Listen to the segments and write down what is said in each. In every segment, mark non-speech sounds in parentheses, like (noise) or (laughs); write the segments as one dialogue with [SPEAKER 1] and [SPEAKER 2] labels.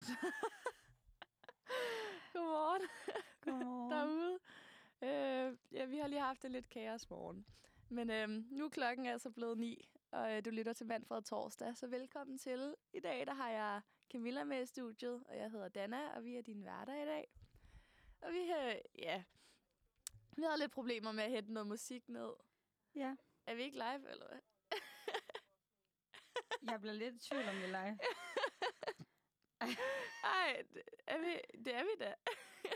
[SPEAKER 1] (laughs) Godmorgen
[SPEAKER 2] Godmorgen.
[SPEAKER 1] derude. Øh, ja, vi har lige haft det lidt kaos morgen. Men øh, nu er klokken altså blevet ni, og øh, du lytter til Manfred Torsdag, så velkommen til. I dag der har jeg Camilla med i studiet, og jeg hedder Dana, og vi er dine værter i dag. Og vi, øh, ja, vi havde lidt problemer med at hente noget musik ned.
[SPEAKER 2] Ja,
[SPEAKER 1] Er vi ikke live, eller hvad? (laughs)
[SPEAKER 2] jeg bliver lidt i tvivl om, vi er live.
[SPEAKER 1] Ej, det er vi, det er vi da.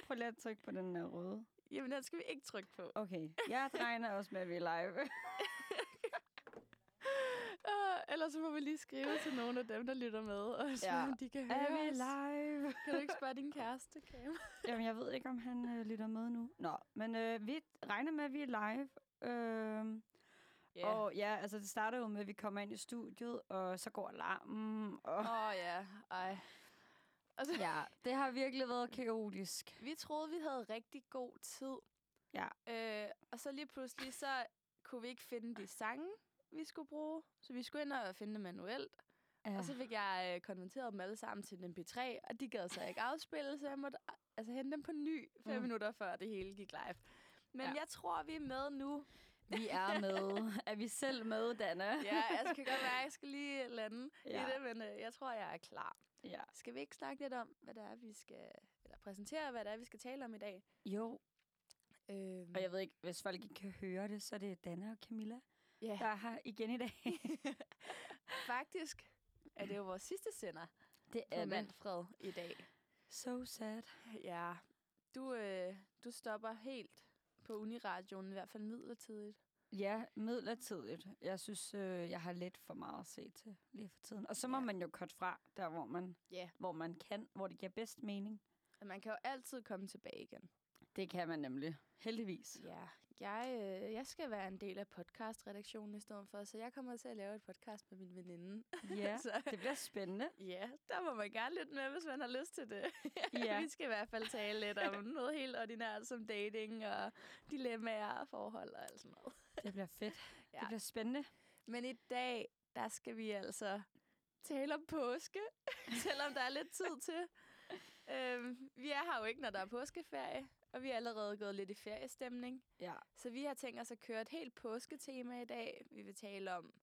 [SPEAKER 2] Prøv lige at trykke på den der røde.
[SPEAKER 1] Jamen, den skal vi ikke trykke på.
[SPEAKER 2] Okay, jeg regner også med, at vi er live.
[SPEAKER 1] Uh, ellers så må vi lige skrive til nogle af dem, der lytter med, og spørge, ja.
[SPEAKER 2] Ja.
[SPEAKER 1] om de kan
[SPEAKER 2] er
[SPEAKER 1] høre
[SPEAKER 2] vi
[SPEAKER 1] os.
[SPEAKER 2] live?
[SPEAKER 1] Kan du ikke spørge din kæreste, Cam?
[SPEAKER 2] Jamen, jeg ved ikke, om han øh, lytter med nu. Nå, men øh, vi regner med, at vi er live. Øh, yeah.
[SPEAKER 1] Åh,
[SPEAKER 2] Og ja, altså det starter jo med, at vi kommer ind i studiet, og så går alarmen. Og...
[SPEAKER 1] Åh ja, ej. Altså, ja.
[SPEAKER 2] Ja, det har virkelig været kaotisk.
[SPEAKER 1] Vi troede, vi havde rigtig god tid.
[SPEAKER 2] Ja.
[SPEAKER 1] Øh, og så lige pludselig, så kunne vi ikke finde de sange, vi skulle bruge. Så vi skulle ind og finde dem manuelt. Ja.
[SPEAKER 2] Ja.
[SPEAKER 1] Og så fik jeg øh, konverteret dem alle sammen til den p3, og de gad så ikke afspille, så jeg måtte altså, hente dem på ny fem mm.
[SPEAKER 2] Mm.
[SPEAKER 1] minutter, før det hele gik live. Men ja.
[SPEAKER 2] Ja.
[SPEAKER 1] jeg tror, vi er med nu.
[SPEAKER 2] Vi er med. er vi selv med, Dana?
[SPEAKER 1] Ja, altså kan godt være, at jeg skal lige lande ja.
[SPEAKER 2] Ja.
[SPEAKER 1] i det, men øh, jeg tror, jeg er klar.
[SPEAKER 2] ja.
[SPEAKER 1] Skal vi ikke snakke lidt om, hvad det er, vi skal... Eller præsentere, hvad det er, vi skal tale om i dag?
[SPEAKER 2] Jo,
[SPEAKER 1] Øhm,
[SPEAKER 2] og jeg ved ikke, hvis folk ikke kan høre det, så er det Dana og Camilla,
[SPEAKER 1] ja,
[SPEAKER 2] der er her igen i dag.
[SPEAKER 1] faktisk er det jo vores sidste sender
[SPEAKER 2] det
[SPEAKER 1] på Manfred i dag.
[SPEAKER 2] So sad.
[SPEAKER 1] Ja, du, øh, du stopper helt på Uniradioen, i hvert fald midlertidigt.
[SPEAKER 2] Ja, midlertidigt. Jeg synes, øh, jeg har lidt for meget at se til lige for tiden. Og så må
[SPEAKER 1] Ja.
[SPEAKER 2] ja. man jo cut fra der, hvor man,
[SPEAKER 1] Ja.
[SPEAKER 2] hvor man kan, hvor det giver bedst mening.
[SPEAKER 1] Og man kan jo altid komme tilbage igen.
[SPEAKER 2] Det kan man nemlig. Heldigvis.
[SPEAKER 1] Ja, jeg, øh, jeg skal være en del af podcastredaktionen i stedet for, så jeg kommer til at lave et podcast med min veninde.
[SPEAKER 2] (laughs) Ja,
[SPEAKER 1] (laughs) Så-
[SPEAKER 2] det bliver spændende.
[SPEAKER 1] Ja, der må man gerne lidt med, hvis man har lyst til det. (laughs) Ja.
[SPEAKER 2] (laughs) Ja.
[SPEAKER 1] Vi skal i hvert fald tale lidt (laughs) om noget helt ordinært som dating og dilemmaer og forhold og alt sådan noget.
[SPEAKER 2] Det bliver fedt.
[SPEAKER 1] Ja.
[SPEAKER 2] Ja. Det bliver spændende.
[SPEAKER 1] Men i dag, der skal vi altså tale om påske, (laughs) selvom der er lidt tid til. Øhm, vi er her jo ikke, når der er påskeferie, og vi er allerede gået lidt i feriestemning.
[SPEAKER 2] Ja.
[SPEAKER 1] Så vi har tænkt os at køre et helt påsketema i dag. Vi vil tale om,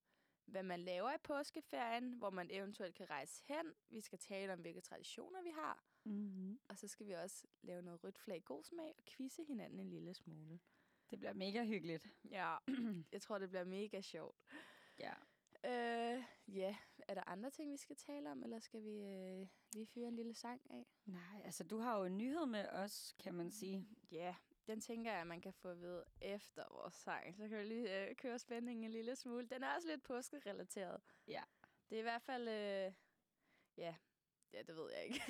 [SPEAKER 1] hvad man laver i påskeferien, hvor man eventuelt kan rejse hen. Vi skal tale om, hvilke traditioner vi har.
[SPEAKER 2] Mm-hmm.
[SPEAKER 1] Og så skal vi også lave noget rødt flag i god smag og quizze hinanden en lille smule.
[SPEAKER 2] Det bliver mega hyggeligt.
[SPEAKER 1] Ja, (clears throat) jeg tror, det bliver mega sjovt.
[SPEAKER 2] Ja.
[SPEAKER 1] Øh, ja, er der andre ting, vi skal tale om, eller skal vi øh, lige fyre en lille sang af?
[SPEAKER 2] Nej, altså du har jo en nyhed med os, kan man sige.
[SPEAKER 1] Ja, yeah. den tænker jeg, at man kan få at vide efter vores sang. Så kan vi lige øh, køre spændingen en lille smule. Den er også lidt påskerelateret.
[SPEAKER 2] Ja.
[SPEAKER 1] Det er i hvert fald... Øh, ja. ja, det ved jeg (laughs) ikke.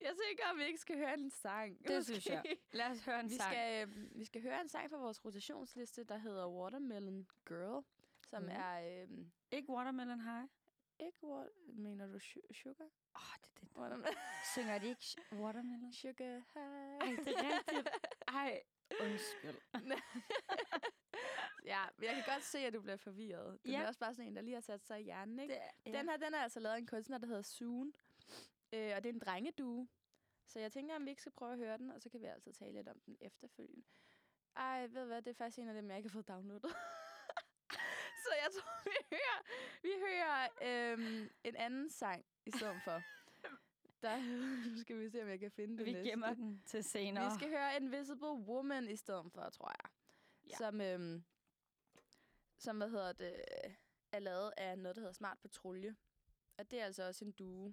[SPEAKER 1] jeg tænker, om vi ikke skal høre en sang. måske.
[SPEAKER 2] Det synes jeg. Lad os høre en
[SPEAKER 1] Vi
[SPEAKER 2] sang.
[SPEAKER 1] skal, øh, vi skal høre en sang fra vores rotationsliste, der hedder Watermelon Girl, som mm.
[SPEAKER 2] Mhm.
[SPEAKER 1] er... Øh,
[SPEAKER 2] Ikke Watermelon High.
[SPEAKER 1] ikke water... Mener du su- sugar?
[SPEAKER 2] Åh, oh, det, det
[SPEAKER 1] Watermelon.
[SPEAKER 2] synger de ikke Watermelon.
[SPEAKER 1] sugar
[SPEAKER 2] Ej,
[SPEAKER 1] high.
[SPEAKER 2] det er rigtigt. (laughs) Ej, undskyld.
[SPEAKER 1] (laughs) Ja, men jeg kan godt se, at du bliver forvirret. Den ja.
[SPEAKER 2] Ja.
[SPEAKER 1] er også bare sådan en, der lige har sat sig i hjernen, ikke?
[SPEAKER 2] er,
[SPEAKER 1] Det, Den her, den er altså lavet af en kunstner, der hedder Soon. Øh, og det er en drengedue. Så jeg tænker, om vi ikke skal prøve at høre den, og så kan vi altid tale lidt om den efterfølgende. Ej, ved du hvad, det er faktisk en af dem, jeg ikke har fået downloadet. (laughs) så jeg tror, vi hører, vi hører øhm, en anden sang i stedet
[SPEAKER 2] (laughs)
[SPEAKER 1] for. Der, (laughs) nu skal vi se, om jeg kan finde det
[SPEAKER 2] Vi
[SPEAKER 1] næste.
[SPEAKER 2] gemmer den til senere.
[SPEAKER 1] Vi skal høre Invisible Woman i stedet for, tror jeg. Ja.
[SPEAKER 2] Ja.
[SPEAKER 1] Som, øhm, som, hvad hedder det, er lavet af noget, der hedder Smart Patrulje. Og det er altså også en duo,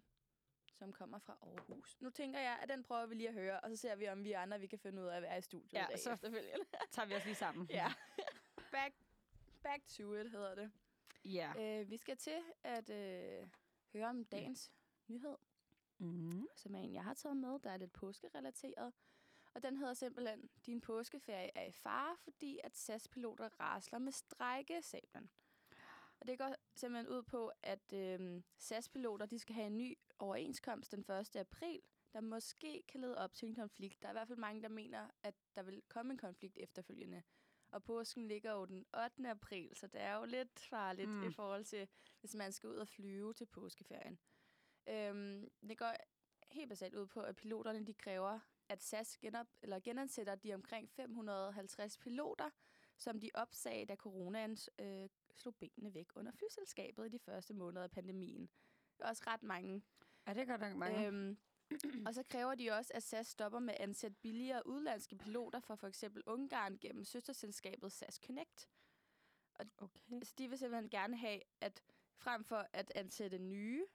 [SPEAKER 1] som kommer fra Aarhus. Nu tænker jeg, at den prøver vi lige at høre, og så ser vi, om vi andre vi kan finde ud af, hvad er i studiet
[SPEAKER 2] Ja,
[SPEAKER 1] i dag
[SPEAKER 2] så-
[SPEAKER 1] efterfølgende.
[SPEAKER 2] (laughs) tager vi os lige sammen.
[SPEAKER 1] ja. Back, back to it hedder det.
[SPEAKER 2] ja.
[SPEAKER 1] Øh, vi skal til at øh, høre om dagens nyhed
[SPEAKER 2] Mm.
[SPEAKER 1] som er en, jeg har taget med, der er lidt påskerelateret. Og den hedder simpelthen, din påskeferie er i fare, fordi at SAS-piloter rasler med strækkesablen. Og det går simpelthen ud på, at øh, SAS-piloter de skal have en ny overenskomst den 1. april, der måske kan lede op til en konflikt. Der er i hvert fald mange, der mener, at der vil komme en konflikt efterfølgende. Og påsken ligger jo den 8. april, så det er jo lidt farligt mm.
[SPEAKER 2] Mm.
[SPEAKER 1] i forhold til, hvis man skal ud og flyve til påskeferien. Øhm, det går helt basalt ud på, at piloterne de kræver, at SAS genop, eller genansætter de omkring 550 piloter, som de opsagde, da coronaen øh, slog benene væk under flyselskabet i de første måneder af pandemien. Det er også ret mange.
[SPEAKER 2] Ja, det er godt nok mange. Øhm,
[SPEAKER 1] Øhm, (clears throat) og så kræver de også, at SAS stopper med at ansætte billigere udenlandske piloter fra for eksempel Ungarn gennem søsterselskabet SAS Connect.
[SPEAKER 2] okay.
[SPEAKER 1] Altså, de vil simpelthen gerne have, at frem for at ansætte nye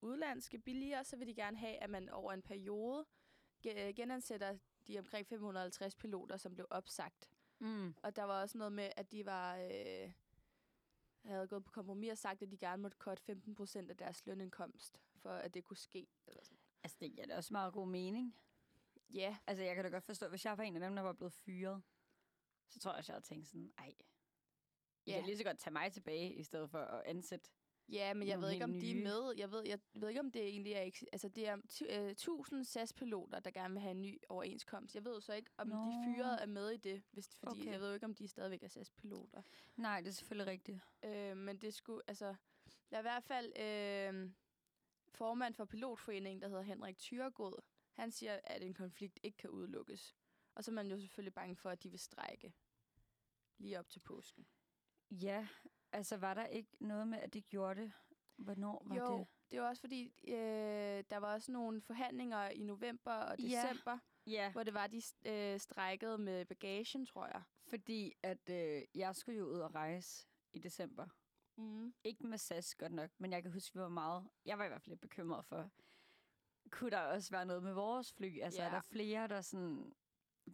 [SPEAKER 1] udlandske billigere, så vil de gerne have, at man over en periode ge- genansætter de omkring 550 piloter, som blev opsagt.
[SPEAKER 2] Mm.
[SPEAKER 1] Og der var også noget med, at de var øh, havde gået på kompromis og sagt, at de gerne måtte cutte 15 procent af deres lønindkomst, for at det kunne ske. Eller sådan.
[SPEAKER 2] Altså, det giver da også meget god mening.
[SPEAKER 1] Ja,
[SPEAKER 2] Altså, jeg kan da godt forstå, hvis jeg var en af dem, der var blevet fyret, så tror jeg også, jeg havde tænkt sådan, ej, ja.
[SPEAKER 1] Ja.
[SPEAKER 2] kan lige så godt tage mig tilbage, i stedet for at ansætte.
[SPEAKER 1] Ja, men jeg
[SPEAKER 2] Nogle
[SPEAKER 1] ved ikke, om
[SPEAKER 2] helt
[SPEAKER 1] de er
[SPEAKER 2] nye.
[SPEAKER 1] med. Jeg ved, jeg ved ikke, om det egentlig er... eks- Altså, det er tu- øh, 1000 SAS-piloter, der gerne vil have en ny overenskomst. Jeg ved jo så ikke, om Nå. de
[SPEAKER 2] Nå.
[SPEAKER 1] fyrede er med i det, hvis, fordi
[SPEAKER 2] Okay.
[SPEAKER 1] okay. jeg ved jo ikke, om de stadigvæk er SAS-piloter.
[SPEAKER 2] Nej, det er selvfølgelig rigtigt.
[SPEAKER 1] Øh, men det skulle... Altså, der er i hvert fald øh, formand for pilotforeningen, der hedder Henrik Thyregod. Han siger, at en konflikt ikke kan udelukkes. Og så er man jo selvfølgelig bange for, at de vil strække lige op til påsken.
[SPEAKER 2] Ja, altså, var der ikke noget med, at de gjorde det? Hvornår var
[SPEAKER 1] jo,
[SPEAKER 2] det?
[SPEAKER 1] det var også fordi, øh, der var også nogle forhandlinger i november og
[SPEAKER 2] Ja.
[SPEAKER 1] december, ja.
[SPEAKER 2] Ja,
[SPEAKER 1] hvor det var, de øh, strækkede med bagagen, tror jeg.
[SPEAKER 2] fordi at øh, jeg skulle jo ud og rejse i december.
[SPEAKER 1] Mm.
[SPEAKER 2] Ikke med SAS godt nok, men jeg kan huske, vi var meget... Jeg var i hvert fald lidt bekymret for, kunne der også være noget med vores fly? Altså, ja. er
[SPEAKER 1] Ja.
[SPEAKER 2] der flere, der sådan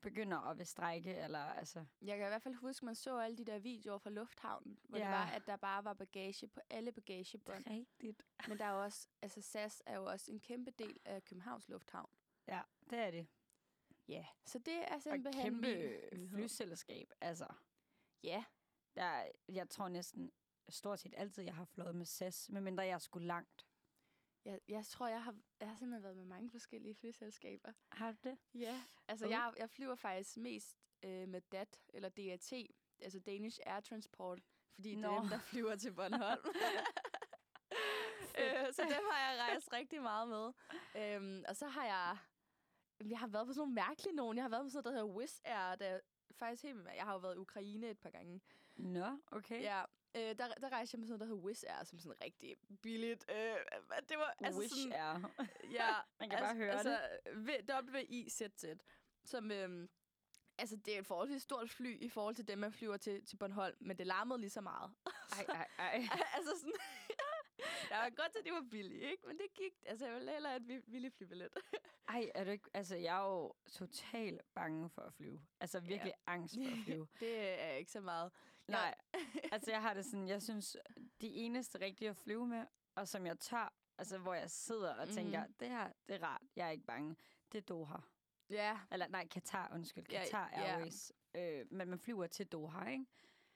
[SPEAKER 2] begynder at vil strække, eller altså...
[SPEAKER 1] Jeg kan i hvert fald huske, man så alle de der videoer fra lufthavnen, hvor
[SPEAKER 2] Ja.
[SPEAKER 1] det var, at der bare var bagage på alle
[SPEAKER 2] (laughs)
[SPEAKER 1] bagagebånd.
[SPEAKER 2] Rigtigt.
[SPEAKER 1] Men der er jo også, altså SAS er jo også en kæmpe del af Københavns Lufthavn.
[SPEAKER 2] Ja, det er det. Ja,
[SPEAKER 1] Så det er
[SPEAKER 2] og
[SPEAKER 1] simpelthen
[SPEAKER 2] kæmpe
[SPEAKER 1] min nyhed.
[SPEAKER 2] flyselskab. Altså,
[SPEAKER 1] Ja,
[SPEAKER 2] der, jeg tror næsten stort set altid, jeg har fløjet med SAS, medmindre jeg skulle langt.
[SPEAKER 1] jeg, jeg tror, jeg har, jeg har simpelthen været med mange forskellige flyselskaber.
[SPEAKER 2] Har du det?
[SPEAKER 1] Ja, altså
[SPEAKER 2] Uh.
[SPEAKER 1] uh. jeg, jeg flyver faktisk mest øh, med DAT, eller DAT, altså Danish Air Transport, fordi det
[SPEAKER 2] Nå.
[SPEAKER 1] er dem, der flyver til
[SPEAKER 2] (laughs)
[SPEAKER 1] Bornholm. (laughs) øh, så dem har jeg rejst rigtig meget med. Øhm, og så har jeg, jeg har været på sådan nogle mærkelige nogen. Jeg har været på sådan noget, der hedder Wizz Air, der er faktisk helt vildt- Jeg har jo været i Ukraine et par gange.
[SPEAKER 2] (laughs) Nå, okay.
[SPEAKER 1] Ja, øh, der, der rejste jeg med sådan noget, der hedder Wizz Air, som sådan rigtig billigt. Øh, det var, altså
[SPEAKER 2] Wish
[SPEAKER 1] sådan,
[SPEAKER 2] er.
[SPEAKER 1] Ja,
[SPEAKER 2] Man kan
[SPEAKER 1] Altså,
[SPEAKER 2] bare høre det.
[SPEAKER 1] det. W-I-Z-Z, som... Øhm, altså, det er et forholdsvis stort fly i forhold til dem, man flyver til, til Bornholm, men det larmede lige så meget. (laughs)
[SPEAKER 2] Ej, ej, ej.
[SPEAKER 1] altså sådan... (laughs) der var en grund til, at det var billigt, ikke? Men det gik... Altså, jeg ville hellere have en vi- billig flybillet. (laughs)
[SPEAKER 2] Ej, er du ikke... Altså, jeg er jo totalt bange for at flyve. Altså, virkelig angst for at flyve.
[SPEAKER 1] det øh, er ikke så meget. (laughs) Ja.
[SPEAKER 2] Nej, altså jeg har det sådan, jeg synes, de eneste rigtige at flyve med, og som jeg tør, altså hvor jeg sidder og tænker,
[SPEAKER 1] Mhm.
[SPEAKER 2] det her, det er rart, jeg er ikke bange, det er Doha.
[SPEAKER 1] Ja,
[SPEAKER 2] Eller nej, Katar, undskyld.
[SPEAKER 1] Ja,
[SPEAKER 2] Katar
[SPEAKER 1] ja.
[SPEAKER 2] Airways. Øh, men man flyver til Doha, ikke?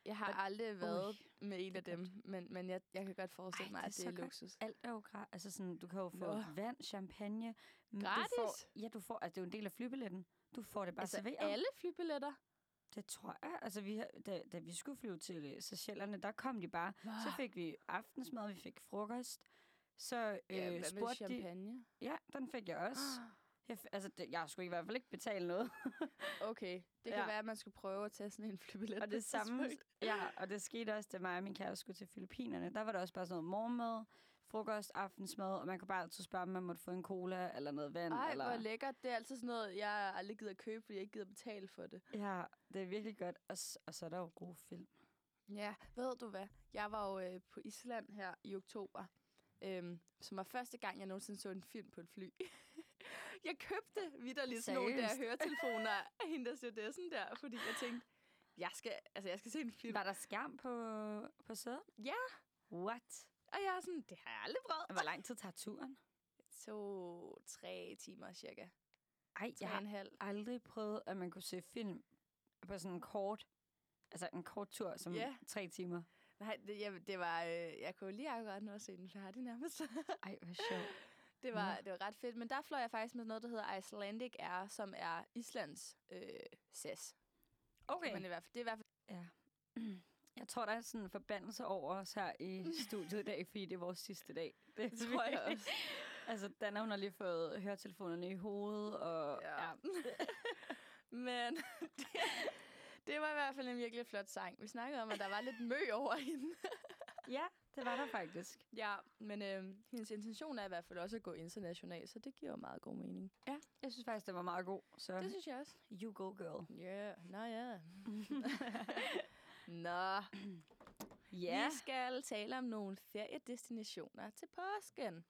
[SPEAKER 1] jeg har aldrig været med en
[SPEAKER 2] det er
[SPEAKER 1] af dem, men, men jeg, jeg kan godt forestille mig,
[SPEAKER 2] Ej, det er
[SPEAKER 1] at det
[SPEAKER 2] så
[SPEAKER 1] er
[SPEAKER 2] godt.
[SPEAKER 1] luksus.
[SPEAKER 2] Alt er jo gratis. Altså sådan, du kan jo få
[SPEAKER 1] Nå.
[SPEAKER 2] vand, champagne. men
[SPEAKER 1] Gratis?
[SPEAKER 2] Du får, ja, du får, altså det er jo en del af flybilletten. Du får det bare altså
[SPEAKER 1] Altså,
[SPEAKER 2] serveret.
[SPEAKER 1] alle flybilletter?
[SPEAKER 2] Det tror jeg. Altså, vi, har- da, da vi skulle flyve til øh, Seychellerne, der kom de bare. Så fik vi aftensmad, vi fik frokost. Så
[SPEAKER 1] Ah.
[SPEAKER 2] øh,
[SPEAKER 1] Ja, hvad med
[SPEAKER 2] spurgte de...
[SPEAKER 1] champagne? Ah.
[SPEAKER 2] Ja, den fik jeg også. Jeg, f- altså, det, jeg skulle i hvert fald ikke betale
[SPEAKER 1] (laughs)
[SPEAKER 2] noget.
[SPEAKER 1] (gasps) Okay, det
[SPEAKER 2] Ja.
[SPEAKER 1] kan være, at man skulle prøve at tage sådan en flybillet.
[SPEAKER 2] og
[SPEAKER 1] på et
[SPEAKER 2] det samme,
[SPEAKER 1] tidspunkt.
[SPEAKER 2] ja, og det skete også, da mig og min kæreste skulle til Filippinerne. Der var der også bare sådan noget morgenmad, frokost, aftensmad, og man kunne bare altid spørge, om man måtte få en cola eller noget vand.
[SPEAKER 1] Ej,
[SPEAKER 2] eller...
[SPEAKER 1] hvor lækkert. Det er altid sådan noget, jeg aldrig gider at købe, fordi jeg ikke gider betale for det.
[SPEAKER 2] Ja, det er virkelig godt. Og, s- og så er der jo gode film.
[SPEAKER 1] Ja, ved du hvad? Jeg var jo øh, på Island her i oktober, øhm, som var første gang, jeg nogensinde så en film på et fly. (laughs) jeg købte vidderligt sådan nogle der
[SPEAKER 2] Seriøst?
[SPEAKER 1] (laughs) høretelefoner af hende, der stewardessen der, fordi jeg tænkte, jeg skal, altså, jeg skal se en film.
[SPEAKER 2] Var der skærm på, på sædet?
[SPEAKER 1] Ja.
[SPEAKER 2] What?
[SPEAKER 1] Og jeg er sådan, det har jeg aldrig
[SPEAKER 2] Og
[SPEAKER 1] prøvet.
[SPEAKER 2] Hvor lang tid tager turen?
[SPEAKER 1] Så tre timer cirka.
[SPEAKER 2] Ej,
[SPEAKER 1] Tre
[SPEAKER 2] jeg
[SPEAKER 1] og en
[SPEAKER 2] har
[SPEAKER 1] halv.
[SPEAKER 2] aldrig prøvet, at man kunne se film på sådan en kort, altså en kort tur, som
[SPEAKER 1] Ja.
[SPEAKER 2] tre timer.
[SPEAKER 1] Nej, det, jeg, det var, øh, jeg kunne lige akkurat nå at se den færdig nærmest.
[SPEAKER 2] Ej, hvor sjovt.
[SPEAKER 1] Det var, det var ret fedt, men der fløj jeg faktisk med noget, der hedder Icelandic Air, som er Islands øh, SAS.
[SPEAKER 2] (laughs) Okay.
[SPEAKER 1] Men i hvert fald, det er i hvert fald...
[SPEAKER 2] Ja. (clears throat) Jeg tror, der er sådan en (laughs)
[SPEAKER 1] (laughs)
[SPEAKER 2] forbandelse over os her i studiet i dag, fordi det er vores sidste dag. Det
[SPEAKER 1] tror jeg også.
[SPEAKER 2] Altså, Dana, hun har lige fået høretelefonerne i hovedet, og
[SPEAKER 1] Ja.
[SPEAKER 2] ja.
[SPEAKER 1] (laughs) Men (laughs) det, det var i hvert fald en virkelig flot sang. Vi snakkede om, at der var lidt mø over (laughs) hende.
[SPEAKER 2] ja det var der faktisk.
[SPEAKER 1] Ja, men øh, hendes intention er i hvert fald også at gå internationalt, så det giver jo meget god mening.
[SPEAKER 2] Ja, jeg synes faktisk, det var meget god. Så
[SPEAKER 1] Det synes jeg også.
[SPEAKER 2] you go, girl.
[SPEAKER 1] Ja, yeah. nå (laughs) ja. nå,
[SPEAKER 2] Ja.
[SPEAKER 1] vi skal tale om nogle feriedestinationer til påsken.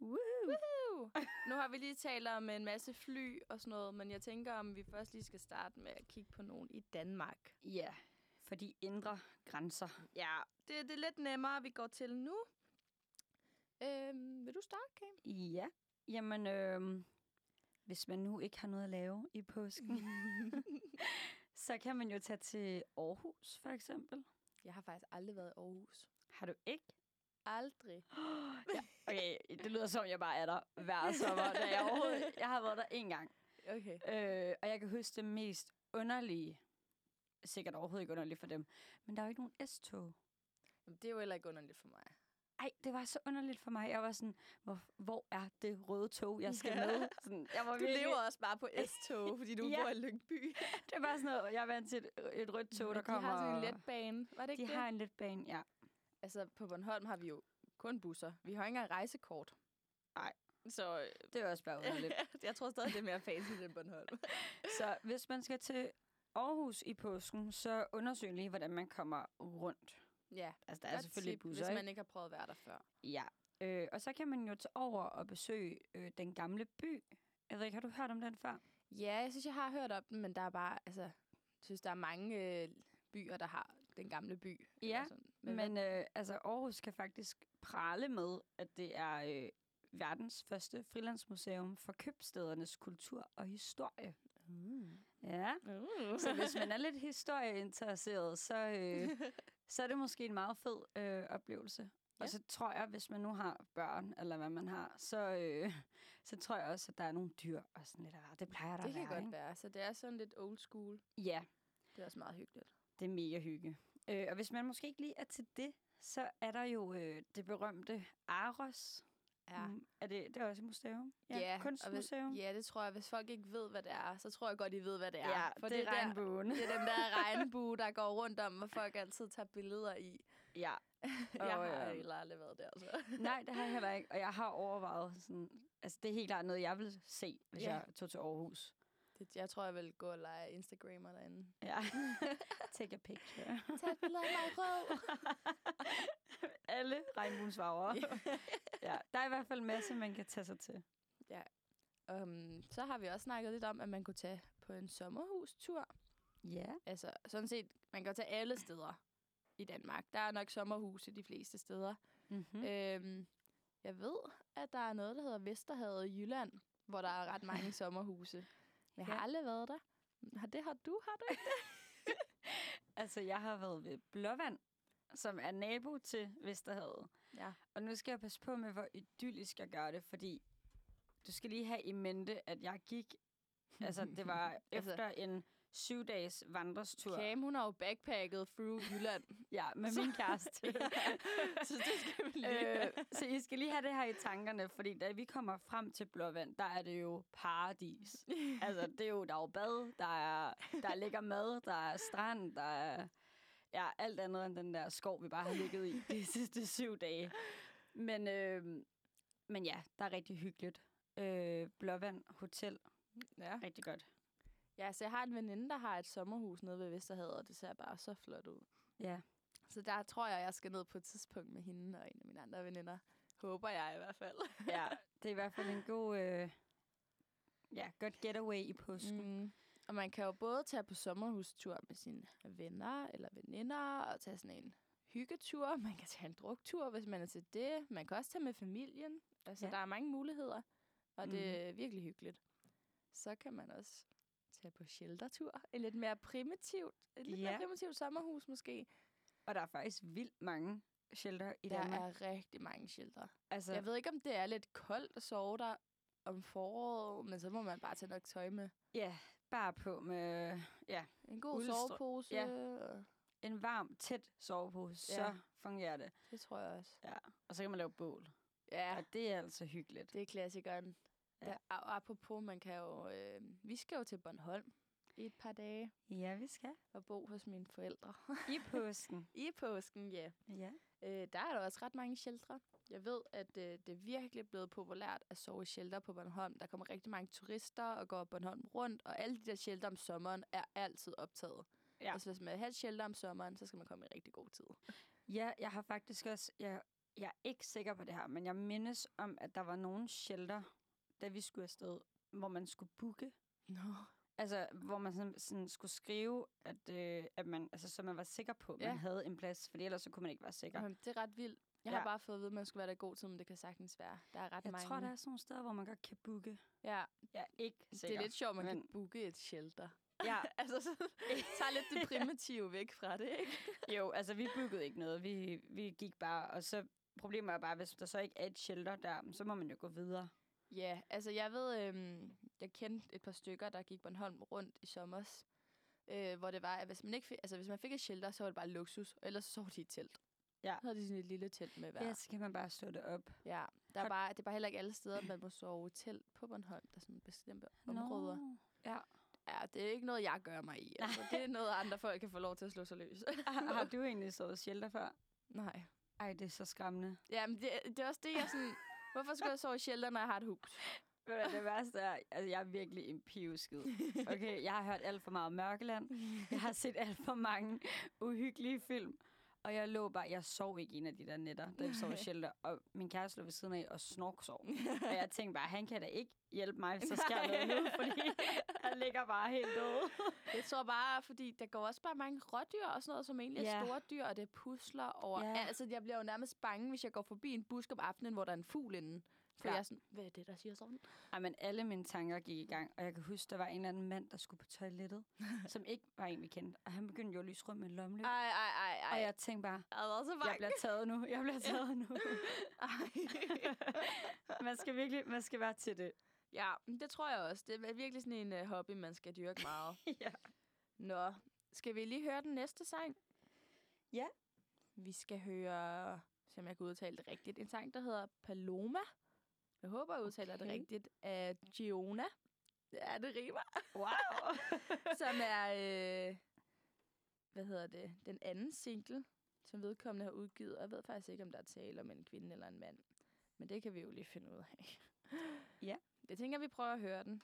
[SPEAKER 2] Woohoo.
[SPEAKER 1] Woo! Nu har vi lige talt om en masse fly og sådan noget, men jeg tænker, om vi først lige skal starte med at kigge på nogen i Danmark.
[SPEAKER 2] Ja, for de indre grænser.
[SPEAKER 1] Ja, det, det er lidt nemmere, vi går til nu. Øhm, vil du starte, Kate?
[SPEAKER 2] Ja. Jamen, øh, hvis man nu ikke har noget at lave i påsken,
[SPEAKER 1] (laughs)
[SPEAKER 2] så kan man jo tage til Aarhus, for eksempel.
[SPEAKER 1] Jeg har faktisk aldrig været i Aarhus.
[SPEAKER 2] Har du ikke?
[SPEAKER 1] (gasps) Aldrig.
[SPEAKER 2] Okay, det lyder som, jeg bare er der hver sommer. Da jeg,
[SPEAKER 1] (laughs)
[SPEAKER 2] overhovedet, jeg har været der én gang.
[SPEAKER 1] Okay.
[SPEAKER 2] Øh, og jeg kan huske det mest underlige. Sikkert overhovedet ikke underligt for dem. Men der var ikke nogen S-tog.
[SPEAKER 1] Jamen, det er jo heller ikke underligt for mig.
[SPEAKER 2] Ej, det var så underligt for mig. Jeg var sådan, hvor, hvor er det røde tog, jeg skal
[SPEAKER 1] Ja.
[SPEAKER 2] med? Sådan, jeg var
[SPEAKER 1] Du lever også bare på S-tog, fordi (laughs) du
[SPEAKER 2] Ja.
[SPEAKER 1] bor i Lyngby.
[SPEAKER 2] Det er bare sådan noget, jeg er vant til et, et rødt tog, der
[SPEAKER 1] de
[SPEAKER 2] kommer.
[SPEAKER 1] har sådan en
[SPEAKER 2] og-
[SPEAKER 1] letbane. Var det ikke
[SPEAKER 2] De
[SPEAKER 1] de det?
[SPEAKER 2] har en letbane, ja.
[SPEAKER 1] Altså, på Bornholm har vi jo kun busser. Vi har ikke engang rejsekort.
[SPEAKER 2] Nej.
[SPEAKER 1] Så øh,
[SPEAKER 2] Det er også bare underligt.
[SPEAKER 1] (laughs) jeg tror stadig, det er mere fancy end Bornholm.
[SPEAKER 2] (laughs) så hvis man skal til Aarhus i påsken, så undersøg lige, hvordan man kommer rundt.
[SPEAKER 1] ja,
[SPEAKER 2] Altså, der er
[SPEAKER 1] godt
[SPEAKER 2] selvfølgelig
[SPEAKER 1] tip,
[SPEAKER 2] busser,
[SPEAKER 1] hvis
[SPEAKER 2] ikke?
[SPEAKER 1] man ikke har prøvet at være der før.
[SPEAKER 2] Ja. Øh, og så kan man jo tage over og besøge øh, den gamle by. Jeg ved ikke, har du hørt om den før?
[SPEAKER 1] Ja, jeg synes, jeg har hørt om den, men der er bare, altså, jeg synes, der er mange øh, byer, der har den gamle by. eller
[SPEAKER 2] Ja,
[SPEAKER 1] sådan. Men, men
[SPEAKER 2] Men øh, altså, Aarhus kan faktisk prale med, at det er øh, verdens første frilandsmuseum for købstedernes kultur og historie. Ja.
[SPEAKER 1] uh.
[SPEAKER 2] Så hvis man er lidt historieinteresseret, så, øh, så er det måske en meget fed øh, oplevelse. Ja.
[SPEAKER 1] Ja.
[SPEAKER 2] Og så tror jeg, hvis man nu har børn, eller hvad man har, så, øh, så tror jeg også, at der er nogle dyr og sådan lidt. af hvert. Det plejer der
[SPEAKER 1] det
[SPEAKER 2] at være,
[SPEAKER 1] kan godt
[SPEAKER 2] ikke?
[SPEAKER 1] være. Så det er sådan lidt old school.
[SPEAKER 2] Ja,
[SPEAKER 1] Det er også meget hyggeligt.
[SPEAKER 2] det er mega hygge. Øh, og hvis man måske ikke lige er til det, så er der jo øh, det berømte Aros. Mm, Er det, det er også et museum?
[SPEAKER 1] Ja, og hvis-
[SPEAKER 2] kunstmuseum.
[SPEAKER 1] Ja, det tror jeg. Hvis folk ikke ved, hvad det er, så tror jeg godt, de ved, hvad det er.
[SPEAKER 2] ja, for det, det er
[SPEAKER 1] der, (laughs)
[SPEAKER 2] regnbuen.
[SPEAKER 1] det er den der regnbue, der går rundt om, hvor folk altid tager billeder i.
[SPEAKER 2] Ja.
[SPEAKER 1] Jeg
[SPEAKER 2] Og,
[SPEAKER 1] har
[SPEAKER 2] øhm,
[SPEAKER 1] heller aldrig været der, så. (laughs)
[SPEAKER 2] Nej, det har jeg heller ikke, og jeg har overvejet sådan... Altså, det er helt klart noget, jeg vil se, hvis
[SPEAKER 1] Ja.
[SPEAKER 2] yeah. jeg tog til Aarhus.
[SPEAKER 1] Det, jeg tror, jeg vil gå og lege Instagrammer derinde.
[SPEAKER 2] (laughs) Ja. Take a picture.
[SPEAKER 1] Tag et billede af mig rød.
[SPEAKER 2] Alle regnbuens farver. ja, der er i hvert fald en masse, man kan tage sig til.
[SPEAKER 1] Um, så har vi også snakket lidt om, at man kunne tage på en sommerhustur.
[SPEAKER 2] Ja.
[SPEAKER 1] Altså, sådan set, man kan tage alle steder i Danmark. Der er nok sommerhuse de fleste steder.
[SPEAKER 2] Mm-hmm. Øh.
[SPEAKER 1] Øhm, jeg ved, at der er noget, der hedder Vesterhavet i Jylland, hvor der er ret (laughs) mange sommerhuse. Men jeg har
[SPEAKER 2] Ja.
[SPEAKER 1] aldrig været der. Har det har du, har du ikke?
[SPEAKER 2] Altså, jeg har været ved Blåvand, som er nabo til Vesterhavet.
[SPEAKER 1] Ja.
[SPEAKER 2] Og nu skal jeg passe på med, hvor idyllisk jeg gør det, fordi du skal lige have i mente, at jeg gik... (laughs) Altså, det var
[SPEAKER 1] Altså-
[SPEAKER 2] efter en syv-dages vandrestur.
[SPEAKER 1] Cam, hun har jo backpacket through Jylland.
[SPEAKER 2] Ja, med
[SPEAKER 1] Så-
[SPEAKER 2] min
[SPEAKER 1] (laughs)
[SPEAKER 2] kæreste.
[SPEAKER 1] så det skal vi (laughs) lige.
[SPEAKER 2] øh, så I skal lige have det her i tankerne, fordi da vi kommer frem til Blåvand, der er det jo paradis. Altså, det er jo, der er jo bad, der er, der er lækker mad, der er strand, der er ja, alt andet end den der skov, vi bare har ligget i de sidste syv dage. Men, øh, men ja, der er rigtig hyggeligt. Øh, Blåvand Hotel,
[SPEAKER 1] ja.
[SPEAKER 2] rigtig godt.
[SPEAKER 1] ja, så jeg har en veninde, der har et sommerhus nede ved Vesterhavet, og det ser bare så flot ud.
[SPEAKER 2] Ja.
[SPEAKER 1] Så der tror jeg, jeg skal ned på et tidspunkt med hende og en af mine andre veninder. Håber jeg i hvert fald.
[SPEAKER 2] ja, det er i hvert fald en god... Øh, ja, godt getaway i påsken.
[SPEAKER 1] Mm. Og man kan jo både tage på sommerhustur med sine venner eller veninder, og tage sådan en hyggetur. Man kan tage en druktur, hvis man er til det. Man kan også tage med familien. Altså, ja.
[SPEAKER 2] Ja.
[SPEAKER 1] der er mange muligheder, og det er virkelig hyggeligt. Så kan man også tage på sheltertur. En lidt mere primitivt, et lidt ja. mere
[SPEAKER 2] Ja.
[SPEAKER 1] primitivt sommerhus måske.
[SPEAKER 2] Og der er faktisk vildt mange shelter i
[SPEAKER 1] Der
[SPEAKER 2] Danmark.
[SPEAKER 1] er rigtig mange shelter.
[SPEAKER 2] altså,
[SPEAKER 1] Jeg ved ikke, om det er lidt koldt at sove der om foråret, men så må man bare tage nok tøj med.
[SPEAKER 2] ja, bare på med
[SPEAKER 1] En god
[SPEAKER 2] Uldstrø-
[SPEAKER 1] sovepose.
[SPEAKER 2] ja.
[SPEAKER 1] og-
[SPEAKER 2] en varm, tæt sovepose,
[SPEAKER 1] Ja.
[SPEAKER 2] så fungerer det.
[SPEAKER 1] Det tror jeg også.
[SPEAKER 2] Og så kan man lave bål.
[SPEAKER 1] Ja,
[SPEAKER 2] Og det er altså hyggeligt.
[SPEAKER 1] det er klassikeren.
[SPEAKER 2] Ja.
[SPEAKER 1] Ja. Der, og apropos, man kan jo, øh, vi skal jo til Bornholm i et par dage
[SPEAKER 2] Ja, vi skal.
[SPEAKER 1] og bo hos mine forældre.
[SPEAKER 2] I påsken.
[SPEAKER 1] I påsken, (laughs) ja.
[SPEAKER 2] ja.
[SPEAKER 1] Øh, der er der også ret mange sheltre. Jeg ved, at øh, det er virkelig blevet populært at sove i shelter på Bornholm. Der kommer rigtig mange turister og går Bornholm rundt, og alle de der shelter om sommeren er altid optaget.
[SPEAKER 2] Ja.
[SPEAKER 1] Ja. Altså hvis man vil have et shelter om sommeren, så skal man komme i rigtig god tid.
[SPEAKER 2] Ja, jeg har faktisk også... Jeg, jeg er ikke sikker på det her, men jeg mindes om, at der var nogen shelter, da vi skulle afsted, hvor man skulle booke.
[SPEAKER 1] Nå.
[SPEAKER 2] Altså, hvor man sådan, sådan skulle skrive, at, øh, at man, altså, så man var sikker på, at ja.
[SPEAKER 1] Ja.
[SPEAKER 2] man havde en plads, for ellers så kunne man ikke være sikker.
[SPEAKER 1] Jamen, det er ret vildt. Jeg har
[SPEAKER 2] Ja.
[SPEAKER 1] bare fået at vide, at man skulle være der i god tid, men det kan sagtens være. Der er ret
[SPEAKER 2] Jeg
[SPEAKER 1] mange.
[SPEAKER 2] tror, der er sådan nogle steder, hvor man godt kan booke.
[SPEAKER 1] Ja,
[SPEAKER 2] Jeg er ikke sikker.
[SPEAKER 1] det er lidt sjovt, man men...
[SPEAKER 2] men-
[SPEAKER 1] kan booke et (laughs) shelter.
[SPEAKER 2] (laughs) Ja,
[SPEAKER 1] Altså, så tager lidt (laughs) det primitive væk fra det, ikke?
[SPEAKER 2] jo, altså vi bookede ikke noget. Vi, vi gik bare, og så problemet er bare, hvis der så ikke er et shelter der, så må man jo gå videre.
[SPEAKER 1] Ja, altså jeg ved, øhm, jeg kendte et par stykker, der gik Bornholm rundt i sommers, øh, hvor det var, at hvis man, ikke fik, altså, hvis man fik et shelter, så var det bare luksus, og ellers så sov de i et telt.
[SPEAKER 2] Ja.
[SPEAKER 1] Så havde de sådan et lille telt med hver.
[SPEAKER 2] Ja, så kan man bare slå det op.
[SPEAKER 1] Ja, der er
[SPEAKER 2] Har-
[SPEAKER 1] bare, det er bare heller ikke alle steder, man må sove i telt på Bornholm. Der er sådan bestemte områder.
[SPEAKER 2] Nå.
[SPEAKER 1] Ja, det er ikke noget, jeg gør mig i. Altså, det er noget, andre folk kan få lov til at slå sig
[SPEAKER 2] (laughs)
[SPEAKER 1] løs.
[SPEAKER 2] Har, har du egentlig sovet shelter før?
[SPEAKER 1] Nej.
[SPEAKER 2] Ej, det er så skræmmende.
[SPEAKER 1] Ja, men det, det er også det, jeg sådan... Hvorfor skulle jeg sove i shelter, når jeg har et hus?
[SPEAKER 2] Ved du, hvad det værste er, altså, jeg er virkelig en pivskid. Okay, jeg har hørt alt for meget om Mørkeland. Jeg har set alt for mange uhyggelige film. Og jeg lå bare, jeg sov ikke en af de der nætter, da jeg sov i
[SPEAKER 1] Nej.
[SPEAKER 2] shelter. Og min kæreste lå ved siden af og snorksov. Og jeg tænkte bare, han kan da ikke hjælpe mig, hvis der sker noget nu, fordi han ligger bare helt død.
[SPEAKER 1] Jeg tror bare, fordi der går også bare mange rådyr og sådan noget, som egentlig
[SPEAKER 2] Ja.
[SPEAKER 1] er store dyr, og det pusler over.
[SPEAKER 2] Ja.
[SPEAKER 1] Ja. Altså, jeg bliver jo nærmest bange, hvis jeg går forbi en busk om aftenen, hvor der er en fugl inde. For
[SPEAKER 2] Ja.
[SPEAKER 1] ja. jeg er sådan, hvad er det, der siger sådan?
[SPEAKER 2] Ej, men alle mine tanker gik i gang, og jeg kan huske, der var en eller anden mand, der skulle på toilettet, som ikke var en, vi kendte. Og han begyndte jo at lyse rundt med en lommelygte.
[SPEAKER 1] Ej, ej, ej,
[SPEAKER 2] Og
[SPEAKER 1] ej.
[SPEAKER 2] jeg tænkte bare,
[SPEAKER 1] jeg har været så
[SPEAKER 2] jeg
[SPEAKER 1] bange.
[SPEAKER 2] bliver taget nu, jeg bliver taget nu. man skal virkelig, man skal være til det.
[SPEAKER 1] (laughs) ja, men det tror jeg også. Det er virkelig sådan en uh, hobby, man skal dyrke meget.
[SPEAKER 2] (laughs) Ja.
[SPEAKER 1] Nå, skal vi lige høre den næste sang?
[SPEAKER 2] Ja.
[SPEAKER 1] Vi skal høre, som jeg kan udtale det rigtigt, en sang, der hedder Paloma. Jeg håber, jeg udtaler okay. det
[SPEAKER 2] Okay.
[SPEAKER 1] rigtigt. Af Giona. Ja, det rimer.
[SPEAKER 2] Wow.
[SPEAKER 1] (laughs) som er, øh, hvad hedder det, den anden single, som vedkommende har udgivet. Og jeg ved faktisk ikke, om der er tale om en kvinde eller en mand. Men det kan vi jo lige finde ud af.
[SPEAKER 2] Ja.
[SPEAKER 1] Jeg tænker, vi prøver at høre den.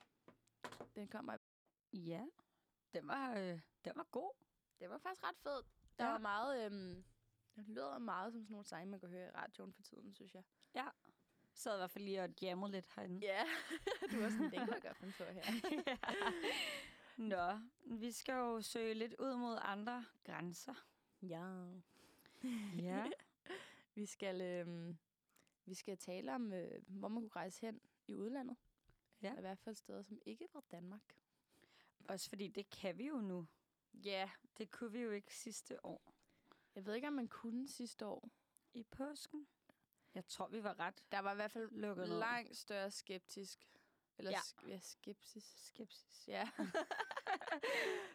[SPEAKER 1] Den kommer.
[SPEAKER 2] (laughs) ja, den var, øh, den var god.
[SPEAKER 1] Den var faktisk ret fed. Der
[SPEAKER 2] Ja.
[SPEAKER 1] ja. var meget, øhm, den lyder meget som sådan nogle sange, man kan høre i radioen for tiden, synes jeg.
[SPEAKER 2] Sad i hvert fald lige og jammede lidt herinde.
[SPEAKER 1] Ja, (laughs) du var sådan, den kunne jeg godt finde på her.
[SPEAKER 2] Ja. (laughs) Nå, vi skal jo søge lidt ud mod andre (laughs) grænser.
[SPEAKER 1] (laughs) Ja.
[SPEAKER 2] Ja.
[SPEAKER 1] Vi skal, øhm, vi skal tale om, øh, hvor man kunne rejse hen i udlandet.
[SPEAKER 2] Ja.
[SPEAKER 1] Eller I hvert fald steder, som ikke var Danmark.
[SPEAKER 2] Også fordi det kan vi jo nu.
[SPEAKER 1] Ja, yeah.
[SPEAKER 2] Det kunne vi jo ikke sidste år
[SPEAKER 1] jeg ved ikke, om man kunne sidste år.
[SPEAKER 2] i påsken. Jeg tror, vi var ret
[SPEAKER 1] Der var i hvert fald
[SPEAKER 2] lukket ned.
[SPEAKER 1] langt større skeptisk. Eller
[SPEAKER 2] Ja.
[SPEAKER 1] ja. Sk- ja, skepsis. (laughs)
[SPEAKER 2] skepsis.
[SPEAKER 1] Ja.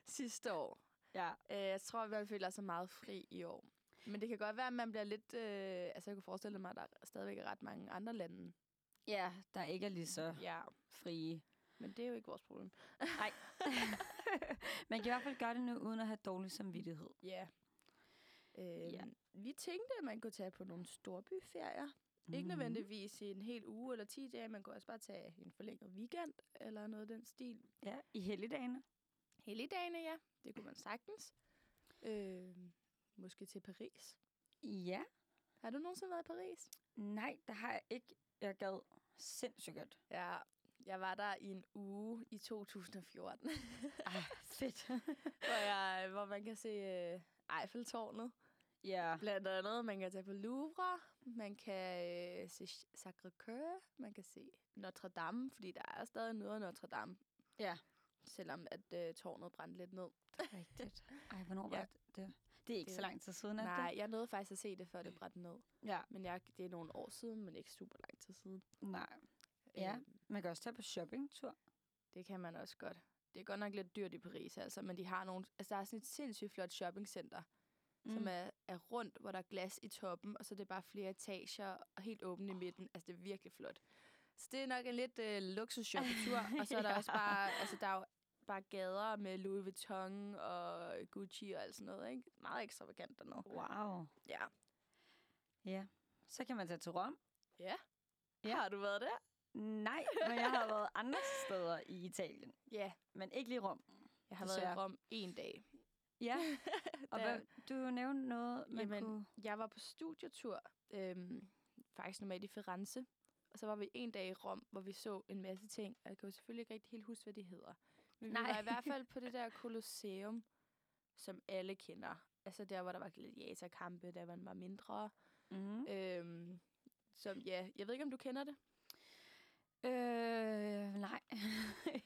[SPEAKER 1] sidste år.
[SPEAKER 2] Ja.
[SPEAKER 1] Øh, Jeg tror, at man føler sig meget fri i år. Men det kan godt være, at man bliver lidt... Øh, altså, jeg kunne forestille mig, at der stadigvæk er ret mange andre lande.
[SPEAKER 2] ja, der ikke er lige så
[SPEAKER 1] Ja,
[SPEAKER 2] frie.
[SPEAKER 1] men det er jo ikke vores problem.
[SPEAKER 2] Nej. Man kan i hvert fald gøre det nu, uden at have dårlig samvittighed.
[SPEAKER 1] Ja. Øhm, ja. Vi tænkte, at man kunne tage på nogle storbyferier. Mm.
[SPEAKER 2] Mhm.
[SPEAKER 1] Ikke nødvendigvis i en hel uge eller 10 dage. Man kunne også bare tage en forlænget weekend eller noget af den stil.
[SPEAKER 2] Ja, i helligdagene.
[SPEAKER 1] Helligdagene, ja. Det kunne man sagtens. Øhm, måske til Paris.
[SPEAKER 2] Ja.
[SPEAKER 1] Har du nogensinde været i Paris?
[SPEAKER 2] Nej, der har jeg ikke. Jeg gad sindssygt
[SPEAKER 1] (laughs)
[SPEAKER 2] godt.
[SPEAKER 1] Ja, jeg var der i en uge i 2014, Ah,
[SPEAKER 2] Ej, fedt.
[SPEAKER 1] hvor, jeg, hvor man kan se øh, Eiffeltårnet.
[SPEAKER 2] (laughs) ja.
[SPEAKER 1] Blandt andet, man kan tage på Louvre, man kan øh, se Ch- Sacré-Cœur, man kan se Notre Dame, fordi der er stadig noget af Notre Dame.
[SPEAKER 2] Ja.
[SPEAKER 1] Selvom at øh, tårnet brændte lidt ned.
[SPEAKER 2] Rigtigt. Ej, hvornår
[SPEAKER 1] Ja.
[SPEAKER 2] var det? det? Det er ikke
[SPEAKER 1] Det-
[SPEAKER 2] så lang tid siden, er det
[SPEAKER 1] Nej, jeg nåede faktisk at se det, før det brændte ned.
[SPEAKER 2] det? Ja.
[SPEAKER 1] Men jeg, det er nogle år siden, men ikke super lang tid siden.
[SPEAKER 2] Nej. Ja.
[SPEAKER 1] Øhm,
[SPEAKER 2] Man kan også tage på shoppingtur.
[SPEAKER 1] det kan man også godt. Det er godt nok lidt dyrt i Paris, altså, men de har nogle, altså, der er sådan et sindssygt flot shoppingcenter, mm. som er, er rundt, hvor der er glas i toppen, og så er det bare flere etager og helt åbent i midten. Altså, det er virkelig flot. Så det er nok en lidt øh,
[SPEAKER 2] (laughs)
[SPEAKER 1] luksus-shoppetur, og så er der
[SPEAKER 2] Ja.
[SPEAKER 1] også bare, altså, der er jo bare gader med Louis Vuitton og Gucci og alt sådan noget, ikke? Meget ekstravagant dernede.
[SPEAKER 2] Wow.
[SPEAKER 1] Ja.
[SPEAKER 2] Ja. Så kan man tage til Rom.
[SPEAKER 1] ja. Har du været der?
[SPEAKER 2] Nej, men jeg har været andre steder i Italien.
[SPEAKER 1] Ja,
[SPEAKER 2] Men ikke lige Rom.
[SPEAKER 1] jeg har
[SPEAKER 2] Desværre.
[SPEAKER 1] været i Rom en dag. (laughs)
[SPEAKER 2] Ja, og
[SPEAKER 1] Der-
[SPEAKER 2] hvad, du nævnte noget, man
[SPEAKER 1] Jamen,
[SPEAKER 2] kunne...
[SPEAKER 1] Jeg var på studietur, øhm, faktisk normalt i Firenze. Og så var vi en dag i Rom, hvor vi så en masse ting. Og jeg kan jo selvfølgelig ikke rigtig helt huske, hvad de hedder. Men Nej.
[SPEAKER 2] Nej.
[SPEAKER 1] vi var i hvert fald (laughs) på det der kolosseum, som alle kender. Altså der, hvor der var gladiatorkampe, da man var mindre.
[SPEAKER 2] Mm.
[SPEAKER 1] Øhm, som, ja, jeg ved ikke, om du kender det?
[SPEAKER 2] Øh,
[SPEAKER 1] (laughs)
[SPEAKER 2] nej.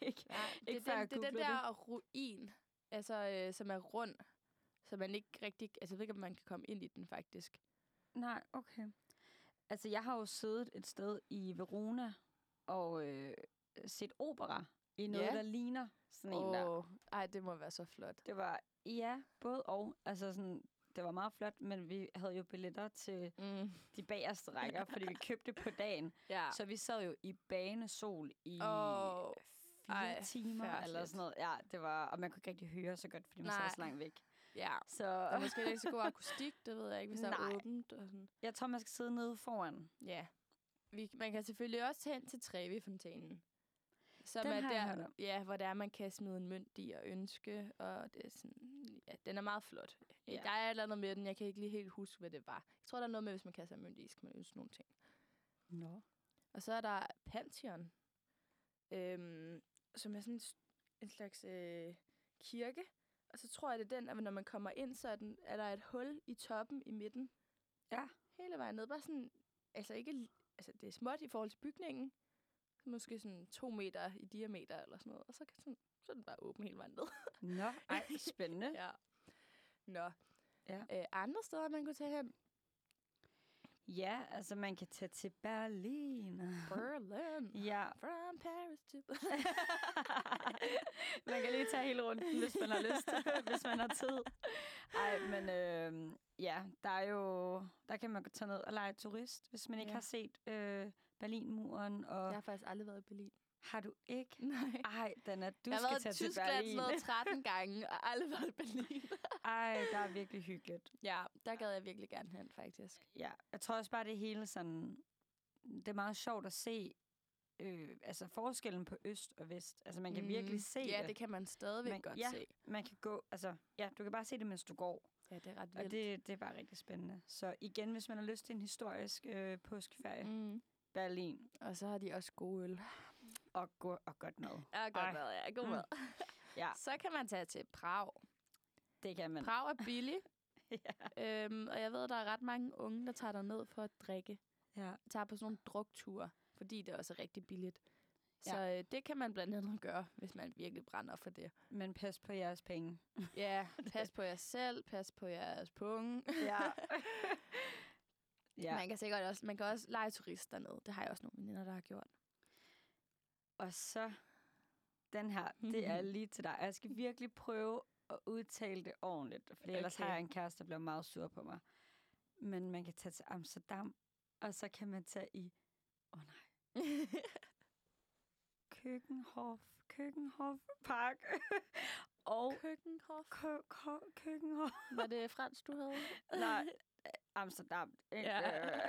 [SPEAKER 2] ikke.
[SPEAKER 1] det, er
[SPEAKER 2] før jeg
[SPEAKER 1] den, det er den
[SPEAKER 2] googlede
[SPEAKER 1] der ruin, altså, øh, som er rund. Så man ikke rigtig... Altså, jeg ved ikke, om man kan komme ind i den, faktisk.
[SPEAKER 2] Nej, okay. Altså, jeg har jo siddet et sted i Verona og øh, set opera i noget,
[SPEAKER 1] Ja.
[SPEAKER 2] der ligner sådan en der.
[SPEAKER 1] Åh, ej, det må være så flot.
[SPEAKER 2] Det var, ja, både og. Altså, sådan, det var meget flot, men vi havde jo billetter til
[SPEAKER 1] Mm.
[SPEAKER 2] de bagerste rækker, fordi vi købte på dagen.
[SPEAKER 1] (laughs) Ja.
[SPEAKER 2] Så vi sad jo i banesol i
[SPEAKER 1] Åh,
[SPEAKER 2] fire
[SPEAKER 1] ej,
[SPEAKER 2] timer eller
[SPEAKER 1] forfærdeligt.
[SPEAKER 2] sådan noget. Ja, det var, og man kunne ikke rigtig høre så godt, fordi man sad
[SPEAKER 1] Nej.
[SPEAKER 2] så langt væk.
[SPEAKER 1] ja.
[SPEAKER 2] Så
[SPEAKER 1] Der er måske ikke så god akustik, det ved jeg ikke, hvis der
[SPEAKER 2] Nej.
[SPEAKER 1] er åbent. Og sådan.
[SPEAKER 2] jeg tror, man skal sidde nede foran.
[SPEAKER 1] Ja. Vi, man kan selvfølgelig også tage ind til Trevi-fontænen. Som
[SPEAKER 2] Den
[SPEAKER 1] er
[SPEAKER 2] har jeg hørt
[SPEAKER 1] der,
[SPEAKER 2] om.
[SPEAKER 1] ja, hvor der man kan smide en mønt i og ønske, og det er sådan, ja, den er meget flot.
[SPEAKER 2] Ja.
[SPEAKER 1] Ja. Der er et eller andet med den, jeg kan ikke lige helt huske, hvad det var. Jeg tror, der er noget med, hvis man kaster en mønt i, så kan man ønske nogle ting.
[SPEAKER 2] Nå.
[SPEAKER 1] Og så er der Pantheon, øhm, som er sådan en s- en slags øh, kirke. Og så tror jeg, det er den, at når man kommer ind, så er, den, er der et hul i toppen i midten.
[SPEAKER 2] Ja.
[SPEAKER 1] Hele vejen ned. Bare sådan, altså ikke, l- altså det er småt i forhold til bygningen. Måske sådan to meter i diameter eller sådan noget. Og så, kan sådan, så er den bare åben hele vejen ned.
[SPEAKER 2] Nå, ej, spændende.
[SPEAKER 1] (laughs) ja. Nå.
[SPEAKER 2] Ja.
[SPEAKER 1] Øh, andre steder, man kunne tage hen.
[SPEAKER 2] Ja, altså man kan tage til Berlin.
[SPEAKER 1] Berlin.
[SPEAKER 2] Ja.
[SPEAKER 1] From Paris to
[SPEAKER 2] (laughs) man kan lige tage hele runden, hvis man har lyst, (laughs) hvis man har tid. Ej, men øh, ja, der er jo, der kan man tage ned og lege turist, hvis man ikke
[SPEAKER 1] Ja.
[SPEAKER 2] har set øh, Berlinmuren. Og
[SPEAKER 1] Jeg har faktisk aldrig været i Berlin.
[SPEAKER 2] (laughs) har du ikke?
[SPEAKER 1] Nej.
[SPEAKER 2] Ej, Dana, du
[SPEAKER 1] jeg har
[SPEAKER 2] skal
[SPEAKER 1] været
[SPEAKER 2] tage
[SPEAKER 1] i
[SPEAKER 2] til
[SPEAKER 1] Tyskland sådan
[SPEAKER 2] Berlin.
[SPEAKER 1] noget 13 gange, og aldrig været i Berlin.
[SPEAKER 2] (laughs) Ej, der er virkelig hyggeligt.
[SPEAKER 1] ja, der gad jeg virkelig gerne hen, faktisk.
[SPEAKER 2] Ja, jeg tror også bare, det hele sådan... Det er meget sjovt at se øh, altså forskellen på øst og vest. Altså, man kan mm. virkelig se
[SPEAKER 1] Ja,
[SPEAKER 2] det.
[SPEAKER 1] det kan man stadigvæk
[SPEAKER 2] Man-
[SPEAKER 1] man, godt
[SPEAKER 2] ja.
[SPEAKER 1] ja. se.
[SPEAKER 2] Man kan gå... Altså, ja, du kan bare se det, mens du går.
[SPEAKER 1] Ja, det er ret
[SPEAKER 2] Og
[SPEAKER 1] vildt.
[SPEAKER 2] det, det er bare rigtig spændende. Så igen, hvis man har lyst til en historisk øh, påskeferie, mm.
[SPEAKER 1] Mm.
[SPEAKER 2] Berlin
[SPEAKER 1] Og så har de også god øl.
[SPEAKER 2] og, go- og godt mad.
[SPEAKER 1] Ja,
[SPEAKER 2] Ej.
[SPEAKER 1] godt mad, ja. God
[SPEAKER 2] Mm.
[SPEAKER 1] mad.
[SPEAKER 2] Ja.
[SPEAKER 1] (laughs) Så kan man tage til Prag.
[SPEAKER 2] Det kan man.
[SPEAKER 1] Prag er billig,
[SPEAKER 2] (laughs) ja.
[SPEAKER 1] øhm, og jeg ved, der er ret mange unge, der tager ned for at drikke.
[SPEAKER 2] ja.
[SPEAKER 1] Tager på sådan nogle drukture, fordi det også er rigtig billigt.
[SPEAKER 2] Ja.
[SPEAKER 1] Så øh, det kan man blandt andet gøre, hvis man virkelig brænder for det.
[SPEAKER 2] Men pas på jeres penge.
[SPEAKER 1] Ja, pas på jer selv, pas på jeres punge.
[SPEAKER 2] Ja.
[SPEAKER 1] Ja.
[SPEAKER 2] (laughs) ja.
[SPEAKER 1] (laughs) Man kan sikkert også, man kan også lege turist dernede. Det har jeg også nogle veninder, der har gjort.
[SPEAKER 2] (laughs) Og så den her, det er lige til dig. Og Jeg skal virkelig prøve at udtale det ordentligt, for ellers
[SPEAKER 1] Okay.
[SPEAKER 2] har jeg en kæreste, der bliver meget sur på mig. Men man kan tage til Amsterdam, og så kan man tage i Køkkenhof, Køkkenhof Park (laughs) og
[SPEAKER 1] Køkkenhof.
[SPEAKER 2] Kø- Kø- Køkkenhof.
[SPEAKER 1] Oh. (laughs) Var det fransk, du havde?
[SPEAKER 2] Nej, Amsterdam. Ikke?
[SPEAKER 1] Ja.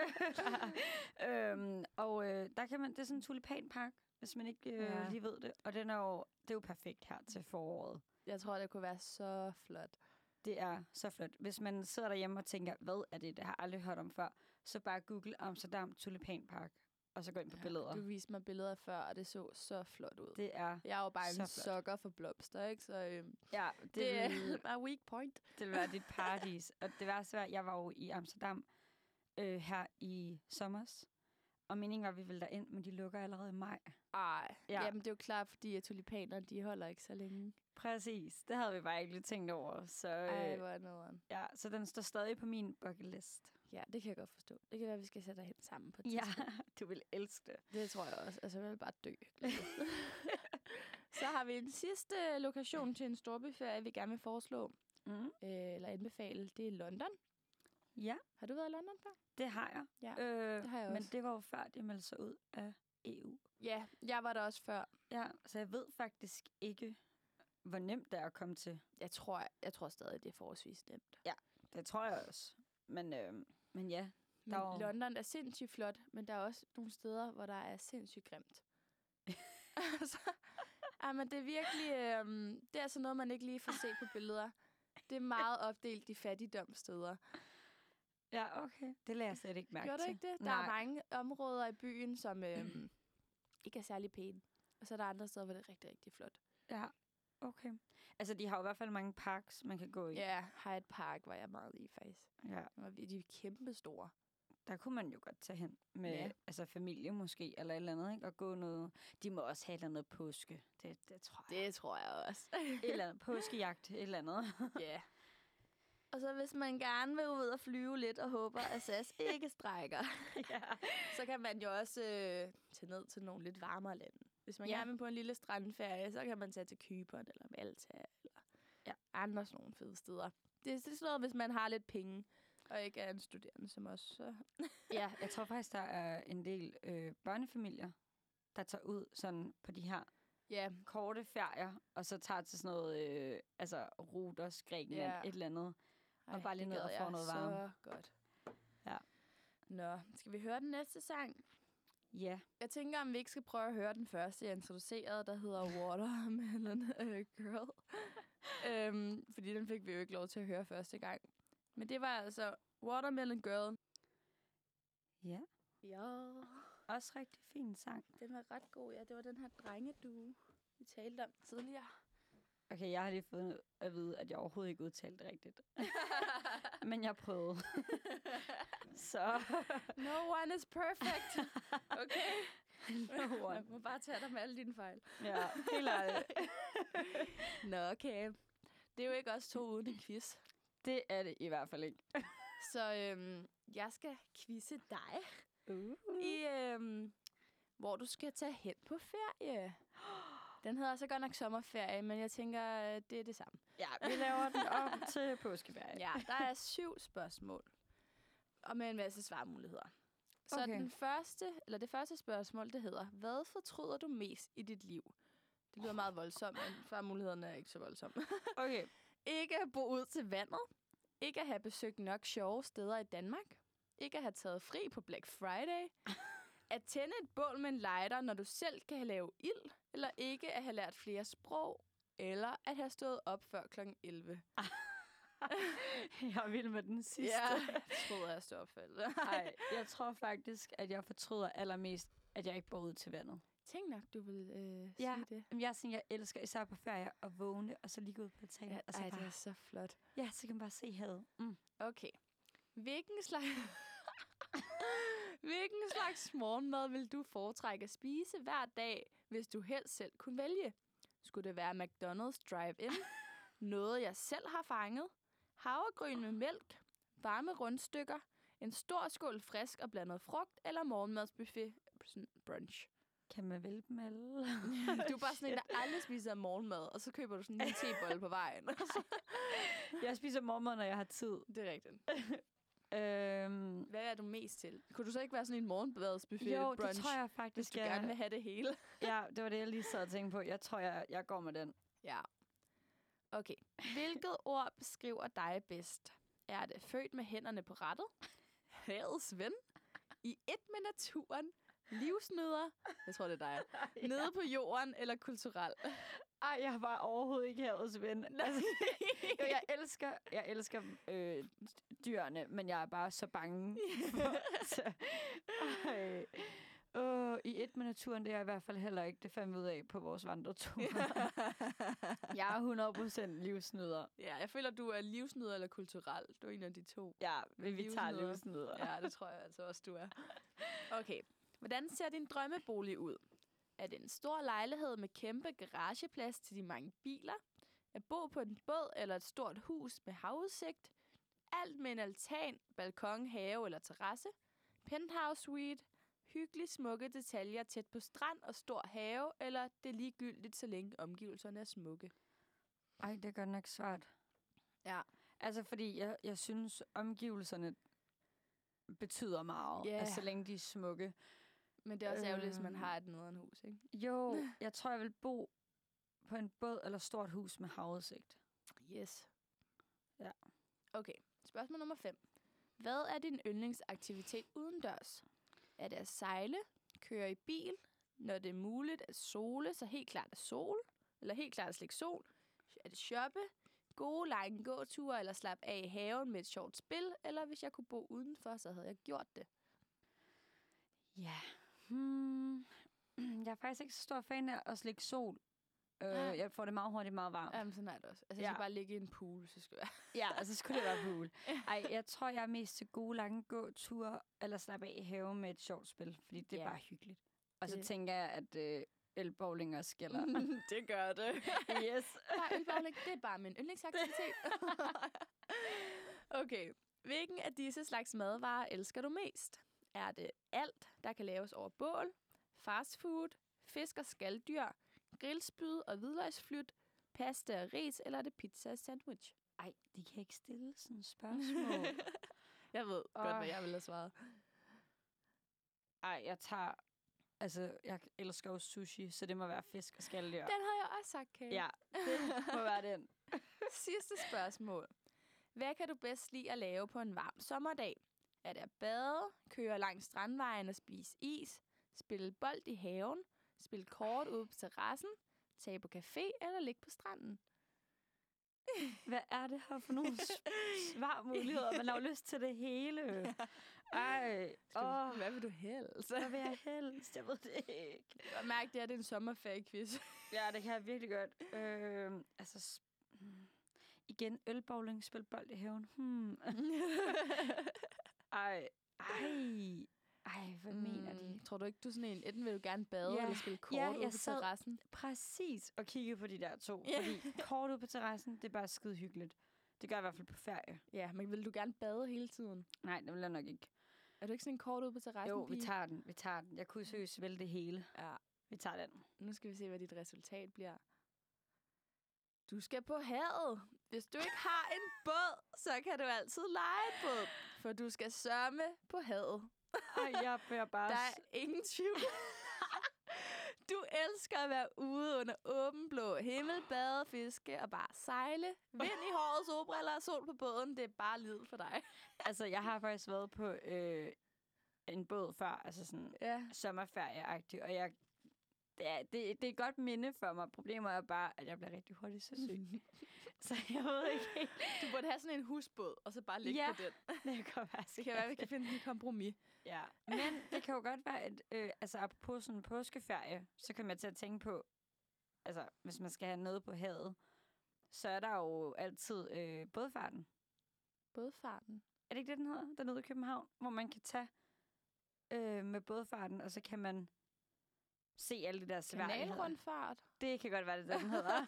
[SPEAKER 2] (laughs) øhm, og øh, der kan man, det er sådan en tulipanpark, hvis man ikke øh, ja.
[SPEAKER 1] Ja.
[SPEAKER 2] lige ved det. Og den er jo, det er jo perfekt her til foråret.
[SPEAKER 1] (laughs) Jeg tror, det kunne være så flot.
[SPEAKER 2] Det er så flot. Hvis man sidder derhjemme og tænker, hvad er det, det har jeg aldrig hørt om før, så bare google Amsterdam tulipanpark, og så gå ind på ja, billeder.
[SPEAKER 1] Du viste mig billeder før, og det så så flot ud.
[SPEAKER 2] Det er,
[SPEAKER 1] Jeg er jo bare
[SPEAKER 2] så flot.
[SPEAKER 1] en sokker for blomster, ikke? Så øhm,
[SPEAKER 2] ja, det,
[SPEAKER 1] det er
[SPEAKER 2] vil-
[SPEAKER 1] (laughs) bare weak point.
[SPEAKER 2] Det ville være dit paradis. Og det værste var, jeg var jo i Amsterdam øh, her i sommers. Og meningen var, at vi ville derind, men de lukker allerede i maj.
[SPEAKER 1] Ej.
[SPEAKER 2] Ja.
[SPEAKER 1] Ja. Jamen, det er jo klart, fordi at tulipaner, de holder ikke så længe.
[SPEAKER 2] Præcis. Det havde vi bare ikke lige tænkt over. Så,
[SPEAKER 1] Ej,
[SPEAKER 2] øh,
[SPEAKER 1] hvor er nederen.
[SPEAKER 2] ja, så den står stadig på min bucket list.
[SPEAKER 1] Ja, det kan jeg godt forstå. Det kan være, vi skal sætte dig hen sammen på et
[SPEAKER 2] Ja,
[SPEAKER 1] tidspunkt.
[SPEAKER 2] (laughs) du vil elske det.
[SPEAKER 1] Det tror jeg også. Altså, jeg vil bare (laughs) dø. så har vi en sidste lokation til en storbyferie, vi gerne vil foreslå.
[SPEAKER 2] Mm.
[SPEAKER 1] øh, eller anbefale, det er London.
[SPEAKER 2] Ja,
[SPEAKER 1] Har du været i London før?
[SPEAKER 2] det har jeg.
[SPEAKER 1] Ja,
[SPEAKER 2] øh,
[SPEAKER 1] det har jeg
[SPEAKER 2] men
[SPEAKER 1] også.
[SPEAKER 2] det var jo før, de meldte sig ud af E EU.
[SPEAKER 1] Ja, jeg var der også før.
[SPEAKER 2] Ja, så jeg ved faktisk ikke, hvor nemt det er at komme til.
[SPEAKER 1] Jeg tror, jeg tror stadig, det er forholdsvis nemt.
[SPEAKER 2] Det tror jeg også. Men, øh, men ja,
[SPEAKER 1] Men
[SPEAKER 2] Der var-
[SPEAKER 1] London er sindssygt flot, men der er også nogle steder, hvor der er sindssygt (laughs) grimt. altså, ej, men det er virkelig... Øh, det er altså noget, man ikke lige får set på billeder. Det er meget opdelt i fattigdomssteder.
[SPEAKER 2] ja, okay. Det lader jeg slet ikke mærke
[SPEAKER 1] Gjorde du
[SPEAKER 2] til.
[SPEAKER 1] ikke det? Der
[SPEAKER 2] Nej.
[SPEAKER 1] er mange områder i byen, som øh, ikke er særlig pæne. Og så er der andre steder, hvor det er rigtig, rigtig flot.
[SPEAKER 2] Ja, okay. Altså, de har jo i hvert fald mange parks, man kan gå i.
[SPEAKER 1] Ja, Hyde Park var jeg meget i, faktisk.
[SPEAKER 2] ja.
[SPEAKER 1] Den var vir- De er kæmpe store.
[SPEAKER 2] Der kunne man jo godt tage hen med
[SPEAKER 1] Ja.
[SPEAKER 2] ja. altså familie måske, eller et eller andet, ikke? Og gå noget... De må også have et eller andet påske. Det, det tror jeg.
[SPEAKER 1] Det tror jeg (laughs) også.
[SPEAKER 2] Et eller andet påskejagt, et eller andet.
[SPEAKER 1] Ja. Og så hvis man gerne vil ud og flyve lidt og håber, at SAS ikke strækker,
[SPEAKER 2] (laughs) ja.
[SPEAKER 1] så kan man jo også øh, tage ned til nogle lidt varmere lande. Hvis man
[SPEAKER 2] Ja.
[SPEAKER 1] ja. gerne vil på en lille strandferie, så kan man tage til Kypern eller Malta eller
[SPEAKER 2] Ja.
[SPEAKER 1] ja. andre sådan nogle fede steder. Det er det er sådan noget, hvis man har lidt penge og ikke er en studerende som os. Så.
[SPEAKER 2] ja, jeg tror faktisk, der er en del øh, børnefamilier, der tager ud sådan på de her
[SPEAKER 1] Ja,
[SPEAKER 2] korte ferier, og så tager til sådan noget, øh, altså Ruders, Grækenland,
[SPEAKER 1] Ja.
[SPEAKER 2] et eller andet. Og bare lige
[SPEAKER 1] det
[SPEAKER 2] ned
[SPEAKER 1] gad
[SPEAKER 2] og få
[SPEAKER 1] jeg
[SPEAKER 2] noget
[SPEAKER 1] Så
[SPEAKER 2] varme.
[SPEAKER 1] godt.
[SPEAKER 2] Ja.
[SPEAKER 1] Nå, skal vi høre den næste sang?
[SPEAKER 2] Ja,
[SPEAKER 1] Jeg tænker, om vi ikke skal prøve at høre den første, jeg introducerede, der hedder Water (laughs) Melon øh, (laughs) Girl. øhm, fordi den fik vi jo ikke lov til at høre første gang. Men det var altså Watermelon Girl.
[SPEAKER 2] Ja.
[SPEAKER 1] Ja,
[SPEAKER 2] også rigtig fin sang.
[SPEAKER 1] den var ret god. Ja, det var den her drengedue, vi talte om tidligere.
[SPEAKER 2] Okay, jeg har lige fået at vide, at jeg overhovedet ikke udtalte det rigtigt. Men jeg prøvede. (laughs) så
[SPEAKER 1] (laughs) no one is (laughs) perfect. Okay.
[SPEAKER 2] No one.
[SPEAKER 1] Man må bare tage dig med alle dine fejl.
[SPEAKER 2] ja, helt ærligt.
[SPEAKER 1] (laughs) Nå, okay. Det er jo ikke os to uden en quiz.
[SPEAKER 2] Det er det i hvert fald ikke.
[SPEAKER 1] Så øhm, jeg skal quizze dig.
[SPEAKER 2] Uh.
[SPEAKER 1] i, øhm, hvor du skal tage hen på ferie. Den hedder så godt nok sommerferie, men jeg tænker, øh, det er det samme.
[SPEAKER 2] Ja, vi laver den op til påskeferie.
[SPEAKER 1] (laughs) Ja, der er syv spørgsmål, og med en masse svarmuligheder. Så
[SPEAKER 2] Okay.
[SPEAKER 1] okay. den første, eller det første spørgsmål, det hedder, hvad fortryder du mest i dit liv? Det lyder meget voldsomt, men svarmulighederne er ikke så voldsomme.
[SPEAKER 2] Okay.
[SPEAKER 1] Ikke at bo ud til vandet. Ikke at have besøgt nok sjove steder i Danmark. Ikke at have taget fri på Black (laughs) Friday. At tænde et bål med en lighter, når du selv kan lave ild. Eller ikke at have lært flere sprog. Eller at have stået op før kl. 11.
[SPEAKER 2] (laughs) Jeg vil med den sidste. (laughs)
[SPEAKER 1] jeg troede, jeg stod op før.
[SPEAKER 2] Nej, jeg tror faktisk, at jeg fortryder allermest, at jeg ikke bor ud til vandet.
[SPEAKER 1] (laughs) Tænk nok, du vil øh,
[SPEAKER 2] Ja.
[SPEAKER 1] sige det.
[SPEAKER 2] Jamen, jeg, er sådan, jeg elsker især på ferie at vågne, og så lige gå ud på altanen, og så
[SPEAKER 1] ej, altså, det
[SPEAKER 2] bare,
[SPEAKER 1] er så flot.
[SPEAKER 2] ja, så kan man bare se havet. Mm.
[SPEAKER 1] Okay. Hvilken slags... (laughs) Hvilken slags morgenmad vil du foretrække at spise hver dag, hvis du helst selv kunne vælge? Skulle det være McDonald's
[SPEAKER 2] (laughs)
[SPEAKER 1] drive-in? Noget, jeg selv har fanget? Havregryn med mælk? Varme rundstykker? En stor skål frisk og blandet frugt? Eller morgenmadsbuffet? Sådan
[SPEAKER 2] (laughs)
[SPEAKER 1] brunch.
[SPEAKER 2] Kan man vælge dem (laughs) alle?
[SPEAKER 1] Du er bare sådan en, der aldrig spiser morgenmad, og så køber du sådan
[SPEAKER 2] (laughs)
[SPEAKER 1] en tebolle på vejen.
[SPEAKER 2] Jeg spiser morgenmad, når jeg har tid.
[SPEAKER 1] det er rigtigt.
[SPEAKER 2] Øhm,
[SPEAKER 1] Hvad er du mest til? Kunne du så ikke være sådan en morgenmadsbuffet
[SPEAKER 2] jo,
[SPEAKER 1] brunch?
[SPEAKER 2] det tror jeg
[SPEAKER 1] Hvis
[SPEAKER 2] faktisk,
[SPEAKER 1] du gerne vil
[SPEAKER 2] jeg,
[SPEAKER 1] have det hele.
[SPEAKER 2] ja, det var det, jeg lige sad og tænkte på. Jeg tror, jeg, jeg går med den.
[SPEAKER 1] Ja. (laughs) Okay. Hvilket ord beskriver dig bedst? Er det født med hænderne på rettet? Havets ven? I et med naturen? Livsnyder? Jeg tror, det er dig. (laughs) Nede på jorden eller (laughs) kulturel?
[SPEAKER 2] Ej, jeg var overhovedet ikke havets ven. Altså, jo, jeg elsker, jeg elsker øh, dyrene, men jeg er bare så (laughs) bange. for- så, ej. Åh, I et med naturen, det er jeg i hvert fald heller ikke. Det fandt vi ud af på vores vandreture. jeg er 100% livsnyder.
[SPEAKER 1] ja, jeg føler, du er livsnyder eller kulturel. Du er en af de to.
[SPEAKER 2] Ja, vi, vi tager
[SPEAKER 1] Livsnyder.
[SPEAKER 2] livsnyder.
[SPEAKER 1] Ja, det tror jeg altså også, du er. (laughs) Okay. Hvordan ser din drømmebolig ud? Er det en stor lejlighed med kæmpe garageplads til de mange biler? At bo på en båd eller et stort hus med havudsigt? Alt med en altan, balkon, have eller terrasse? Penthouse suite? Hyggeligt smukke detaljer tæt på strand og stor have? Eller det er ligegyldigt, så længe omgivelserne er smukke?
[SPEAKER 2] Ej, det er godt nok svært.
[SPEAKER 1] Ja.
[SPEAKER 2] Altså, fordi jeg, jeg synes, omgivelserne betyder meget,
[SPEAKER 1] Ja.
[SPEAKER 2] yeah. altså, så længe de er smukke.
[SPEAKER 1] Men det er også ærgerligt, hvis man
[SPEAKER 2] Øhm.
[SPEAKER 1] har et nederen hus, ikke?
[SPEAKER 2] Jo,
[SPEAKER 1] (laughs)
[SPEAKER 2] jeg tror, jeg vil bo på en båd eller stort hus med havudsigt.
[SPEAKER 1] Yes.
[SPEAKER 2] Ja.
[SPEAKER 1] Okay, spørgsmål nummer 5. Hvad er din yndlingsaktivitet udendørs? Er det at sejle, køre i bil, når det er muligt at sole, så helt klart at sol, eller helt klart at slikke sol? Er det shoppe, gode lange gåture, eller slappe af i haven med et sjovt spil, eller hvis jeg kunne bo udenfor, så havde jeg gjort det?
[SPEAKER 2] Ja. Hmm. (clears throat) Jeg er faktisk ikke så stor fan af at slikke sol. Øh,
[SPEAKER 1] Nej.
[SPEAKER 2] jeg får det meget hurtigt meget varmt.
[SPEAKER 1] Jamen, sådan er det også. Altså,
[SPEAKER 2] Ja.
[SPEAKER 1] jeg skal bare ligge i en pool, så skal jeg...
[SPEAKER 2] Ja, og så skulle det være
[SPEAKER 1] (laughs)
[SPEAKER 2] pool. Ej, jeg tror, jeg er mest til gode lange gåture, eller slappe af i haven med et sjovt spil, fordi det
[SPEAKER 1] Ja.
[SPEAKER 2] er bare hyggeligt. Og så
[SPEAKER 1] Det-
[SPEAKER 2] tænker jeg, at øh, elbowling også gælder.
[SPEAKER 1] det gør det.
[SPEAKER 2] yes.
[SPEAKER 1] (laughs) Nej, ølbaglæg, det er bare min yndlingsaktivitet. (laughs) okay. Hvilken af disse slags madvarer elsker du mest? Er det alt, der kan laves over bål, fast food, fisk og skalddyr, grillspyd og hvidløgsflyt, pasta og ris, eller er det pizza og sandwich?
[SPEAKER 2] Ej, de kan ikke stille sådan et spørgsmål.
[SPEAKER 1] (laughs) Jeg ved
[SPEAKER 2] Åh.
[SPEAKER 1] ville have svaret.
[SPEAKER 2] Ej, jeg tager... Altså, jeg elsker jo sushi, så det må være fisk og skaldyr.
[SPEAKER 1] Den havde jeg også sagt, Kate.
[SPEAKER 2] Ja, det må være den.
[SPEAKER 1] (laughs) Sidste spørgsmål. Hvad kan du bedst lide at lave på en varm sommerdag? Er det at bade, køre langs strandvejen og spise is, spille bold i haven, spille kort ude på terrassen, tage på café eller ligge på stranden?
[SPEAKER 2] Hvad er det her for (laughs) nogle s- svarmuligheder? Man har jo lyst til det hele. Ej, åh,
[SPEAKER 1] (laughs) Hvad vil du helst?
[SPEAKER 2] hvad vil jeg helst? Jeg ved det ikke.
[SPEAKER 1] Mærk det, at det er en (laughs) sommerferie-quiz.
[SPEAKER 2] Ja, det kan jeg virkelig godt. Øh, altså, s- hmm. igen, ølbowling, spil bold i haven. Hmm. Ej, ej, ej, hvad mm. mener de?
[SPEAKER 1] Tror du ikke, du er sådan en, enten vil du gerne bade
[SPEAKER 2] Ja.
[SPEAKER 1] eller spille kort
[SPEAKER 2] Ja,
[SPEAKER 1] ude
[SPEAKER 2] jeg
[SPEAKER 1] på
[SPEAKER 2] sad-
[SPEAKER 1] terrassen?
[SPEAKER 2] Præcis at kigge på de der to,
[SPEAKER 1] Ja.
[SPEAKER 2] yeah. fordi kort ud på terrassen, det er bare skide hyggeligt. Det gør jeg i hvert fald på ferie.
[SPEAKER 1] Ja, men vil du gerne bade hele tiden?
[SPEAKER 2] Nej, det vil jeg nok ikke.
[SPEAKER 1] Er du ikke sådan en kort ude på terrassen?
[SPEAKER 2] Jo, vi
[SPEAKER 1] pige?
[SPEAKER 2] tager den, vi tager den. Jeg kunne seriøst vælge det hele.
[SPEAKER 1] Ja.
[SPEAKER 2] Vi tager den.
[SPEAKER 1] Nu skal vi se, hvad dit resultat bliver. Du skal på havet. Hvis du ikke har en båd, så kan du altid lege en båd. For du skal sørme på havet.
[SPEAKER 2] Ej, jeg bliver bare...
[SPEAKER 1] Der er ingen tvivl. Du elsker at være ude under åben blå himmel, bade, fiske og bare sejle. Vind i håret, solbriller og sol på båden. Det er bare livet for dig.
[SPEAKER 2] Altså, jeg har faktisk været på øh, en båd før, altså sådan
[SPEAKER 1] Ja.
[SPEAKER 2] sommerferieagtig, og jeg, det, er, det, det er et godt minde for mig. Problemet er bare, at jeg bliver rigtig hurtigt så syg.
[SPEAKER 1] (laughs)
[SPEAKER 2] så jeg ved ikke helt,
[SPEAKER 1] Du burde have sådan en husbåd, og så bare ligge
[SPEAKER 2] Ja.
[SPEAKER 1] på den.
[SPEAKER 2] hvad jeg kommer faktisk
[SPEAKER 1] Det kan være, vi kan finde en kompromis.
[SPEAKER 2] Ja. Men det kan jo godt være, at øh, altså, apropos sådan en påskeferie, så kommer jeg til at tænke på, altså, hvis man skal have noget på havet, så er der jo altid øh, bådfarten.
[SPEAKER 1] Bådfarten.
[SPEAKER 2] Er det ikke det, den hedder? Dernede i København, hvor man kan tage øh, med bådfarten, og så kan man se alle de der sværdigheder.
[SPEAKER 1] Kanalrundfart.
[SPEAKER 2] Det kan godt være, det er det, den (laughs) hedder.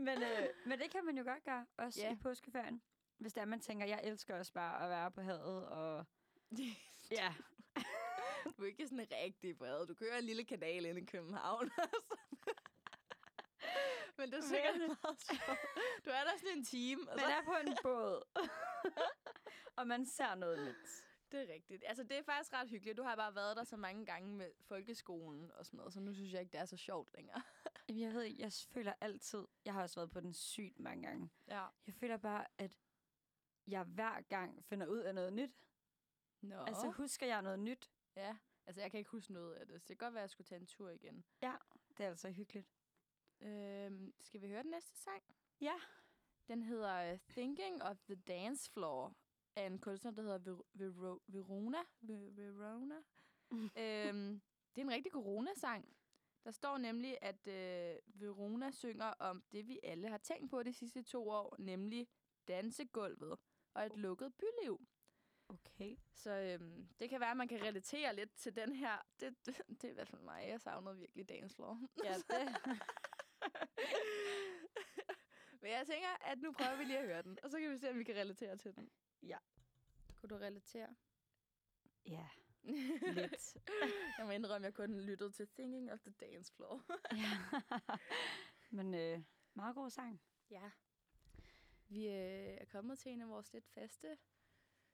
[SPEAKER 2] men, øh, men det kan man jo godt gøre, også
[SPEAKER 1] Ja.
[SPEAKER 2] i påskeferien. Hvis det er, man tænker, jeg elsker også bare at være på havet, og
[SPEAKER 1] (laughs)
[SPEAKER 2] (laughs) ja,
[SPEAKER 1] Du er ikke sådan rigtig bred. Du kører en lille kanal ind i København. (laughs) altså. Men det er sikkert
[SPEAKER 2] Virkelig.
[SPEAKER 1] meget sjovt. Du er der sådan en time. Og
[SPEAKER 2] man
[SPEAKER 1] så,
[SPEAKER 2] er på en båd. (laughs) og man ser noget nyt.
[SPEAKER 1] det er rigtigt. Altså, det er faktisk ret hyggeligt. Du har bare været der så mange gange med folkeskolen og sådan noget, så nu synes jeg ikke, det er så sjovt længere.
[SPEAKER 2] Jamen, Jeg ved ikke, jeg føler altid, jeg har også været på den sygt mange gange.
[SPEAKER 1] Ja.
[SPEAKER 2] Jeg føler bare, at jeg hver gang finder ud af noget nyt.
[SPEAKER 1] Nå.
[SPEAKER 2] Oh. Altså, husker jeg noget nyt?
[SPEAKER 1] ja. Altså, jeg kan ikke huske noget af det, så det kan godt være, at jeg skulle tage en tur igen.
[SPEAKER 2] Det er altså hyggeligt.
[SPEAKER 1] Øhm, skal vi høre den næste sang?
[SPEAKER 2] Ja.
[SPEAKER 1] Den hedder øh, Thinking of the Dance Floor af en kunstner, der hedder Ver- Vero- Verona. Ver- Verona. øhm, det er en rigtig corona-sang. Der står nemlig, at øh, Verona synger om det, vi alle har tænkt på de sidste to år, nemlig dansegulvet og et lukket byliv.
[SPEAKER 2] Okay.
[SPEAKER 1] Så øhm, det kan være, at man kan relatere lidt til den her. Det, (laughs) det, det er i hvert fald mig. Jeg savnede virkelig dagens lov.
[SPEAKER 2] (laughs) Ja, det.
[SPEAKER 1] Men jeg tænker, at nu prøver vi lige at høre den, og så kan vi se, om vi kan relatere til den.
[SPEAKER 2] Ja.
[SPEAKER 1] Kunne du relatere?
[SPEAKER 2] ja, lidt.
[SPEAKER 1] (laughs) jeg må indrømme, at jeg kun lyttede til Thinking of the Dance Floor.
[SPEAKER 2] ja. Men øh, meget god sang.
[SPEAKER 1] ja. Vi øh, er kommet til en af vores lidt faste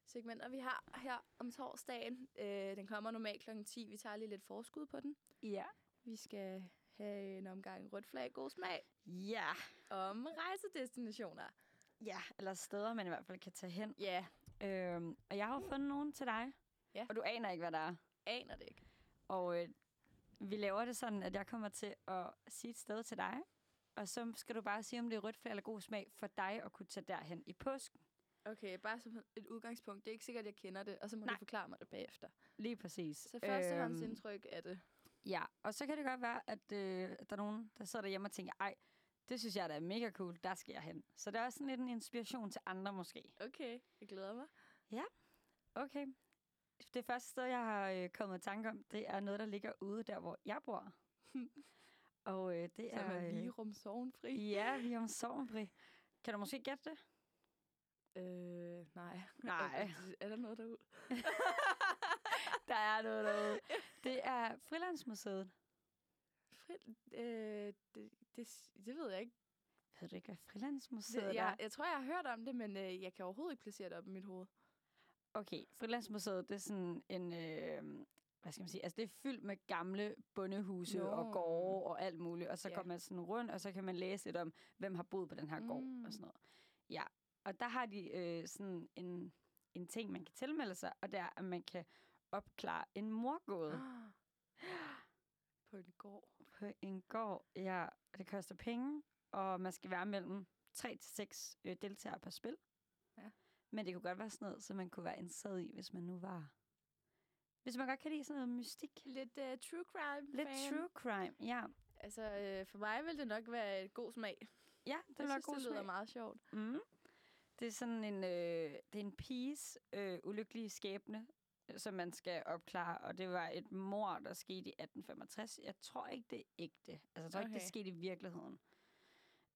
[SPEAKER 1] segmenter, vi har her om torsdagen. Øh, den kommer normalt kl. 10. Vi tager lige lidt forskud på den.
[SPEAKER 2] Ja.
[SPEAKER 1] Vi skal have en omgang rødt flag, god smag
[SPEAKER 2] Ja.
[SPEAKER 1] om rejsedestinationer.
[SPEAKER 2] Ja, eller steder, man i hvert fald kan tage hen.
[SPEAKER 1] Ja,
[SPEAKER 2] Øhm, og jeg har jo fundet nogen til dig.
[SPEAKER 1] Ja.
[SPEAKER 2] Og du aner ikke, hvad der er.
[SPEAKER 1] aner det ikke.
[SPEAKER 2] Og øh, vi laver det sådan, at jeg kommer til at sige et sted til dig. Og så skal du bare sige, om det er rødt flag eller god smag for dig at kunne tage derhen i påsken.
[SPEAKER 1] Okay, bare som et udgangspunkt. Det er ikke sikkert, at jeg kender det, og så må
[SPEAKER 2] Nej. Øhm.
[SPEAKER 1] du forklare mig det bagefter.
[SPEAKER 2] Lige præcis.
[SPEAKER 1] Så førstehåndsindtryk er det.
[SPEAKER 2] Ja, og så kan det godt være, at øh, at der er nogen, der sidder derhjemme og tænker, ej, det synes jeg da er mega cool, der skal jeg hen. Så det er også sådan lidt en inspiration til andre måske.
[SPEAKER 1] Okay, jeg glæder mig.
[SPEAKER 2] Okay. Det første sted, jeg har øh, kommet i tanke om, det er noget, der ligger ude der, hvor jeg (laughs) bor. og øh, det
[SPEAKER 1] Som
[SPEAKER 2] er...
[SPEAKER 1] er
[SPEAKER 2] øh,
[SPEAKER 1] Virum Sovnfri.
[SPEAKER 2] Ja, vi er om Sovnbri. Kan du måske gætte det?
[SPEAKER 1] Øh, nej. (laughs)
[SPEAKER 2] Nej.
[SPEAKER 1] Er, er der noget derude?
[SPEAKER 2] Der er noget derude. Det er Frilandsmuseet.
[SPEAKER 1] Fri, øh, det, det, s- det ved jeg ikke.
[SPEAKER 2] Ved du ikke, hvad Frilandsmuseet
[SPEAKER 1] Det,
[SPEAKER 2] er?
[SPEAKER 1] jeg, jeg tror, jeg har hørt om det, men øh, jeg kan overhovedet ikke placere det op i mit hoved.
[SPEAKER 2] Okay, Frilandsmuseet, det er sådan en, øh, hvad skal man sige, altså det er fyldt med gamle bondehuse no.
[SPEAKER 1] Nå.
[SPEAKER 2] og gårde og alt muligt, og så
[SPEAKER 1] Ja.
[SPEAKER 2] yeah. går man sådan rundt, og så kan man læse lidt om, hvem har boet på den her gård
[SPEAKER 1] Mm.
[SPEAKER 2] og sådan noget. Ja, og der har de øh, sådan en, en ting, man kan tilmelde sig, og det er, at man kan opklare en morgåde
[SPEAKER 1] (gasps) På en gård.
[SPEAKER 2] på en gård. Ja, og det koster penge, og man skal være mellem 3 til 6 øh, deltagere per spil.
[SPEAKER 1] Ja.
[SPEAKER 2] Men det kunne godt være sådan noget, som man kunne være interesseret i, hvis man nu var... Hvis man godt kan lide sådan noget mystik.
[SPEAKER 1] Lidt øh, true crime
[SPEAKER 2] Lidt true crime, ja.
[SPEAKER 1] Altså, øh, for mig vil det nok være et god smag.
[SPEAKER 2] Ja, det,
[SPEAKER 1] jeg
[SPEAKER 2] var
[SPEAKER 1] synes,
[SPEAKER 2] god
[SPEAKER 1] det lyder
[SPEAKER 2] smag.
[SPEAKER 1] meget sjovt.
[SPEAKER 2] Mm. Det er sådan en, øh, det er en piges øh, ulykkelige skæbne, øh, som man skal opklare, og det var et mor, der skete i 1865. Jeg tror ikke, det er ægte. Altså, jeg tror okay. ikke,
[SPEAKER 1] Okay.
[SPEAKER 2] det skete i virkeligheden.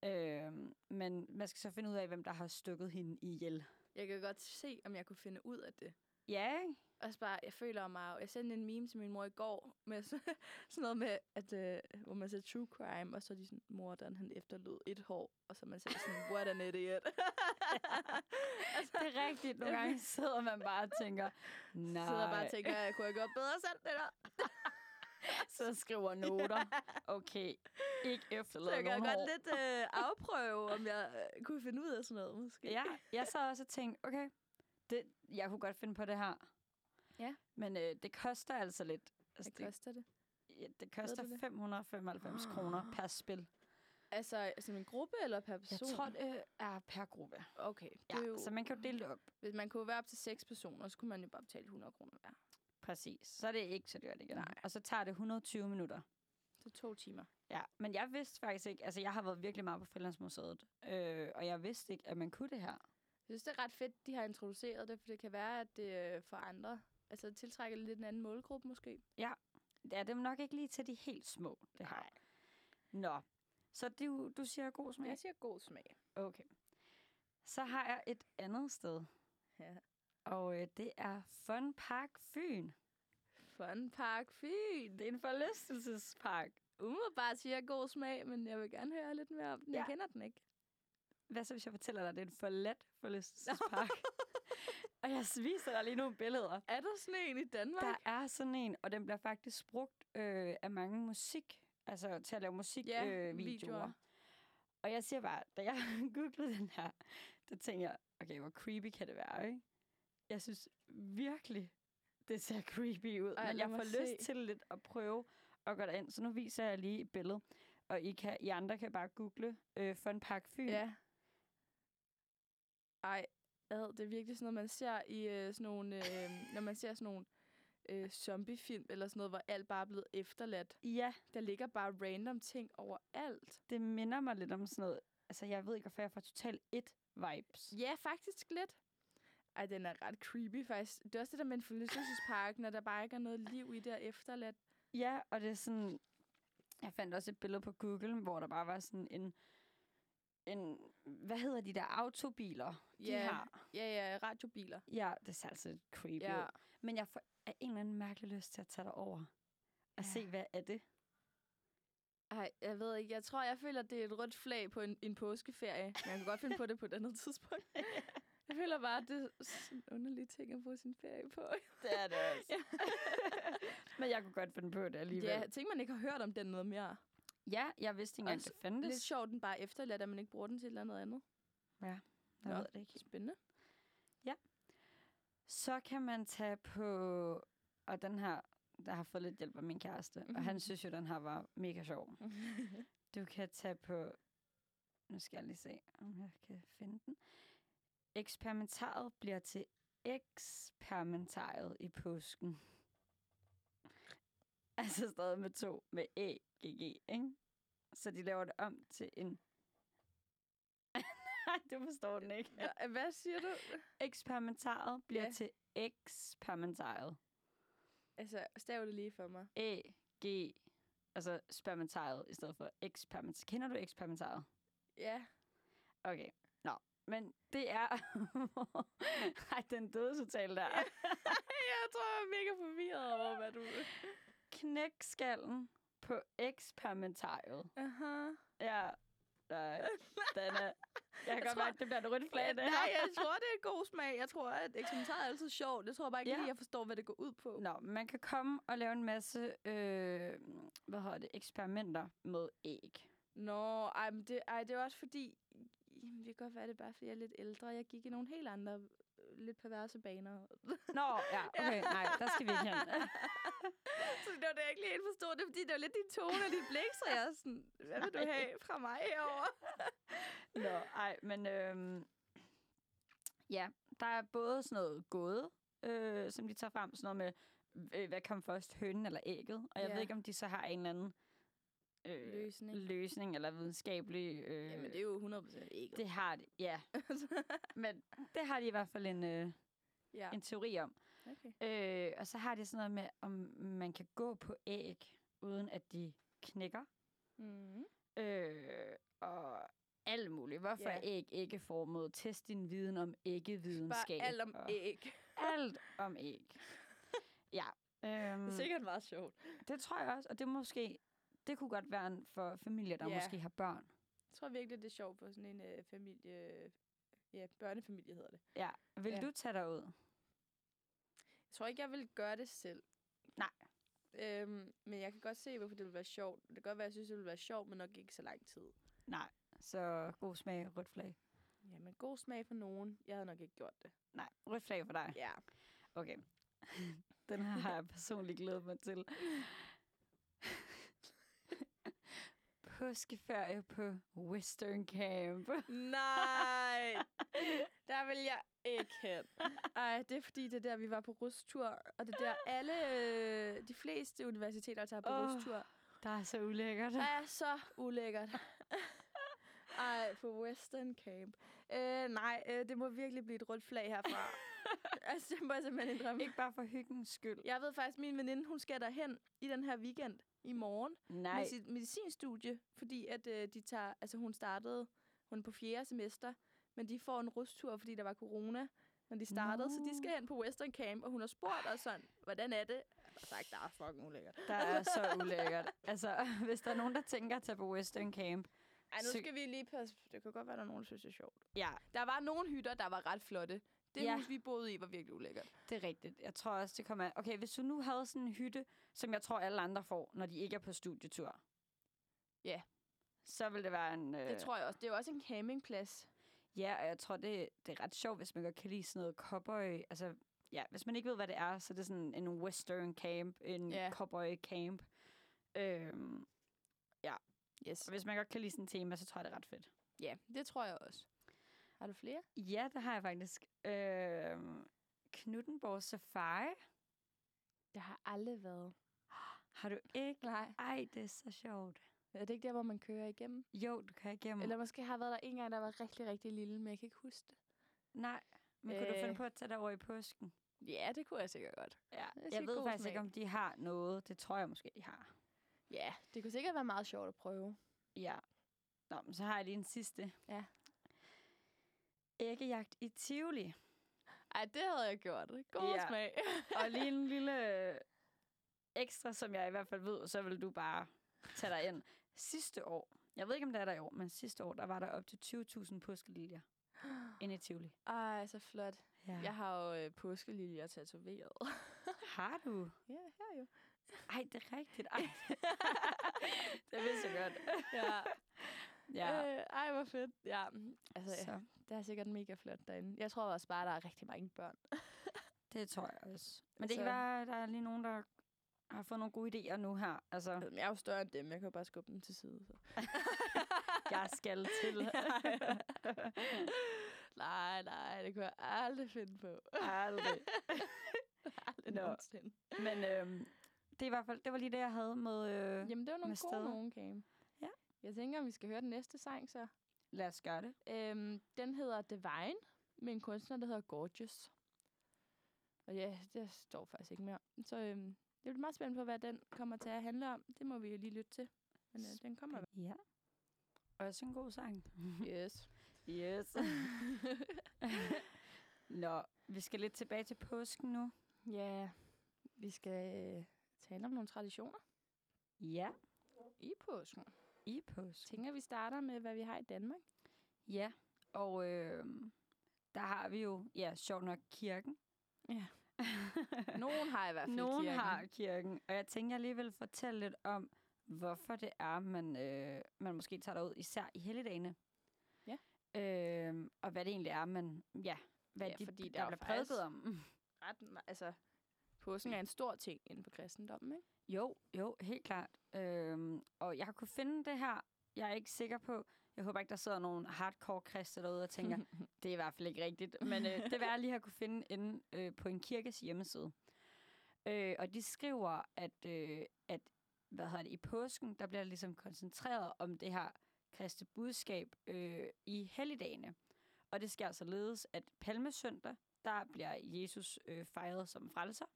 [SPEAKER 2] Øh, men man skal så finde ud af, hvem der har stukket hende ihjel.
[SPEAKER 1] Jeg kan godt se, om jeg kunne finde ud af det.
[SPEAKER 2] Ja, ikke?
[SPEAKER 1] Også bare, jeg føler mig... Jeg sendte en meme til min mor i går, med så- sådan (laughs) noget med, at, øh, hvor man ser true crime, og så er de sådan, morderen han efterlod et hår, og så er man selv sådan, what an idiot. (laughs) altså,
[SPEAKER 2] det er rigtigt. Nogle
[SPEAKER 1] (laughs)
[SPEAKER 2] gange sidder man bare og tænker, nej.
[SPEAKER 1] sidder bare og tænker, jeg kunne have gjort bedre selv det der.
[SPEAKER 2] så (laughs) skriver noter. Okay, ikke
[SPEAKER 1] Så
[SPEAKER 2] efterlader
[SPEAKER 1] jeg kan
[SPEAKER 2] nogen
[SPEAKER 1] godt
[SPEAKER 2] hår.
[SPEAKER 1] lidt øh, afprøve, om jeg øh, kunne finde ud af sådan noget, måske.
[SPEAKER 2] (laughs) Ja, jeg sad også og tænkte, okay, det, jeg kunne godt finde på det her.
[SPEAKER 1] Ja.
[SPEAKER 2] Men øh, det koster altså lidt. Altså,
[SPEAKER 1] Hvad koster det?
[SPEAKER 2] det, ja, det Ah. koster
[SPEAKER 1] du det?
[SPEAKER 2] 595 kroner per spil.
[SPEAKER 1] Altså, som en gruppe eller per
[SPEAKER 2] Jeg
[SPEAKER 1] person?
[SPEAKER 2] tror, det er per gruppe.
[SPEAKER 1] Okay, det er
[SPEAKER 2] Ja,
[SPEAKER 1] jo...
[SPEAKER 2] så man kan jo dele det op.
[SPEAKER 1] Hvis man kunne være op til seks personer, så kunne man jo bare betale 100 kroner hver.
[SPEAKER 2] Præcis. Så er det ikke så dyrt igen.
[SPEAKER 1] Nej.
[SPEAKER 2] Og så tager det 120 minutter.
[SPEAKER 1] Så to timer.
[SPEAKER 2] Ja, men jeg vidste faktisk ikke, altså jeg har været virkelig meget på Frilandsmuseet, øh, og jeg vidste ikke, at man kunne det her.
[SPEAKER 1] Jeg synes, det er ret fedt, de har introduceret det, for det kan være, at det øh, for andre altså det tiltrækker lidt en anden målgruppe måske.
[SPEAKER 2] Ja, det er nok ikke lige til de helt små, det her.
[SPEAKER 1] Nej.
[SPEAKER 2] Nå, så du, du siger god smag?
[SPEAKER 1] Jeg siger god smag.
[SPEAKER 2] Okay. Så har jeg et andet sted.
[SPEAKER 1] Ja.
[SPEAKER 2] Og øh, det er Fun Park Fyn.
[SPEAKER 1] Fun Park Fyn.
[SPEAKER 2] Det er en forlystelsespark.
[SPEAKER 1] Umiddelbart siger jeg god smag, men jeg vil gerne høre lidt mere om den. Ja. Jeg
[SPEAKER 2] Ja.
[SPEAKER 1] kender den ikke.
[SPEAKER 2] Hvad så, hvis jeg fortæller dig, at det er en forladt forlystelsespark? (laughs) og jeg viser dig lige nogle billeder.
[SPEAKER 1] Er der sne i Danmark?
[SPEAKER 2] Der er sådan en, og den bliver faktisk brugt øh, af mange musik, altså til at lave
[SPEAKER 1] Ja,
[SPEAKER 2] musikvideoer. Øh,
[SPEAKER 1] videoer.
[SPEAKER 2] videoer. og jeg siger bare, da jeg (laughs) googlede den her, der tænkte jeg, okay, hvor creepy kan det være, ikke? Jeg synes virkelig, det ser creepy ud,
[SPEAKER 1] Ej,
[SPEAKER 2] Ej,
[SPEAKER 1] lad
[SPEAKER 2] men jeg
[SPEAKER 1] mig
[SPEAKER 2] får
[SPEAKER 1] se.
[SPEAKER 2] lyst til lidt at prøve at gå derind. Så nu viser jeg lige et billede, og I, kan, I andre kan bare google øh, Fun Park Fyn.
[SPEAKER 1] Ja. Ej, ad, det er virkelig sådan noget, man ser i øh, sådan nogle, øh, når man ser sådan nogle øh, zombiefilm eller sådan noget, hvor alt bare er blevet efterladt.
[SPEAKER 2] ja,
[SPEAKER 1] Der ligger bare random ting overalt.
[SPEAKER 2] det minder mig lidt om sådan noget, altså jeg ved ikke, hvorfor jeg får totalt et vibes.
[SPEAKER 1] Ja, faktisk lidt. Ej, den er ret creepy faktisk. Det er også det der med en forlystelsespark, når der bare ikke er noget liv i det og efterladt.
[SPEAKER 2] Ja, og det er sådan... Jeg fandt også et billede på Google, hvor der bare var sådan en... en hvad hedder de der autobiler, de
[SPEAKER 1] Ja.
[SPEAKER 2] har?
[SPEAKER 1] Ja, ja, radiobiler.
[SPEAKER 2] Ja, det ser altså lidt creepy
[SPEAKER 1] Ja.
[SPEAKER 2] ja. ud. Men jeg får af en eller anden mærkelig lyst til at tage dig over og
[SPEAKER 1] Ja.
[SPEAKER 2] se, hvad er det?
[SPEAKER 1] Ej, jeg ved ikke. Jeg tror, jeg føler, det er et rødt flag på en, en påskeferie. Men jeg kan godt finde på det på et andet (laughs) tidspunkt. Jeg føler bare, at det er sådan en underlig ting at bruge sin ferie på.
[SPEAKER 2] Det er det også. (laughs) ja. Men jeg kunne godt finde på det alligevel.
[SPEAKER 1] Ja, ting man ikke har hørt om den noget mere.
[SPEAKER 2] ja jeg vidste ikke engang,
[SPEAKER 1] Også
[SPEAKER 2] det fandtes.
[SPEAKER 1] Lidt sjovt, den bare er efterladt, at man ikke bruger den til et eller andet andet.
[SPEAKER 2] Jeg
[SPEAKER 1] Nå.
[SPEAKER 2] ved det ikke.
[SPEAKER 1] Spændende.
[SPEAKER 2] Så kan man tage på... Og den her, der har fået lidt hjælp af min kæreste. Mm-hmm. Og han synes jo, den her var mega sjov. Du kan tage på... Nu skal jeg lige se, om jeg kan finde den. Eksperimentaret bliver til eksperimentaret i påsken. (laughs) Altså stadig med to, med E-G-G, ikke? Så de laver det om til en... (laughs) Nej, du forstår den ikke.
[SPEAKER 1] Nå, Hvad siger du?
[SPEAKER 2] Eksperimentaret bliver
[SPEAKER 1] Ja.
[SPEAKER 2] til eksperimentaret.
[SPEAKER 1] Altså, stav det lige for mig.
[SPEAKER 2] E-G, altså spermentaret i stedet for eksperiment. Kender du eksperimentaret?
[SPEAKER 1] Ja.
[SPEAKER 2] Okay. Nå, men det er... (laughs) Ej, den dødshotel der.
[SPEAKER 1] jeg tror, jeg er mega forvirret over, hvad du...
[SPEAKER 2] Knækskallen på eksperimentariet.
[SPEAKER 1] Aha.
[SPEAKER 2] Ja, nej, den er... Jeg kan
[SPEAKER 1] Jeg
[SPEAKER 2] godt
[SPEAKER 1] tror-
[SPEAKER 2] mærke, det bliver et rødt flag,
[SPEAKER 1] Ja,
[SPEAKER 2] det her.
[SPEAKER 1] Nej, jeg tror, det er god smag. Jeg tror, at eksperimentaret er altid sjovt. Jeg tror bare ikke
[SPEAKER 2] Ja.
[SPEAKER 1] lige, jeg forstår, hvad det går ud på.
[SPEAKER 2] Nå, man kan komme og lave en masse, øh, hvad hedder det, eksperimenter med æg.
[SPEAKER 1] Nå, ej, men det, ej, det er også fordi... Jamen, det kan godt være, det er bare, fordi jeg er lidt ældre. Jeg gik i nogle helt andre, øh, lidt perverse baner.
[SPEAKER 2] Nå, ja, okay, nej, der skal vi ikke hen.
[SPEAKER 1] (laughs) så det var det, jeg ikke lige helt forstod. Det er fordi, det var lidt din tone og dit blik, så jeg er sådan... Hvad vil du
[SPEAKER 2] Nej.
[SPEAKER 1] have fra mig herover?
[SPEAKER 2] Nå, ej, men øhm, ja, der er både sådan noget gåde, øh, som de tager frem, sådan noget med, øh, hvad kom først, hønen eller ægget? Og jeg
[SPEAKER 1] Ja.
[SPEAKER 2] ved ikke, om de så har en eller anden øh,
[SPEAKER 1] Løsning.
[SPEAKER 2] løsning eller videnskabelig... Øh,
[SPEAKER 1] Jamen, det er jo 100% ikke.
[SPEAKER 2] det har de, ja. men det har de i hvert fald en, øh,
[SPEAKER 1] (laughs) ja.
[SPEAKER 2] en teori om.
[SPEAKER 1] Okay.
[SPEAKER 2] Øh, og så har de sådan noget med, om man kan gå på æg, uden at de knækker.
[SPEAKER 1] Mm.
[SPEAKER 2] Øh, og alt muligt. Hvorfor
[SPEAKER 1] Ja.
[SPEAKER 2] yeah. er æg ikke formet? Test din viden om æggevidenskab.
[SPEAKER 1] Bare alt om
[SPEAKER 2] og
[SPEAKER 1] æg.
[SPEAKER 2] Alt om æg. (laughs) ja. Øhm,
[SPEAKER 1] Det er sikkert meget sjovt.
[SPEAKER 2] det tror jeg også, og det måske det kunne godt være en for familier, der
[SPEAKER 1] Ja.
[SPEAKER 2] måske har børn.
[SPEAKER 1] Jeg tror virkelig, det er sjovt på sådan en øh, familie... Ja, børnefamilie hedder det.
[SPEAKER 2] Ja. Vil
[SPEAKER 1] Ja.
[SPEAKER 2] ja. du tage dig ud?
[SPEAKER 1] Jeg tror ikke, jeg vil gøre det selv.
[SPEAKER 2] Nej.
[SPEAKER 1] Øhm, men jeg kan godt se, hvorfor det vil være sjovt. Det kan godt være, jeg synes, det vil være sjovt, men nok ikke så lang tid.
[SPEAKER 2] Nej. Så god smag, rødt flag.
[SPEAKER 1] Jamen, god smag for nogen. Jeg havde nok ikke gjort det.
[SPEAKER 2] Nej, rødt flag for dig.
[SPEAKER 1] Ja.
[SPEAKER 2] Okay. (laughs) Den her har jeg personligt glædet mig (laughs) til. Påskeferie på Western Camp.
[SPEAKER 1] (laughs) Nej! Der vil jeg ikke hen. Ej, det er fordi, det er der, vi var på rustur. Og det er (gasps) der, alle øh, de fleste universiteter tager på
[SPEAKER 2] Åh.
[SPEAKER 1] oh. rustur.
[SPEAKER 2] Der er så ulækkert.
[SPEAKER 1] Det
[SPEAKER 2] (laughs)
[SPEAKER 1] er så ulækkert. (laughs) Ej, på Western Camp. Øh, nej, øh, det må virkelig blive et rødt flag herfra. (laughs) altså, det må jeg simpelthen indrømme.
[SPEAKER 2] Ikke bare for hyggens skyld.
[SPEAKER 1] Jeg ved faktisk, min veninde, hun skal derhen i den her weekend i morgen
[SPEAKER 2] Nej.
[SPEAKER 1] med sit medicinstudie, fordi at øh, de tager, altså hun startede, hun er på fjerde semester, men de får en rustur, fordi der var corona, når de startede, så de
[SPEAKER 2] Nå.
[SPEAKER 1] skal hen på Western Camp, og hun har spurgt os sådan, hvordan er det? Jeg har sagt, der er fucking ulækkert.
[SPEAKER 2] Der er så ulækkert. Altså, (laughs) hvis der er nogen, der tænker at tage på Western Camp.
[SPEAKER 1] Ej, nu
[SPEAKER 2] Så-
[SPEAKER 1] skal vi lige passe, det kan godt være, der er nogen, der synes, det er sjovt.
[SPEAKER 2] Ja,
[SPEAKER 1] Der var nogle hytter, der var ret flotte. Det
[SPEAKER 2] Ja.
[SPEAKER 1] hus, vi boede i, var virkelig ulækkert.
[SPEAKER 2] det er rigtigt. Jeg tror også, det kommer... an- Okay, hvis du nu havde sådan en hytte, som jeg tror, alle andre får, når de ikke er på studietur.
[SPEAKER 1] Ja.
[SPEAKER 2] Så vil det være en... Øh...
[SPEAKER 1] Det tror jeg også. Det er jo også en campingplads.
[SPEAKER 2] Ja, og jeg tror, det, det er ret sjovt, hvis man godt kan lide sådan noget cowboy... Altså, ja, hvis man ikke ved, hvad det er, så er det sådan en western camp, en
[SPEAKER 1] Ja.
[SPEAKER 2] cowboy camp. Øhm,
[SPEAKER 1] Yes.
[SPEAKER 2] og hvis man godt kan lide sådan et tema, så tror jeg, det er ret fedt.
[SPEAKER 1] Ja, det tror jeg også. Har du flere?
[SPEAKER 2] Ja, det har jeg faktisk. Øh, Knuttenborg Safari.
[SPEAKER 1] Det har aldrig været.
[SPEAKER 2] Har du ikke?
[SPEAKER 1] Nej.
[SPEAKER 2] Ej, det er så sjovt.
[SPEAKER 1] Er det ikke der, hvor man kører igennem?
[SPEAKER 2] Jo, du kan igennem.
[SPEAKER 1] Mm.
[SPEAKER 2] Eller,
[SPEAKER 1] Eller måske har jeg været der en gang, der var rigtig, rigtig lille, men jeg kan ikke huske det.
[SPEAKER 2] Nej, men øh. kunne du
[SPEAKER 1] Øh.
[SPEAKER 2] finde på at tage dig over i påsken?
[SPEAKER 1] Ja, det kunne jeg sikkert godt.
[SPEAKER 2] Ja,
[SPEAKER 1] er
[SPEAKER 2] jeg
[SPEAKER 1] sikkert
[SPEAKER 2] ved
[SPEAKER 1] god
[SPEAKER 2] faktisk ikke,
[SPEAKER 1] smag.
[SPEAKER 2] om de har noget. Det tror jeg måske, de har.
[SPEAKER 1] Ja, det kunne sikkert være meget sjovt at prøve.
[SPEAKER 2] Ja. Nå, men så har jeg lige en sidste.
[SPEAKER 1] Ja.
[SPEAKER 2] Æggejagt i Tivoli.
[SPEAKER 1] Ej, det havde jeg gjort. God
[SPEAKER 2] Ja. (laughs)
[SPEAKER 1] smag.
[SPEAKER 2] Og lige en lille øh, ekstra, som jeg i hvert fald ved, så vil du bare tage dig ind. Sidste år, jeg ved ikke, om det er der i år, men sidste år, der var der op til 20.000 påskeliljer (gasps) inde i Tivoli.
[SPEAKER 1] Ej, så flot.
[SPEAKER 2] Ja.
[SPEAKER 1] Jeg har jo øh, påskeliljer tatoveret.
[SPEAKER 2] Har du?
[SPEAKER 1] ja, her jo.
[SPEAKER 2] Ej, det er rigtigt. Ej.
[SPEAKER 1] (laughs)
[SPEAKER 2] det vidste jeg godt.
[SPEAKER 1] Ja.
[SPEAKER 2] (laughs) Ja.
[SPEAKER 1] Øh, ej, hvor fedt. Ja, altså, ja,
[SPEAKER 2] Så,
[SPEAKER 1] det er sikkert mega flot derinde. Jeg tror også bare, der er rigtig mange børn.
[SPEAKER 2] det tror jeg også. Men det kan
[SPEAKER 1] Altså-
[SPEAKER 2] være, at der er lige nogen, der har fået nogle gode idéer nu her. Altså,
[SPEAKER 1] Jeg er jo større end dem. Jeg kan jo bare skubbe dem til side. (laughs) Så.
[SPEAKER 2] jeg (laughs) skal til.
[SPEAKER 1] nej, nej, det kunne jeg aldrig finde på.
[SPEAKER 2] (laughs) Aldrig.
[SPEAKER 1] aldrig
[SPEAKER 2] Nå.
[SPEAKER 1] nogensinde.
[SPEAKER 2] Men øhm, det, er i hvert fald, det var lige det, jeg havde med... Øh,
[SPEAKER 1] Jamen, det var nogle
[SPEAKER 2] med
[SPEAKER 1] gode
[SPEAKER 2] steder.
[SPEAKER 1] nogen, Cam.
[SPEAKER 2] Ja.
[SPEAKER 1] Jeg tænker, om vi skal høre den næste sang, så.
[SPEAKER 2] Lad os gøre det.
[SPEAKER 1] Øhm, den hedder Divine, med en kunstner, der hedder Gorgeous. Og ja, det står faktisk ikke mere. Så øhm, jeg bliver meget spændt på, hvad den kommer til at handle om. Det må vi jo lige lytte til. Men øh, den kommer.
[SPEAKER 2] Ja. Også en god sang.
[SPEAKER 1] Yes.
[SPEAKER 2] Yes. (laughs) Nå, vi skal lidt tilbage til påsken nu.
[SPEAKER 1] Ja, vi skal øh, tale om nogle traditioner
[SPEAKER 2] Ja,
[SPEAKER 1] i påsken.
[SPEAKER 2] i påsken.
[SPEAKER 1] tænker, vi starter med, hvad vi har i Danmark.
[SPEAKER 2] Ja, og øh, der har vi jo, ja, sjovt nok, kirken. (laughs)
[SPEAKER 1] Ja. Nogen har i hvert fald
[SPEAKER 2] Nogen
[SPEAKER 1] kirken.
[SPEAKER 2] har kirken, og jeg tænker, jeg lige vil fortælle lidt om, hvorfor det er, man, øh, man måske tager derud, især i helligdagene.
[SPEAKER 1] Ja.
[SPEAKER 2] Øh, og hvad det egentlig er, man, ja, hvad
[SPEAKER 1] Ja,
[SPEAKER 2] de,
[SPEAKER 1] fordi
[SPEAKER 2] der,
[SPEAKER 1] der er jo
[SPEAKER 2] der bliver prædiket
[SPEAKER 1] faktisk-
[SPEAKER 2] om.
[SPEAKER 1] ret me- Altså, påsken er en stor ting inden for kristendommen, ikke?
[SPEAKER 2] Jo, jo, helt klart. Øhm, og jeg har kunnet finde det her. Jeg er ikke sikker på. Jeg håber ikke, der sidder nogen hardcore kristne derude og tænker, det er i hvert fald ikke rigtigt. Men øh, det var jeg lige har kunne finde inde øh, på en kirkes hjemmeside. Øh, og de skriver, at, øh, at hvad hedder det, i påsken, der bliver der ligesom koncentreret om det her kristne budskab øh, i helligdagene. Og det sker således, at palmesøndag, der bliver Jesus øh, fejret som frelser.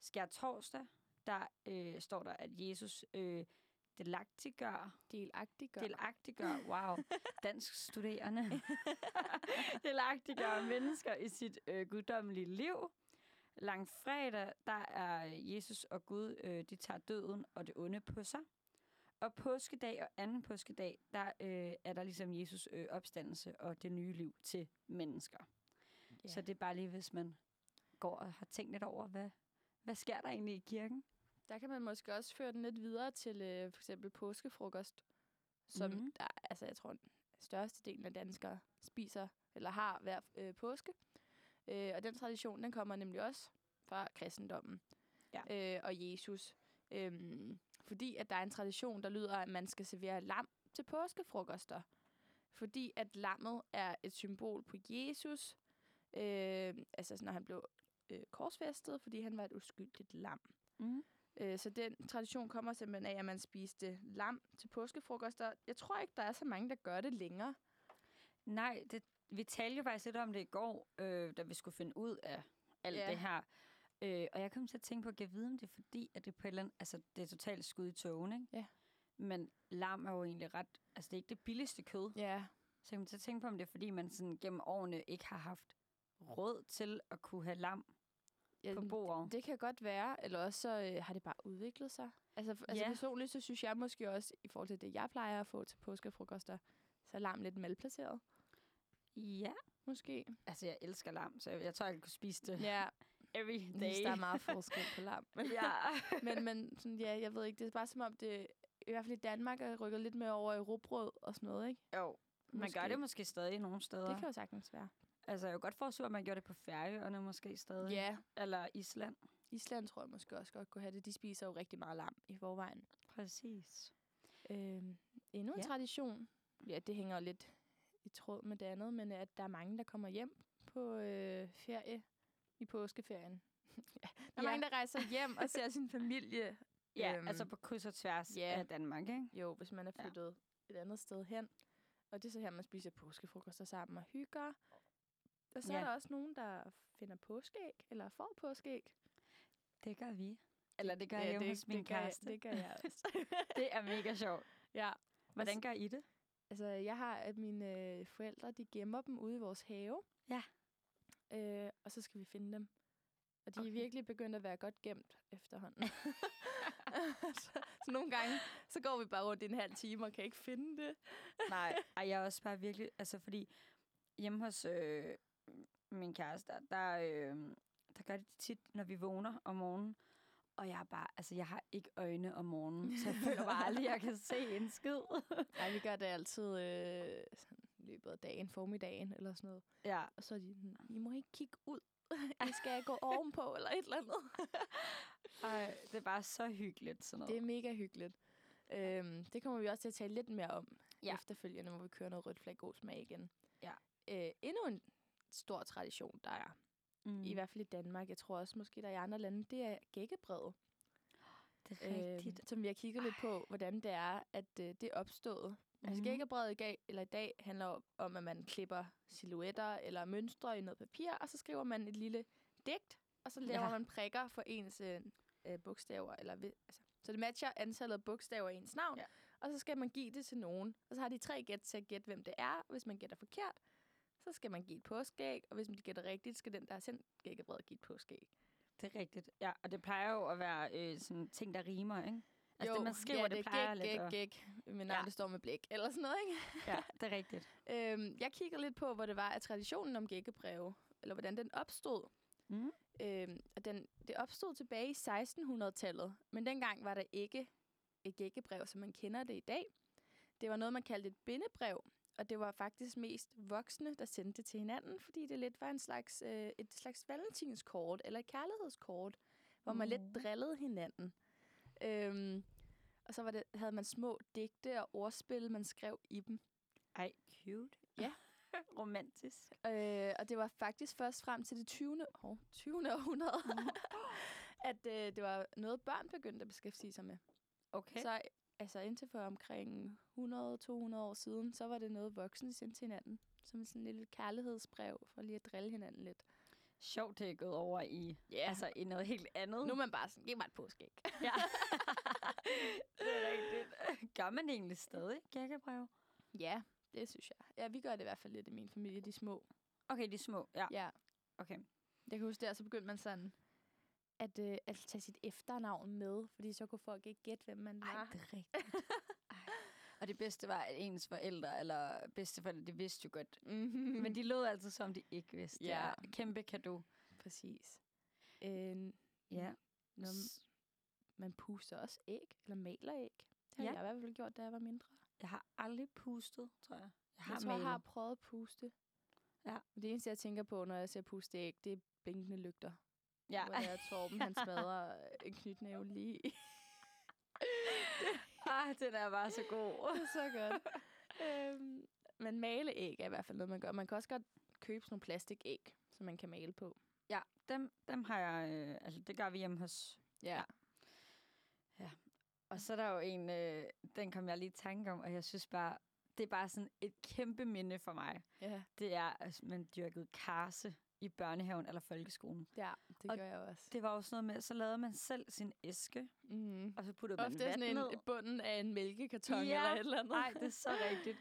[SPEAKER 2] Skær torsdag, der øh, står der, at Jesus øh, delagtiggør,
[SPEAKER 1] Delagtiggør.
[SPEAKER 2] delagtiggør, wow, dansk studerende, delagtiggør mennesker i sit øh, guddommelige liv. Langfredag, der er Jesus og Gud, øh, de tager døden og det onde på sig. Og påskedag og anden påskedag, der øh, er der ligesom Jesus øh, opstandelse og det nye liv til mennesker.
[SPEAKER 1] Ja.
[SPEAKER 2] Så det er bare lige, hvis man går og har tænkt lidt over, hvad, hvad sker der egentlig i kirken?
[SPEAKER 1] Der kan man måske også føre den lidt videre til øh, for eksempel påskefrokost, som
[SPEAKER 2] Mhm.
[SPEAKER 1] mm. der, altså jeg tror, størstedelen af danskere spiser eller har hver øh, påske. Øh, og den tradition, den kommer nemlig også fra kristendommen ja. øh, og Jesus. Øhm, fordi at der er en tradition, der lyder, at man skal servere lam til påskefrokoster. Fordi at lammet er et symbol på Jesus, øh, altså når han blev øh, korsfæstet, fordi han var et uskyldigt lam.
[SPEAKER 2] Mm.
[SPEAKER 1] Øh, Så den tradition kommer simpelthen af, at man spiste lam til påskefrokoster. Jeg tror ikke, der er så mange, der gør det længere.
[SPEAKER 2] Nej, det, vi talte jo faktisk lidt om det i går, øh, da vi skulle finde ud af alt
[SPEAKER 1] Ja.
[SPEAKER 2] det her. Øh, og jeg kom til at tænke på, at jeg vide, om det er fordi, at det på et eller andet, altså det er totalt skud i tågen, ikke?
[SPEAKER 1] Ja.
[SPEAKER 2] Men lam er jo egentlig ret, altså det er ikke det billigste kød.
[SPEAKER 1] Ja,
[SPEAKER 2] Så jeg kom til at tænke på, om det er fordi, man sådan gennem årene ikke har haft råd til at kunne have lam
[SPEAKER 1] ja
[SPEAKER 2] på bordet.
[SPEAKER 1] det kan godt være, eller også så øh, har det bare udviklet sig. Altså, f- altså
[SPEAKER 2] Ja.
[SPEAKER 1] personligt, så synes jeg måske også, i forhold til det, jeg plejer at få til påskefrokoster, så er lam lidt malplaceret,
[SPEAKER 2] Ja.
[SPEAKER 1] måske.
[SPEAKER 2] Altså, jeg elsker lam, så jeg, jeg tror, jeg kunne spise det
[SPEAKER 1] (laughs) Ja,
[SPEAKER 2] every
[SPEAKER 1] jeg synes,
[SPEAKER 2] day.
[SPEAKER 1] der er meget forskel på (laughs) lam.
[SPEAKER 2] (laughs) ja.
[SPEAKER 1] men men sådan, ja, jeg ved ikke, det er bare som om, det i hvert fald i Danmark er rykket lidt mere over i rugbrød og sådan noget, ikke?
[SPEAKER 2] Jo, man
[SPEAKER 1] Måske.
[SPEAKER 2] gør det måske stadig nogle steder.
[SPEAKER 1] Det kan jo sagtens være.
[SPEAKER 2] Altså, jeg kan godt forstå, at man gjorde det på Færøerne måske stadig.
[SPEAKER 1] Ja,
[SPEAKER 2] Eller Island.
[SPEAKER 1] Island tror jeg måske også godt kunne have det. De spiser jo rigtig meget lam i forvejen.
[SPEAKER 2] Præcis.
[SPEAKER 1] Øhm, endnu en ja.
[SPEAKER 2] Ja.
[SPEAKER 1] tradition. Ja, det hænger jo lidt i tråd med det andet, men at der er mange, der kommer hjem på øh, ferie i påskeferien. (laughs) ja, der er ja.
[SPEAKER 2] Ja.
[SPEAKER 1] mange, der rejser hjem og ser
[SPEAKER 2] (laughs)
[SPEAKER 1] sin familie.
[SPEAKER 2] Ja,
[SPEAKER 1] Øhm,
[SPEAKER 2] altså på kryds og tværs
[SPEAKER 1] ja.
[SPEAKER 2] af Danmark, ikke?
[SPEAKER 1] Jo, hvis man er
[SPEAKER 2] Ja.
[SPEAKER 1] flyttet ja. et andet sted hen. Og det er så her, man spiser påskefrokoster sammen og hygger. Og så ja.
[SPEAKER 2] Ja.
[SPEAKER 1] er der også nogen, der finder påskeæg, eller får påskeæg.
[SPEAKER 2] Det gør vi. Eller det gør jeg hjemme hos min
[SPEAKER 1] det gør, jeg-
[SPEAKER 2] kæreste.
[SPEAKER 1] det gør
[SPEAKER 2] (laughs)
[SPEAKER 1] jeg også.
[SPEAKER 2] det er mega sjovt.
[SPEAKER 1] (laughs) ja.
[SPEAKER 2] Hvordan gør
[SPEAKER 1] (laughs)
[SPEAKER 2] I det?
[SPEAKER 1] Altså, jeg har, at mine øh, forældre, de gemmer dem ude i vores have.
[SPEAKER 2] Ja.
[SPEAKER 1] Øh, og så skal vi finde dem. Og de okay. er virkelig begyndt at være godt gemt (laughs) efterhånden. så, så nogle gange, så går vi bare rundt i en halv time og kan ikke finde det.
[SPEAKER 2] Nej, og jeg er også bare virkelig... Altså, fordi hjemme hos øh, min kæreste, der, der, øh, der gør det tit, når vi vågner om morgenen. Og jeg er bare... Altså, jeg har ikke øjne om morgenen, så jeg føler bare aldrig, at jeg kan se
[SPEAKER 1] (laughs)
[SPEAKER 2] en skid.
[SPEAKER 1] Nej, vi gør det altid øh, sådan, i løbet af dagen, formiddagen eller sådan noget.
[SPEAKER 2] ja.
[SPEAKER 1] Og så er de sådan, I må ikke kigge ud. (laughs) I skal gå ovenpå eller et eller andet.
[SPEAKER 2] Ej, det er bare så hyggeligt, sådan noget.
[SPEAKER 1] Det er mega hyggeligt. Øhm, det kommer vi også til at tale lidt mere om ja.
[SPEAKER 2] Ja.
[SPEAKER 1] efterfølgende, hvor vi kører noget rødt flag god smag igen.
[SPEAKER 2] Ja.
[SPEAKER 1] Øh, endnu en stor tradition, der er.
[SPEAKER 2] mm.
[SPEAKER 1] Mm. I hvert fald i Danmark. Jeg tror også måske, der er i andre lande. Det er gækkebrevet.
[SPEAKER 2] det er
[SPEAKER 1] Øh,
[SPEAKER 2] rigtigt.
[SPEAKER 1] som vi har kigget lidt på, hvordan det er, at øh, det er opstået. Mm. Altså
[SPEAKER 2] Mhm.
[SPEAKER 1] gækkebrevet i, dag, eller i dag handler om- om, at man klipper silhuetter eller mønstre i noget papir, og så skriver man et lille digt, og så laver ja.
[SPEAKER 2] Ja.
[SPEAKER 1] man prikker for ens øh, øh, bogstaver. Eller, ved- altså, så det matcher antallet af bogstaver i ens navn,
[SPEAKER 2] Ja.
[SPEAKER 1] ja. og så skal man give det til nogen. Og så har de tre gæt til at gætte, hvem det er. Hvis man gætter forkert, så skal man give et påskæg, og hvis man gætter rigtigt, skal den, der har sendt gækkebrevet, give et påskæg.
[SPEAKER 2] Det er rigtigt. Ja, og det plejer jo at være øh, sådan ting, der rimer, ikke? Altså det, man skriver,
[SPEAKER 1] ja,
[SPEAKER 2] det,
[SPEAKER 1] det
[SPEAKER 2] plejer
[SPEAKER 1] gæk,
[SPEAKER 2] lidt
[SPEAKER 1] gæk,
[SPEAKER 2] at...
[SPEAKER 1] gæk, men nej,
[SPEAKER 2] Ja.
[SPEAKER 1] det står med blik, eller sådan noget, ikke? (laughs)
[SPEAKER 2] Ja, det er rigtigt.
[SPEAKER 1] Øhm, jeg kiggede lidt på, hvor det var, at traditionen om gækkebreve, eller hvordan den opstod.
[SPEAKER 2] Mm.
[SPEAKER 1] Øhm, og den, det opstod tilbage i 1600-tallet, men dengang var der ikke et gækkebrev, som man kender det i dag. Det var noget, man kaldte et bindebrev, og det var faktisk mest voksne, der sendte det til hinanden, fordi det lidt var en slags, øh, et slags valentinskort eller et kærlighedskort, hvor man lidt
[SPEAKER 2] Nå.
[SPEAKER 1] drillede hinanden. Øhm, og så var det, havde man små digte og ordspil, man skrev i dem.
[SPEAKER 2] Ej, cute.
[SPEAKER 1] Ja.
[SPEAKER 2] (laughs) Romantisk.
[SPEAKER 1] Øh, og det var faktisk først frem til det 20. Oh, 20. århundrede, (laughs) at øh, det var noget, børn begyndte at beskæftige sig med.
[SPEAKER 2] Okay.
[SPEAKER 1] Okay. Så altså indtil for omkring 100-200 år siden, så var det noget, voksne sendte til hinanden. Som sådan en lille kærlighedsbrev, for lige at drille hinanden lidt.
[SPEAKER 2] sjovt, det er gået over i,
[SPEAKER 1] Ja,
[SPEAKER 2] altså, i noget helt andet.
[SPEAKER 1] nu er man bare sådan, giv mig et (laughs) påskæg.
[SPEAKER 2] Ja. det er rigtigt. Gør man det egentlig stadig gækkebrev?
[SPEAKER 1] Ja, det synes jeg. Ja, vi gør det i hvert fald lidt i min familie, de små.
[SPEAKER 2] Okay, de er små. Ja,
[SPEAKER 1] Ja,
[SPEAKER 2] okay.
[SPEAKER 1] jeg kan huske der, så begyndte man sådan at, øh, at tage sit efternavn med, fordi så kunne folk ikke gætte, hvem man var.
[SPEAKER 2] Ej,
[SPEAKER 1] (laughs)
[SPEAKER 2] det er rigtigt. Ej. Og det bedste var, at ens forældre eller bedsteforældre, de vidste jo godt.
[SPEAKER 1] Mm-hmm.
[SPEAKER 2] (laughs) Men de lød altid, som de ikke vidste.
[SPEAKER 1] Ja.
[SPEAKER 2] Ja. Kæmpe kado.
[SPEAKER 1] Præcis. Øh,
[SPEAKER 2] Ja.
[SPEAKER 1] når man puster også æg, eller maler æg. Det har
[SPEAKER 2] Ja.
[SPEAKER 1] ja. jeg i hvert fald gjort, da jeg var mindre.
[SPEAKER 2] Jeg har aldrig pustet, tror jeg. Jeg har,
[SPEAKER 1] jeg tror, jeg har
[SPEAKER 2] malet.
[SPEAKER 1] prøvet at puste.
[SPEAKER 2] Ja.
[SPEAKER 1] Men Det eneste, jeg tænker på, når jeg ser puste æg, det er blinkende lygter. Ja.
[SPEAKER 2] Ja.
[SPEAKER 1] Hvor der Torben, han smadrer øh, en knytnæve lige.
[SPEAKER 2] (laughs)
[SPEAKER 1] i.
[SPEAKER 2] Ah, den er bare så god.
[SPEAKER 1] det er så godt. øhm, men male æg er i hvert fald noget, man gør. Man kan også godt købe sådan nogle plastikæg, som man kan male på.
[SPEAKER 2] Ja, (laughs) dem, dem har jeg... Øh, altså, det gør vi hjemme hos
[SPEAKER 1] Ja.
[SPEAKER 2] Og så er der jo en, øh, den kom jeg lige i tanke om, og jeg synes bare, det er bare sådan et kæmpe minde for mig.
[SPEAKER 1] Ja,
[SPEAKER 2] Det er, at man dyrkede karse i børnehaven eller folkeskolen.
[SPEAKER 1] ja det
[SPEAKER 2] Og
[SPEAKER 1] gør jeg også.
[SPEAKER 2] Det var også noget med, så lavede man selv sin æske,
[SPEAKER 1] Mm.
[SPEAKER 2] og så puttede
[SPEAKER 1] Ofte
[SPEAKER 2] man vand
[SPEAKER 1] sådan en
[SPEAKER 2] ned.
[SPEAKER 1] bunden af en mælkekarton
[SPEAKER 2] Ja.
[SPEAKER 1] eller et eller
[SPEAKER 2] (laughs)
[SPEAKER 1] andet.
[SPEAKER 2] Nej, det
[SPEAKER 1] (laughs)
[SPEAKER 2] er så rigtigt.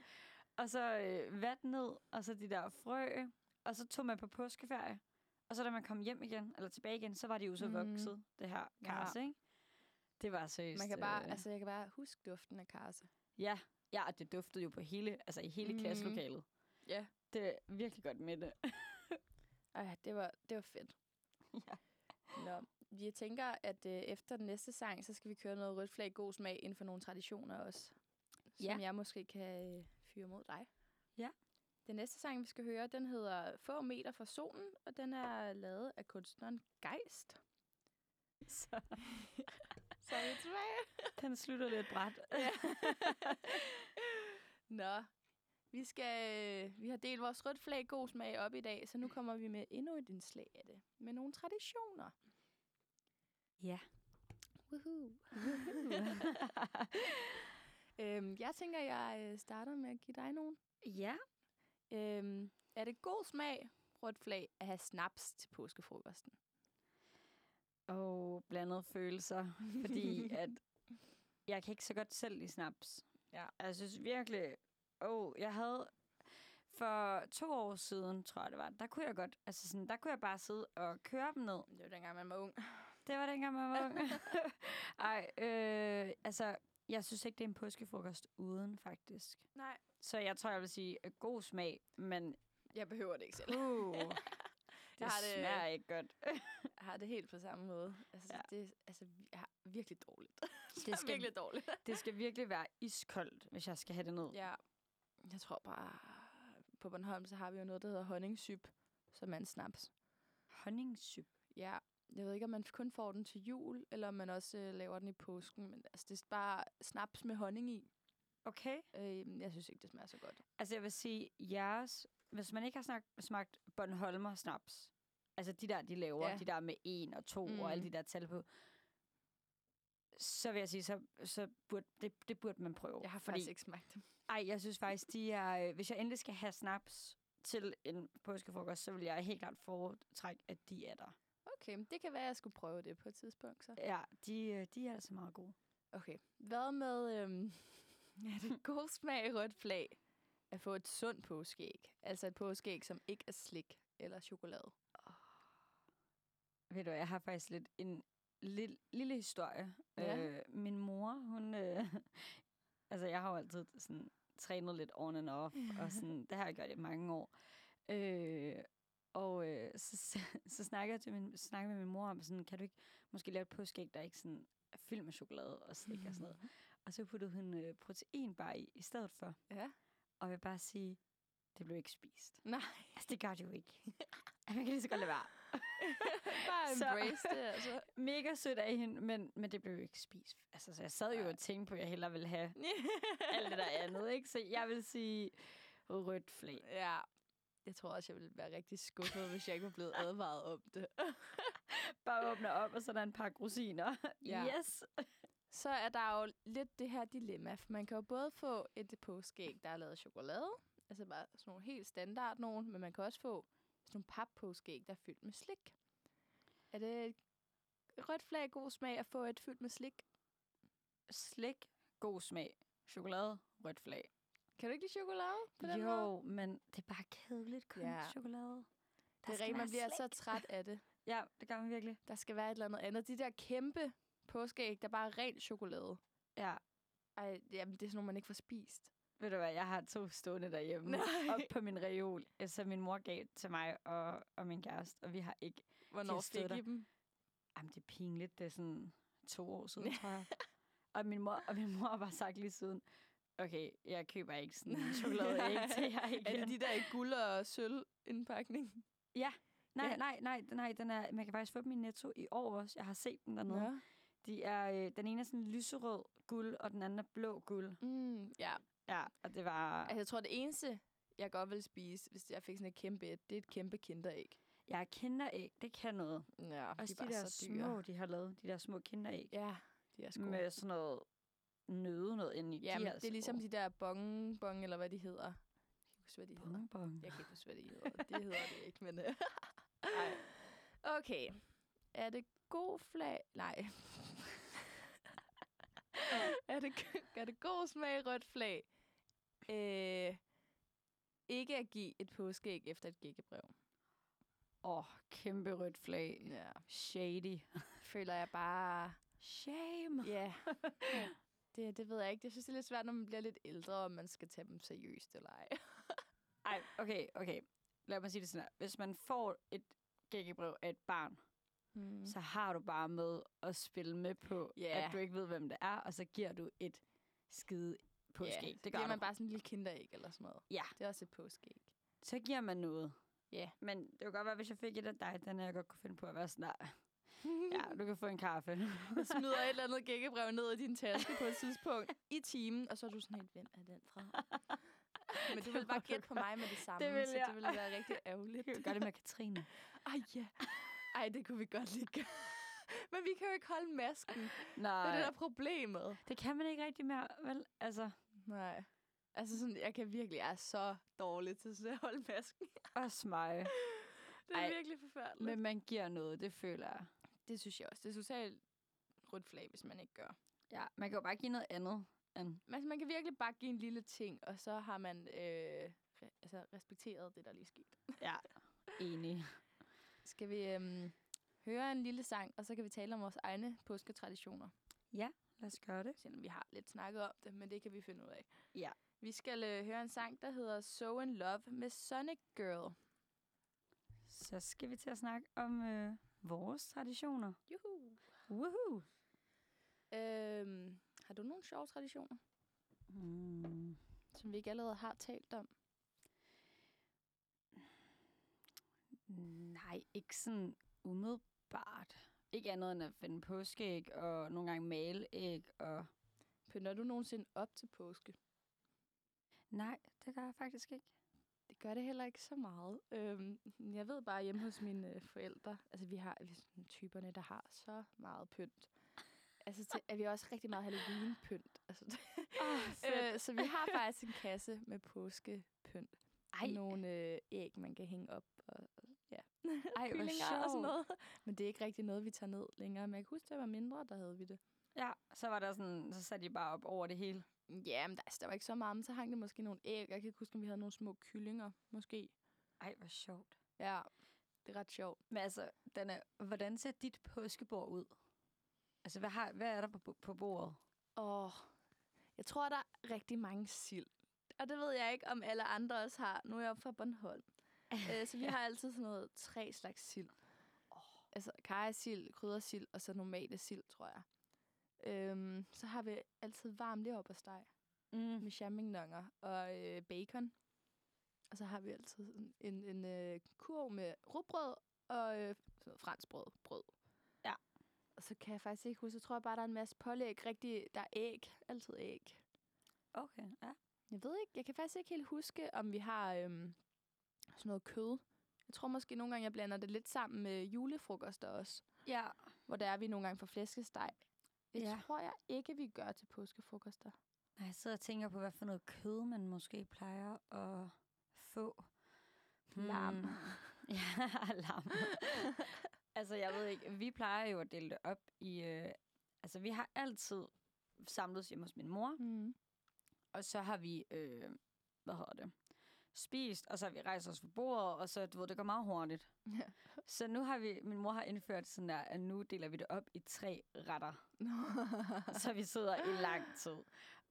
[SPEAKER 2] Og så øh, vand ned, og så de der frø, og så tog man på påskeferie. Og så da man kom hjem igen, eller tilbage igen, så var de jo så
[SPEAKER 1] Mhm.
[SPEAKER 2] vokset, det her
[SPEAKER 1] Ja.
[SPEAKER 2] karse, ikke? Det var seriøst.
[SPEAKER 1] Man kan bare,
[SPEAKER 2] øh,
[SPEAKER 1] altså, jeg kan bare huske duften af karse.
[SPEAKER 2] Ja, ja, og det duftede jo på hele, altså i hele
[SPEAKER 1] Mhm.
[SPEAKER 2] mm. klasselokalet.
[SPEAKER 1] Ja.
[SPEAKER 2] Det er virkelig godt med det. (laughs)
[SPEAKER 1] Ej, det var, det var (laughs) fedt.
[SPEAKER 2] Ja.
[SPEAKER 1] Nå, jeg tænker, at øh, efter den næste sang, så skal vi køre noget rødt flag god smag inden for nogle traditioner også.
[SPEAKER 2] Ja.
[SPEAKER 1] Som jeg måske kan øh, fyre mod dig.
[SPEAKER 2] Ja.
[SPEAKER 1] Den næste sang, vi skal høre, den hedder Få meter fra solen, og den er lavet af kunstneren Geist.
[SPEAKER 2] Så
[SPEAKER 1] Så er vi tilbage.
[SPEAKER 2] den slutter lidt (laughs) bræt.
[SPEAKER 1] Ja. (laughs) Nå, vi, skal, øh, vi har delt vores rødt flag god smag op i dag, så nu kommer vi med endnu et indslag af det. Med nogle traditioner.
[SPEAKER 2] Ja.
[SPEAKER 1] Woohoo. øhm, jeg tænker, jeg øh, starter med at give dig nogen.
[SPEAKER 2] ja.
[SPEAKER 1] Øhm, er det god smag, rødt flag, at have snaps til påskefrokosten?
[SPEAKER 2] Og blandede
[SPEAKER 1] (laughs)
[SPEAKER 2] følelser, fordi at jeg kan ikke så godt selv lide snaps.
[SPEAKER 1] Ja.
[SPEAKER 2] Og Jeg synes virkelig, åh, oh, jeg havde... for to år siden, tror jeg det var, der kunne jeg godt, altså sådan, der kunne jeg bare sidde og køre dem ned.
[SPEAKER 1] Det var dengang, man var ung.
[SPEAKER 2] Det var dengang, man var ung. Ej, øh, altså, jeg synes ikke, det er en påskefrokost uden, faktisk.
[SPEAKER 1] (laughs) Nej.
[SPEAKER 2] Så jeg tror, jeg vil sige øh, god smag, men
[SPEAKER 1] Jeg behøver (laughs) det ikke selv.
[SPEAKER 2] uh, det, det
[SPEAKER 1] har det-
[SPEAKER 2] smager ikke godt.
[SPEAKER 1] Jeg har (laughs) det helt på samme måde. Altså,
[SPEAKER 2] Ja.
[SPEAKER 1] ja. det, altså vi- jeg har virkelig dårligt.
[SPEAKER 2] Det
[SPEAKER 1] (laughs) Det er
[SPEAKER 2] skal,
[SPEAKER 1] virkelig dårligt.
[SPEAKER 2] det skal virkelig være iskoldt, hvis jeg skal have det ned.
[SPEAKER 1] ja. Jeg tror bare, på Bornholm, så har vi jo noget, der hedder honningsyp, som er en snaps.
[SPEAKER 2] Honningsyp.
[SPEAKER 1] Ja, jeg ved ikke, om man kun får den til jul, eller om man også øh, laver den i påsken, men altså, det er bare snaps med honning i.
[SPEAKER 2] Okay.
[SPEAKER 1] Øh, jeg synes ikke, det smager så godt.
[SPEAKER 2] Altså, jeg vil sige, jeres... Hvis man ikke har snak, smagt Bornholmer snaps, altså de der, de laver, ja.
[SPEAKER 1] Ja.
[SPEAKER 2] de der med en og to mm.
[SPEAKER 1] Mm.
[SPEAKER 2] og alle de der tal på, så vil jeg sige, så, så burde, det, det burde man prøve.
[SPEAKER 1] Jeg har Oh, Fordi... faktisk ikke smagt dem.
[SPEAKER 2] Ej, jeg synes faktisk, de er... øh, Hvis jeg endelig skal have snaps til en påskefrokost, så vil jeg helt klart foretrække, at de er der.
[SPEAKER 1] Okay, det kan være, at jeg skulle prøve det på et tidspunkt, så.
[SPEAKER 2] Ja, de, øh, de er altså meget gode.
[SPEAKER 1] Okay, hvad med, øhm, (laughs) er det god smag rødt flag at få et sundt påskeæg? Altså et påskeæg, som ikke er slik eller chokolade.
[SPEAKER 2] Ved du, jeg har faktisk lidt en lille, lille historie. Ja.
[SPEAKER 1] Ja.
[SPEAKER 2] Øh, min mor, hun... Øh, (laughs) altså, jeg har jo altid sådan, trænet lidt on and off, og sådan, det har jeg gjort i mange år. Øh, og øh, så, (laughs) så, så snakker jeg til min, snakker med min mor om, sådan, kan du ikke måske lave et påskeæg, der ikke sådan, er fyldt med chokolade og slik og sådan noget. Og så puttede hun øh, proteinbar i, i stedet for.
[SPEAKER 1] Ja.
[SPEAKER 2] Og jeg vil bare sige, det blev ikke spist.
[SPEAKER 1] Nej.
[SPEAKER 2] Altså, det gør det jo ikke. (laughs) Man kan lige så godt lade være.
[SPEAKER 1] (laughs) Bare
[SPEAKER 2] Så-
[SPEAKER 1] embrace det, altså.
[SPEAKER 2] mega sødt af hende, men, men det blev jo ikke spist. Altså, så jeg sad jo
[SPEAKER 1] Nej.
[SPEAKER 2] og tænkte på, at jeg hellere ville have (laughs) alt det der andet, ikke? Så jeg vil sige rødt flag.
[SPEAKER 1] ja. Jeg tror også, jeg ville være rigtig skuffet, hvis jeg ikke var
[SPEAKER 2] (laughs)
[SPEAKER 1] blevet advaret om det.
[SPEAKER 2] Bare åbner op, og så er der en par rosiner.
[SPEAKER 1] (laughs) Ja.
[SPEAKER 2] Yes!
[SPEAKER 1] Så er der jo lidt det her dilemma, for man kan jo både få et påskeæg, der er lavet af chokolade, altså bare sådan nogle helt standard nogen, men man kan også få sådan nogle pappåskeæg, der er fyldt med slik. Er det et rødt flag god smag at få et fyldt med slik?
[SPEAKER 2] Slik, god smag. Chokolade, rødt flag.
[SPEAKER 1] Kan du ikke lide chokolade på den måde?
[SPEAKER 2] Jo, men det er bare kedeligt kun ja.
[SPEAKER 1] Ja.
[SPEAKER 2] chokolade.
[SPEAKER 1] Det er rigtigt, man bliver så træt af det.
[SPEAKER 2] Ja, det gør man virkelig.
[SPEAKER 1] Der skal være et eller andet andet. De der kæmpe påskeæg, der bare er ren chokolade.
[SPEAKER 2] Ja,
[SPEAKER 1] Ej, jamen, det er sådan nogle, man ikke får spist.
[SPEAKER 2] ved du hvad, jeg har to stående derhjemme.
[SPEAKER 1] Nej.
[SPEAKER 2] Op på min reol, øh, som min mor gav til mig og, og min kæreste, og vi har ikke
[SPEAKER 1] Hvornår
[SPEAKER 2] støtter.
[SPEAKER 1] fik I dem?
[SPEAKER 2] Jamen, det er pinligt. Det er sådan to
[SPEAKER 1] (laughs)
[SPEAKER 2] år siden, tror jeg. Og min, mor, og min mor har bare sagt lige siden, okay, jeg køber ikke sådan en
[SPEAKER 1] (laughs)
[SPEAKER 2] chokolade ikke til jer igen.
[SPEAKER 1] Er det de der i guld og sølv indpakning?
[SPEAKER 2] Nej,
[SPEAKER 1] Ja.
[SPEAKER 2] nej, nej, nej, den er, man kan faktisk få dem i Netto i år også. Jeg har set dem dernede.
[SPEAKER 1] Nå.
[SPEAKER 2] De er, øh, den ene er sådan lyserød guld, og den anden er blå guld.
[SPEAKER 1] Mm, ja,
[SPEAKER 2] Ja, og det var...
[SPEAKER 1] altså jeg tror det eneste, jeg godt ville spise, hvis jeg fik sådan et kæmpe et, det er et kæmpe kinderæg.
[SPEAKER 2] Jeg kender ikke, det kan noget.
[SPEAKER 1] Ja,
[SPEAKER 2] Også de, de der små, de har lavet, de der små kinderæg.
[SPEAKER 1] Ja, de er sgu gode.
[SPEAKER 2] med sådan noget nøde noget inde i.
[SPEAKER 1] Ja,
[SPEAKER 2] de
[SPEAKER 1] men
[SPEAKER 2] er altså-
[SPEAKER 1] det er ligesom de der bong, bong eller hvad de hedder. Jeg kan ikke huske, hvad de hedder.
[SPEAKER 2] Bong, bong.
[SPEAKER 1] Jeg kan ikke huske, hvad de hedder. Det hedder det ikke, men... øh, okay. Er det god flag... Nej. (laughs) er, det, er det god smag rødt flag? Øh, ikke at give et påskeæg efter et gækkebrev.
[SPEAKER 2] Åh, oh, kæmpe rødt flag.
[SPEAKER 1] Ja.
[SPEAKER 2] Shady.
[SPEAKER 1] Føler jeg bare...
[SPEAKER 2] Shame. (laughs)
[SPEAKER 1] Ja. Det, det ved jeg ikke. Jeg synes, det er lidt svært, når man bliver lidt ældre, om man skal tage dem seriøst eller ej.
[SPEAKER 2] Ej, okay, okay. Lad mig sige det sådan her. Hvis man får et gækkebrev af et barn, mm.
[SPEAKER 1] Mm.
[SPEAKER 2] så har du bare med at spille med på, yeah.
[SPEAKER 1] Ja.
[SPEAKER 2] at du ikke ved, hvem det er, og så giver du et skide på yeah. skæg. Det gør
[SPEAKER 1] man
[SPEAKER 2] man bare.
[SPEAKER 1] bare sådan en lille kinderæg eller sådan noget.
[SPEAKER 2] Ja.
[SPEAKER 1] Det er også et påskeæg.
[SPEAKER 2] Så giver man noget.
[SPEAKER 1] Ja.
[SPEAKER 2] Men det kunne godt være, hvis jeg fik et af dig, den er jeg godt kunne finde på at være sådan, nej,
[SPEAKER 1] (laughs)
[SPEAKER 2] (laughs) ja, du kan få en kaffe.
[SPEAKER 1] Du (laughs) smider et eller andet gækkebrev ned i din taske på et tidspunkt i timen, og så er du sådan helt, hvem er den fra? (laughs) Men du vil
[SPEAKER 2] må
[SPEAKER 1] bare
[SPEAKER 2] du
[SPEAKER 1] gætte på
[SPEAKER 2] godt.
[SPEAKER 1] mig med det samme,
[SPEAKER 2] Det vil
[SPEAKER 1] så
[SPEAKER 2] jeg.
[SPEAKER 1] det ville være rigtig ærgerligt.
[SPEAKER 2] Jeg gør det med Katrine.
[SPEAKER 1] Ej, ja. Ej, det kunne vi godt lige gøre. (laughs) Men vi kan jo ikke holde masken. Det er
[SPEAKER 2] Nej,
[SPEAKER 1] det, der er problemet.
[SPEAKER 2] det kan man ikke rigtig mere, vel? Altså,
[SPEAKER 1] Nej. Altså sådan, jeg kan virkelig, jeg er så dårlig til sådan at holde masken.
[SPEAKER 2] også (laughs) mig.
[SPEAKER 1] Det er
[SPEAKER 2] Ej,
[SPEAKER 1] Ej, virkelig forfærdeligt. Men
[SPEAKER 2] Men man giver noget, det føler jeg.
[SPEAKER 1] det synes jeg også. Det er totalt rødt flag, hvis man ikke gør.
[SPEAKER 2] Ja, man kan jo bare give noget andet end
[SPEAKER 1] Altså, man kan virkelig bare give en lille ting, og så har man øh, re- altså, respekterede det, der lige skete.
[SPEAKER 2] Ja, enig.
[SPEAKER 1] Skal vi øhm, høre en lille sang, og så kan vi tale om vores egne påsketraditioner.
[SPEAKER 2] Lad os gøre det.
[SPEAKER 1] Selvom vi har lidt snakket om det, men det kan vi finde ud af.
[SPEAKER 2] Ja.
[SPEAKER 1] Vi skal øh, høre en sang, der hedder So In Love med Sonic Girl.
[SPEAKER 2] Så skal vi til at snakke om øh, vores traditioner.
[SPEAKER 1] Juhu!
[SPEAKER 2] Woohoo!
[SPEAKER 1] Øhm, har du nogle sjove traditioner,
[SPEAKER 2] Mm.
[SPEAKER 1] som vi ikke allerede har talt om?
[SPEAKER 2] Nej, ikke sådan umiddelbart. Ikke andet end at finde påskeæg og nogle gange maleæg. Og...
[SPEAKER 1] Pynter du nogensinde op til påske?
[SPEAKER 2] Nej, det gør jeg faktisk ikke.
[SPEAKER 1] Det gør det heller ikke så meget. Øhm, jeg ved bare hjemme hos mine øh, forældre, altså vi har vi er sådan typerne, der har så meget pynt. Altså til, at vi har også rigtig meget Halloween-pynt. Altså,
[SPEAKER 2] Oh,
[SPEAKER 1] øh, så vi (laughs) har faktisk en kasse med påskepynt.
[SPEAKER 2] Ej,
[SPEAKER 1] Nogle øh, æg, man kan hænge op og
[SPEAKER 2] ej, hvor
[SPEAKER 1] kyllinger og sådan
[SPEAKER 2] sjovt.
[SPEAKER 1] noget. Men det er ikke rigtig noget, vi tager ned længere. Men jeg kan huske, da jeg var mindre, der havde vi det.
[SPEAKER 2] Ja, så var der sådan, så satte de bare op over det hele.
[SPEAKER 1] Ja, men der, altså, der var ikke så meget, men så hang der måske nogle æg. Jeg kan ikke huske, om vi havde nogle små kyllinger, måske.
[SPEAKER 2] Ej, hvor sjovt.
[SPEAKER 1] Ja, det er ret sjovt.
[SPEAKER 2] Men altså, Dana, hvordan ser dit påskebord ud? Altså, hvad, har, hvad er der på, bo- på bordet?
[SPEAKER 1] Og jeg tror, der er rigtig mange sild. Og det ved jeg ikke, om alle andre også har. Nu er jeg oppe fra Bornholm. Øh, så vi har altid sådan noget tre slags sild. Altså karasild, kryddersild og så normale sild, tror jeg. Øhm, så har vi altid varm leverpostej.
[SPEAKER 2] Mm.
[SPEAKER 1] med champignoner og øh, bacon. Og så har vi altid sådan en, en øh, kurv med rugbrød og øh, sådan noget fransk brød. brød.
[SPEAKER 2] Ja.
[SPEAKER 1] Og så kan jeg faktisk ikke huske, jeg tror bare, der er en masse pålæg. Rigtig, der er æg. Altid æg.
[SPEAKER 2] Okay, ja.
[SPEAKER 1] Jeg ved ikke, jeg kan faktisk ikke helt huske, om vi har øhm, sådan noget kød. Jeg tror måske nogle gange, jeg blander det lidt sammen med julefrokoster også.
[SPEAKER 2] Ja,
[SPEAKER 1] Hvor der er vi nogle gange for flæskesteg. Det
[SPEAKER 2] Ja.
[SPEAKER 1] ja. tror jeg ikke, vi gør til påskefrokoster.
[SPEAKER 2] Når jeg sidder og tænker på, hvad for noget kød man måske plejer at få.
[SPEAKER 1] Lam.
[SPEAKER 2] Hmm. (laughs) ja, lam. (laughs) altså, jeg ved ikke. Vi plejer jo at dele det op i... Øh, altså, vi har altid samlet hjemme hos min mor,
[SPEAKER 1] (laughs) Mm.
[SPEAKER 2] og så har vi... Øh, hvad hedder det? spist, og så har vi rejst os fra bordet, og så, du ved, det går meget hurtigt.
[SPEAKER 1] Ja.
[SPEAKER 2] Så nu har vi, min mor har indført sådan der, at nu deler vi det op i tre retter (laughs) så vi sidder i lang tid.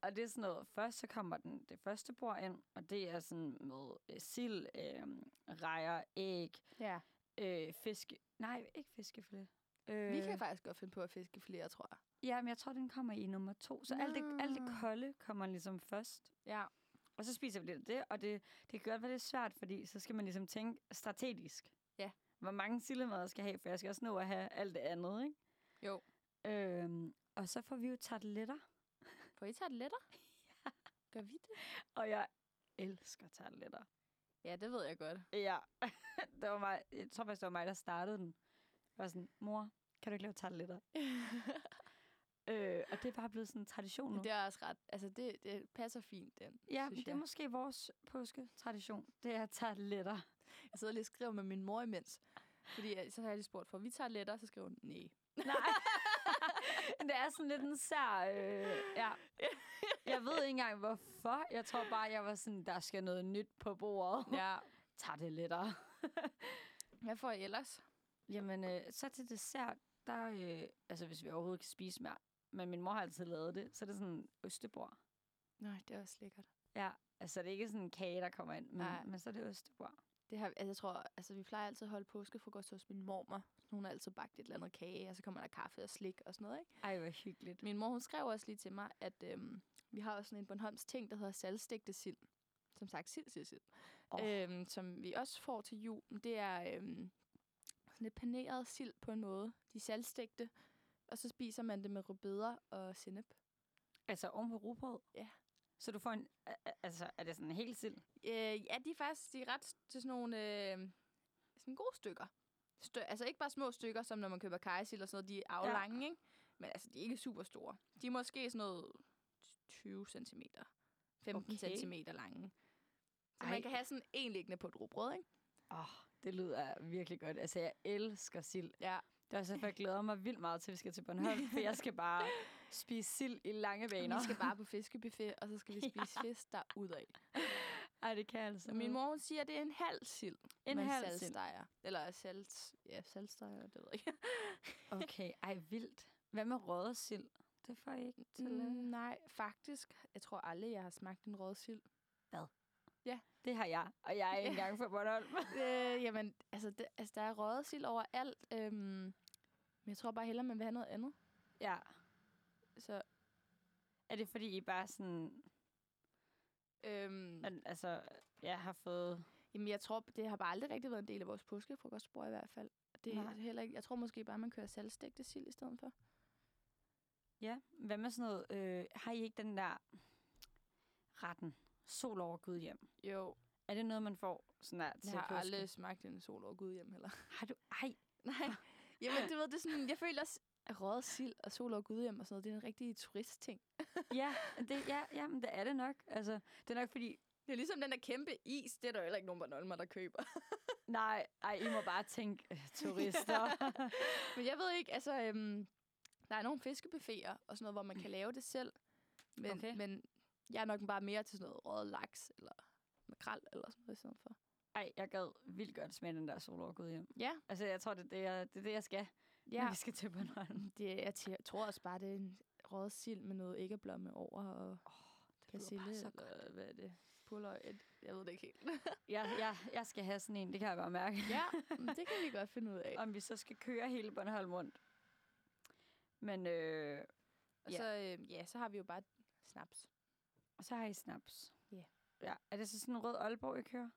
[SPEAKER 2] Og det er sådan noget, først så kommer den, det første bord ind, og det er sådan med øh, sild, øh, rejer, æg,
[SPEAKER 1] ja.
[SPEAKER 2] øh, fiske... Nej, ikke fiskefilet. Øh,
[SPEAKER 1] Vi kan faktisk godt finde på at fiske flere, tror jeg.
[SPEAKER 2] Ja, men jeg tror, den kommer i nummer to. Så alt det, alt det
[SPEAKER 1] Nå.
[SPEAKER 2] kolde kommer ligesom først.
[SPEAKER 1] Ja.
[SPEAKER 2] Og så spiser vi lidt af det, og det, det kan godt være lidt svært, fordi så skal man ligesom tænke strategisk.
[SPEAKER 1] Ja.
[SPEAKER 2] Hvor mange sildemader skal jeg have, for jeg skal også nå at have alt det andet, ikke?
[SPEAKER 1] Jo.
[SPEAKER 2] Øhm, og så får vi jo tarteletter.
[SPEAKER 1] Får I (laughs) tarteletter? Gør vi det?
[SPEAKER 2] Og jeg elsker tarteletter.
[SPEAKER 1] Ja, det ved jeg godt.
[SPEAKER 2] Ja, (laughs) det var mig, jeg tror faktisk, det var mig, der startede den. Jeg var sådan, mor, kan du ikke lave (laughs) tarteletter? øh, og det er bare blevet sådan en tradition nu.
[SPEAKER 1] Men det er også ret. Altså, det, det passer fint, den,
[SPEAKER 2] Ja, men
[SPEAKER 1] synes
[SPEAKER 2] det er
[SPEAKER 1] jeg.
[SPEAKER 2] måske vores påske-tradition. Det er tarteletter.
[SPEAKER 1] Jeg sidder lige og skriver med min mor imens. Fordi øh, så har jeg lige spurgt, for vi tager letter, så skriver hun, nej.
[SPEAKER 2] Nej. (laughs) det er sådan lidt en sær... Øh, ja. (laughs) Jeg ved ikke engang, hvorfor. Jeg tror bare, jeg var sådan, der skal noget nyt på bordet. (laughs)
[SPEAKER 1] Ja.
[SPEAKER 2] Tarteletter.
[SPEAKER 1] Hvad får I ellers?
[SPEAKER 2] Jamen, øh, så til dessert, der øh, altså hvis vi overhovedet kan spise mere, men min mor har altid lavet det, så er det sådan en østebord.
[SPEAKER 1] Nej, det er også lækkert.
[SPEAKER 2] Ja. Altså, det er ikke sådan en kage, der kommer ind, men,
[SPEAKER 1] Nej.
[SPEAKER 2] men så er det østebord.
[SPEAKER 1] Det har, altså, jeg tror, altså, vi plejer altid at holde påskefrokost hos min mormor. Hun har altid bagt et eller andet kage, og så kommer der kaffe og slik og sådan noget, ikke?
[SPEAKER 2] Ej, hvor hyggeligt.
[SPEAKER 1] Min mor, hun skrev også lige til mig, at øhm, vi har også sådan en Bornholms ting, der hedder salgstegte sild. Som sagt, sild, sild, sild.
[SPEAKER 2] Åh.
[SPEAKER 1] Oh. Øhm, som vi også får til jul. Det er øhm, sådan lidt paneret sild på en måde. De er salgstegte. Og så spiser man det med rødbeder og sennep.
[SPEAKER 2] Altså, oven på rugbrød?
[SPEAKER 1] Ja.
[SPEAKER 2] Så du får en... a- a- Altså, er det sådan en hel sild?
[SPEAKER 1] Øh, ja, de er faktisk de er ret til sådan nogle øh, sådan gode stykker. Stø- altså ikke bare små stykker, som når man køber kajsild og sådan noget. De er aflange, ikke? Men altså, de er ikke super store. De er måske sådan noget 20 cm. 15
[SPEAKER 2] Okay.
[SPEAKER 1] okay. cm lange. Så
[SPEAKER 2] Ej.
[SPEAKER 1] man kan have sådan en liggende på et rugbrød, ikke?
[SPEAKER 2] Åh, oh, det lyder virkelig godt. Altså, jeg elsker sild.
[SPEAKER 1] Ja.
[SPEAKER 2] Det er også derfor, jeg glæder mig vildt meget til, at vi skal til Bornholm, for jeg skal (laughs) bare spise sild i lange baner.
[SPEAKER 1] (laughs) Vi skal bare på fiskebuffet, og så skal vi spise fisk der ud af.
[SPEAKER 2] Ej, det kan jeg altså.
[SPEAKER 1] Så min mor, hun siger, at det er Mm. en halv sild.
[SPEAKER 2] en
[SPEAKER 1] med
[SPEAKER 2] halv sind.
[SPEAKER 1] saltsteger. Eller salt... Ja, saltsteger, det ved jeg ikke.
[SPEAKER 2] Okay, ej, vildt. Hvad med råddersild? Det får jeg ikke
[SPEAKER 1] (laughs)
[SPEAKER 2] til. Mm.
[SPEAKER 1] nej, faktisk. Jeg tror aldrig, jeg har smagt en rådsild.
[SPEAKER 2] Det har jeg, og jeg er ikke engang fra Bornholm.
[SPEAKER 1] øh, jamen, altså, det, altså, der er rådsild overalt. Øhm, men jeg tror bare hellere, man vil have noget andet.
[SPEAKER 2] (laughs) ja.
[SPEAKER 1] Så,
[SPEAKER 2] Er det fordi, I bare sådan,
[SPEAKER 1] øhm,
[SPEAKER 2] al- altså, jeg har fået...
[SPEAKER 1] jamen, jeg tror, det har bare aldrig rigtig været en del af vores påskefrokostbord i hvert fald. Det er
[SPEAKER 2] Nej.
[SPEAKER 1] heller ikke, jeg tror måske bare, man kører saltstægte sild i stedet for.
[SPEAKER 2] Ja, hvad med sådan noget? Øh, har I ikke den der retten? Sol over Gud hjem.
[SPEAKER 1] Jo,
[SPEAKER 2] Er det noget, man får sådan der til
[SPEAKER 1] jeg har
[SPEAKER 2] påske?
[SPEAKER 1] aldrig smagt en sol over Gud hjem heller.
[SPEAKER 2] Har du? Ej,
[SPEAKER 1] Nej, (laughs) jamen, du ved, det er sådan, jeg føler også, at røget sild og sol over Gud hjem og sådan noget, det er en rigtig turistting.
[SPEAKER 2] ja, det, ja, ja, men det er det nok. Altså, det er nok fordi,
[SPEAKER 1] Det er ligesom den der kæmpe is, det er der jo heller ikke nogen Bornholmer, der køber. (laughs)
[SPEAKER 2] nej, ej, I må bare tænke øh, (laughs) turister.
[SPEAKER 1] Men jeg ved ikke, altså, øhm, der er nogle fiskebuffeter og sådan noget, hvor man kan lave det selv. Men,
[SPEAKER 2] Okay.
[SPEAKER 1] okay. men jeg er nok bare mere til sådan noget røget laks eller makrel eller sådan noget i stedet for.
[SPEAKER 2] Ej, jeg gad vildt godt smage den der sol over Gud hjem.
[SPEAKER 1] Ja.
[SPEAKER 2] Altså, jeg tror, det er det, jeg, det, er det, jeg skal, ja. når vi skal til Bornholm.
[SPEAKER 1] (laughs) det, jeg tæ- tror også bare, det er en røget sild med noget æggeblomme over og persille
[SPEAKER 2] øh,
[SPEAKER 1] eller hvad er det? Purløg, et- jeg ved det ikke helt.
[SPEAKER 2] Jeg, jeg, jeg skal have sådan en, det kan jeg bare mærke.
[SPEAKER 1] (laughs)
[SPEAKER 2] (laughs)
[SPEAKER 1] ja, men det kan vi godt finde ud af.
[SPEAKER 2] Om vi så skal køre hele Bornholm rundt. Men øh,
[SPEAKER 1] Og så, øh, ja, så har vi jo bare snaps.
[SPEAKER 2] så har I snaps.
[SPEAKER 1] Ja.
[SPEAKER 2] ja. Er det så sådan en rød Aalborg, I kører?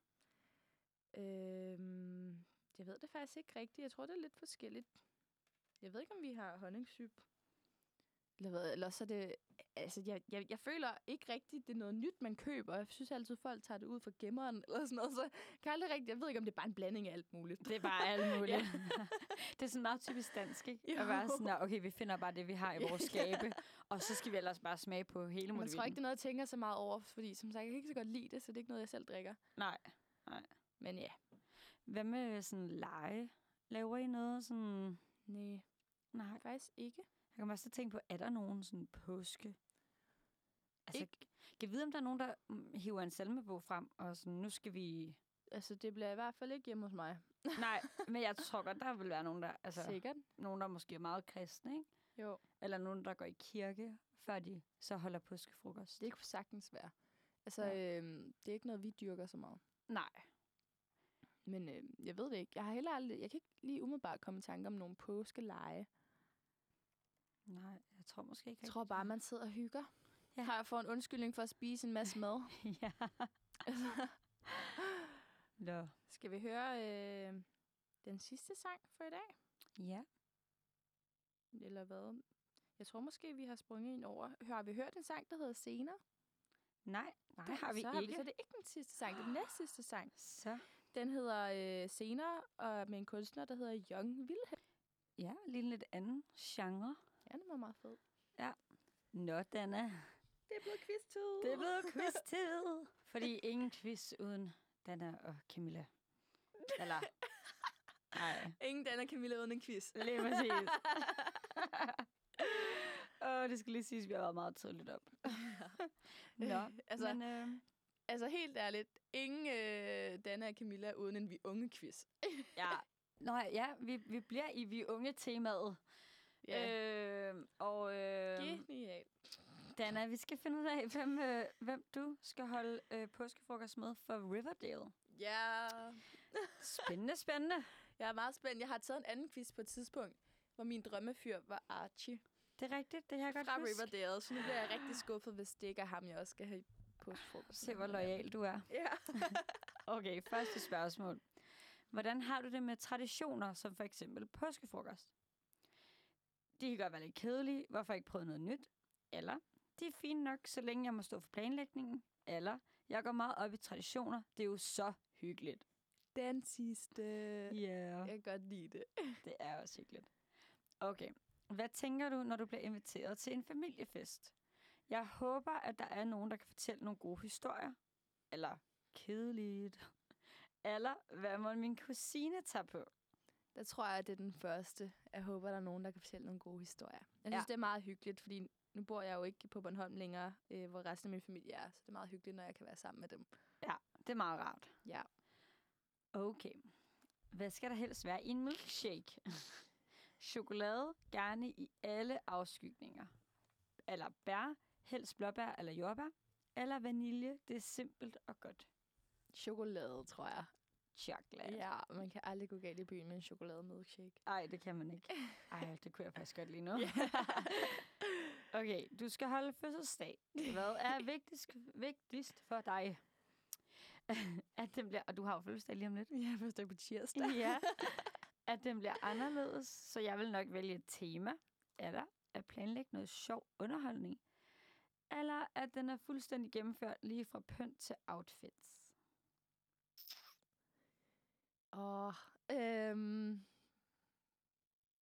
[SPEAKER 1] Øhm, jeg ved det faktisk ikke rigtigt. Jeg tror, det er lidt forskelligt. Jeg ved ikke, om vi har honningsyp. Eller hvad, eller så er det... Altså, jeg, jeg, jeg føler ikke rigtigt, det er noget nyt, man køber. Jeg synes altid, folk tager det ud fra gemmeren (laughs) eller sådan noget. Så kan jeg aldrig rigtigt... Jeg ved ikke, om det er bare en blanding af alt muligt.
[SPEAKER 2] Det er bare alt muligt. (laughs)
[SPEAKER 1] Ja.
[SPEAKER 2] det er sådan meget typisk dansk, ikke?
[SPEAKER 1] Jo.
[SPEAKER 2] At være sådan, "Nå, okay, vi finder bare det, vi har i vores skabe, og så skal vi ellers bare smage på hele
[SPEAKER 1] Man
[SPEAKER 2] muligheden.
[SPEAKER 1] tror ikke, det er noget, jeg tænker så meget over, fordi som sagt, jeg kan ikke så godt lide det, så det er ikke noget, jeg selv drikker.
[SPEAKER 2] Nej.
[SPEAKER 1] Men ja,
[SPEAKER 2] Hvad med sådan lege? Laver I noget sådan...
[SPEAKER 1] nej,
[SPEAKER 2] Nej,
[SPEAKER 1] faktisk ikke.
[SPEAKER 2] Jeg kommer også til at tænke på, er der nogen sådan påske? Altså,
[SPEAKER 1] Ikke-
[SPEAKER 2] kan jeg vide, om der er nogen, der mm, hiver en salmebog frem, og sådan, nu
[SPEAKER 1] (laughs)
[SPEAKER 2] skal vi...
[SPEAKER 1] Altså, det bliver i hvert fald ikke hjemme hos mig.
[SPEAKER 2] Nej, men jeg tror godt, der vil være nogen, der, altså,
[SPEAKER 1] Så. Sikkert.
[SPEAKER 2] nogen, der måske er meget kristne, ikke?
[SPEAKER 1] Jo.
[SPEAKER 2] Eller nogen, der går i kirke, før de så holder påskefrokost.
[SPEAKER 1] Det kunne sagtens være. Altså,
[SPEAKER 2] Ja.
[SPEAKER 1] ja. øhm, det er ikke noget, vi dyrker så meget.
[SPEAKER 2] Nej.
[SPEAKER 1] Men øhm, jeg ved det ikke. Jeg har heller aldrig... Jeg kan ikke lige umiddelbart komme i tanke om nogle påskeleje.
[SPEAKER 2] Nej, jeg tror måske ikke.
[SPEAKER 1] Jeg tror bare, man sidder og hygger.
[SPEAKER 2] Ja.
[SPEAKER 1] Ja. Har jeg fået en undskyldning for at spise en masse mad?
[SPEAKER 2] rigtigt. ja. (laughs) Nå.
[SPEAKER 1] (laughs) Skal vi høre øh, den sidste sang for i dag?
[SPEAKER 2] Ja.
[SPEAKER 1] Eller hvad? Jeg tror måske, vi har sprunget ind over. Har vi hørt en sang, der hedder Senere?
[SPEAKER 2] Nej, nej, det har vi
[SPEAKER 1] så
[SPEAKER 2] ikke.
[SPEAKER 1] så det er ikke den sidste sang, det er den næst sidste sang.
[SPEAKER 2] så.
[SPEAKER 1] Den hedder øh, Senere, og med en kunstner, der hedder Young Wilhelm.
[SPEAKER 2] Ja, lige en lidt anden genre.
[SPEAKER 1] Ja, den var meget fed.
[SPEAKER 2] Nå, Dana.
[SPEAKER 1] Det er blevet quiz-tid.
[SPEAKER 2] Det er blevet quiz-tid. Fordi ingen quiz uden Dana og Camilla. Eller... Nej,
[SPEAKER 1] Ingen Dan og Camilla uden en quiz.
[SPEAKER 2] lige præcis. (laughs) Åh, det skal lige siges, at vi har været meget tidligt op. Nå, (laughs)
[SPEAKER 1] altså,
[SPEAKER 2] men, øh,
[SPEAKER 1] altså helt ærligt, ingen øh, Dan og Camilla uden en vi unge quiz.
[SPEAKER 2] ja. Nå ja, vi, vi bliver i vi unge temaet.
[SPEAKER 1] Ja.
[SPEAKER 2] Øh, og øh,
[SPEAKER 1] Genial.
[SPEAKER 2] Dana, vi skal finde ud af, hvem, øh, hvem du skal holde øh, påskefrokost med for Riverdale.
[SPEAKER 1] Ja.
[SPEAKER 2] Spændende, spændende.
[SPEAKER 1] Jeg er meget spændt. Jeg har taget en anden quiz på et tidspunkt, hvor min drømmefyr var Archie
[SPEAKER 2] Det er rigtigt, det kan jeg godt
[SPEAKER 1] fra
[SPEAKER 2] huske.
[SPEAKER 1] Riverdale. Så nu bliver jeg rigtig skuffet, hvis det ikke er ham, jeg også skal have i påskefrokost.
[SPEAKER 2] Se, hvor lojal du er.
[SPEAKER 1] Ja.
[SPEAKER 2] Okay, første spørgsmål. Hvordan har du det med traditioner, som for eksempel påskefrokost? De kan godt være lidt kedelige, hvorfor ikke prøve noget nyt? Eller, de er fine nok, så længe jeg må stå for planlægningen. Eller, jeg går meget op i traditioner, det er jo så hyggeligt.
[SPEAKER 1] Den sidste.
[SPEAKER 2] Ja, yeah.
[SPEAKER 1] Jeg kan godt lide det.
[SPEAKER 2] det er også hyggeligt. Okay, hvad tænker du, når du bliver inviteret til en familiefest? Jeg håber, at der er nogen, der kan fortælle nogle gode historier. Eller kedeligt. Eller hvad må min kusine tage på?
[SPEAKER 1] Der tror jeg, at det er den første. Jeg håber, der er nogen, der kan fortælle nogle gode historier. Jeg synes,
[SPEAKER 2] Ja.
[SPEAKER 1] ja. det er meget hyggeligt, fordi nu bor jeg jo ikke på Bornholm længere, øh, hvor resten af min familie er. Så det er meget hyggeligt, når jeg kan være sammen med dem.
[SPEAKER 2] det er meget rart.
[SPEAKER 1] Ja.
[SPEAKER 2] Okay. Hvad skal der helst være i en milkshake? (laughs) Chokolade, gerne i alle afskygninger. Eller bær, helst blåbær eller jordbær. Eller vanilje, det er simpelt og godt.
[SPEAKER 1] Chokolade, tror jeg.
[SPEAKER 2] Chokolade.
[SPEAKER 1] Ja, man kan aldrig gå galt i byen med en chokolademilkshake.
[SPEAKER 2] Ej, det kan man (laughs) ikke. Ej, det kunne jeg faktisk godt lige nu.
[SPEAKER 1] Ja.
[SPEAKER 2] (laughs) Okay, du skal holde fødselsdag. Hvad (laughs) er vigtigst, vigtigst for dig? (laughs) at den bliver, og du har jo fødselsdag lige om lidt.
[SPEAKER 1] Jeg forstår på tirsdag.
[SPEAKER 2] (laughs) ja. (laughs) At den bliver anderledes, så jeg vil nok vælge et tema. Eller at planlægge noget sjov underholdning. Eller at den er fuldstændig gennemført lige fra pynt til outfits.
[SPEAKER 1] Og, øhm,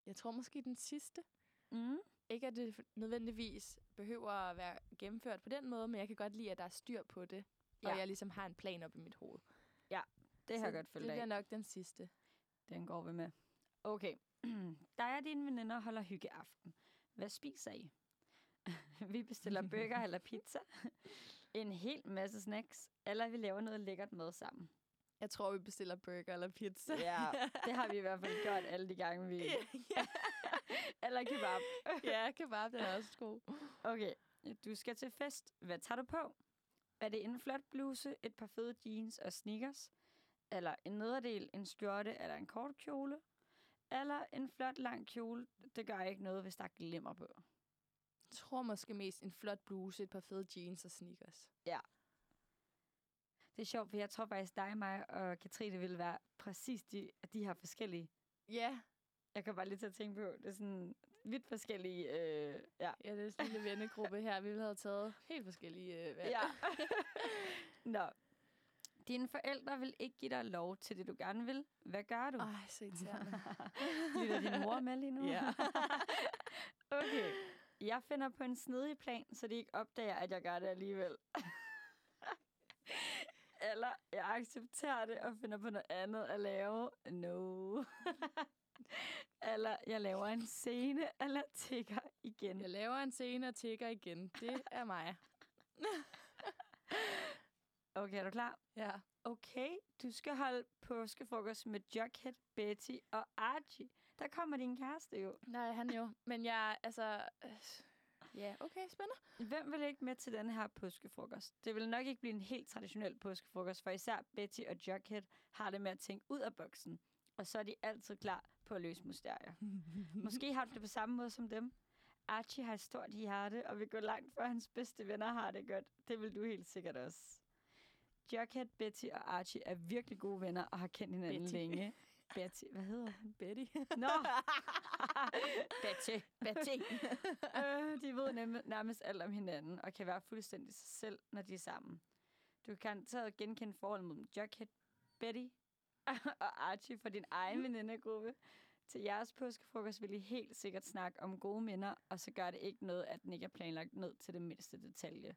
[SPEAKER 1] jeg tror måske den sidste.
[SPEAKER 2] Mm.
[SPEAKER 1] Ikke at det nødvendigvis behøver at være gennemført på den måde, men jeg kan godt lide, at der er styr på det. Ja.
[SPEAKER 2] Ja.
[SPEAKER 1] Og jeg ligesom har en plan op i mit hoved.
[SPEAKER 2] Det har
[SPEAKER 1] Så
[SPEAKER 2] jeg godt følt
[SPEAKER 1] Det
[SPEAKER 2] af.
[SPEAKER 1] bliver nok den sidste.
[SPEAKER 2] Den går vi med. Okay. (clears throat) Dig og dine veninder holder hyggeaften. Hvad spiser I? (laughs) vi bestiller burger eller pizza. (laughs) en hel masse snacks. Eller vi laver noget lækkert mad sammen.
[SPEAKER 1] Jeg tror, vi bestiller burger eller pizza.
[SPEAKER 2] Ja, (laughs) det har vi i hvert fald gjort alle de gange, vi...
[SPEAKER 1] (laughs) ja,
[SPEAKER 2] Eller kebab.
[SPEAKER 1] ja, kebab, den er også god.
[SPEAKER 2] Okay, du skal til fest. Hvad tager du på? Er det en flot bluse, et par fede jeans og sneakers? Eller en nederdel, en skjorte eller en kort kjole? Eller en flot lang kjole? Det gør ikke noget, hvis der er glimmer på.
[SPEAKER 1] Jeg tror måske mest en flot bluse, et par fede jeans og sneakers.
[SPEAKER 2] Det er sjovt, for jeg tror faktisk, dig, mig og Katrine ville være præcis de, at de her forskellige.
[SPEAKER 1] Ja,
[SPEAKER 2] Jeg kan bare lige til at tænke på, det er sådan vidt forskellige, øh, ja.
[SPEAKER 1] ja det er sådan en lille vennegruppe her. Vi ville have taget helt forskellige øh, (laughs) valg.
[SPEAKER 2] ja. Nå. Dine forældre vil ikke give dig lov til det, du gerne vil. Hvad gør du?
[SPEAKER 1] Ej, så (laughs) irriterende.
[SPEAKER 2] Lytter din mor med lige nu?
[SPEAKER 1] Ja.
[SPEAKER 2] (laughs) okay. Jeg finder på en snedig plan, så de ikke opdager, at jeg gør det alligevel. (laughs) Eller jeg accepterer det og finder på noget andet at lave. No. (laughs) Eller jeg laver en scene eller tigger igen.
[SPEAKER 1] Jeg laver en scene og tigger igen. Det er mig.
[SPEAKER 2] Okay, er du klar?
[SPEAKER 1] Ja.
[SPEAKER 2] Okay, du skal holde påskefrokost med Jughead, Betty og Archie. Der kommer din kæreste jo.
[SPEAKER 1] Nej, han jo. Men jeg, altså... øh, Ja, okay, spændende.
[SPEAKER 2] Hvem vil ikke med til denne her påskefrokost? Det vil nok ikke blive en helt traditionel påskefrokost, for især Betty og Jughead har det med at tænke ud af boksen. Og så er de altid klar på at løse mysterier. Måske har du det på samme måde som dem. Archie har et stort hjerte og vil gå langt, før hans bedste venner har det godt. Det vil du helt sikkert også. Jughead, Betty og Archie er virkelig gode venner og har kendt hinanden
[SPEAKER 1] Betty.
[SPEAKER 2] længe. Betty, hvad hedder hun? (laughs)
[SPEAKER 1] Betty.
[SPEAKER 2] Nå! Betty, Betty. (laughs) øh, de ved nem- nærmest alt om hinanden, og kan være fuldstændig sig selv, når de er sammen. Du kan taget genkende forholdet mellem Jughead, Betty (laughs) og Archie fra din egen venindegruppe. Til jeres påskefrokost vil I helt sikkert snakke om gode minder, og så gør det ikke noget, at den ikke er planlagt ned til det mindste detalje.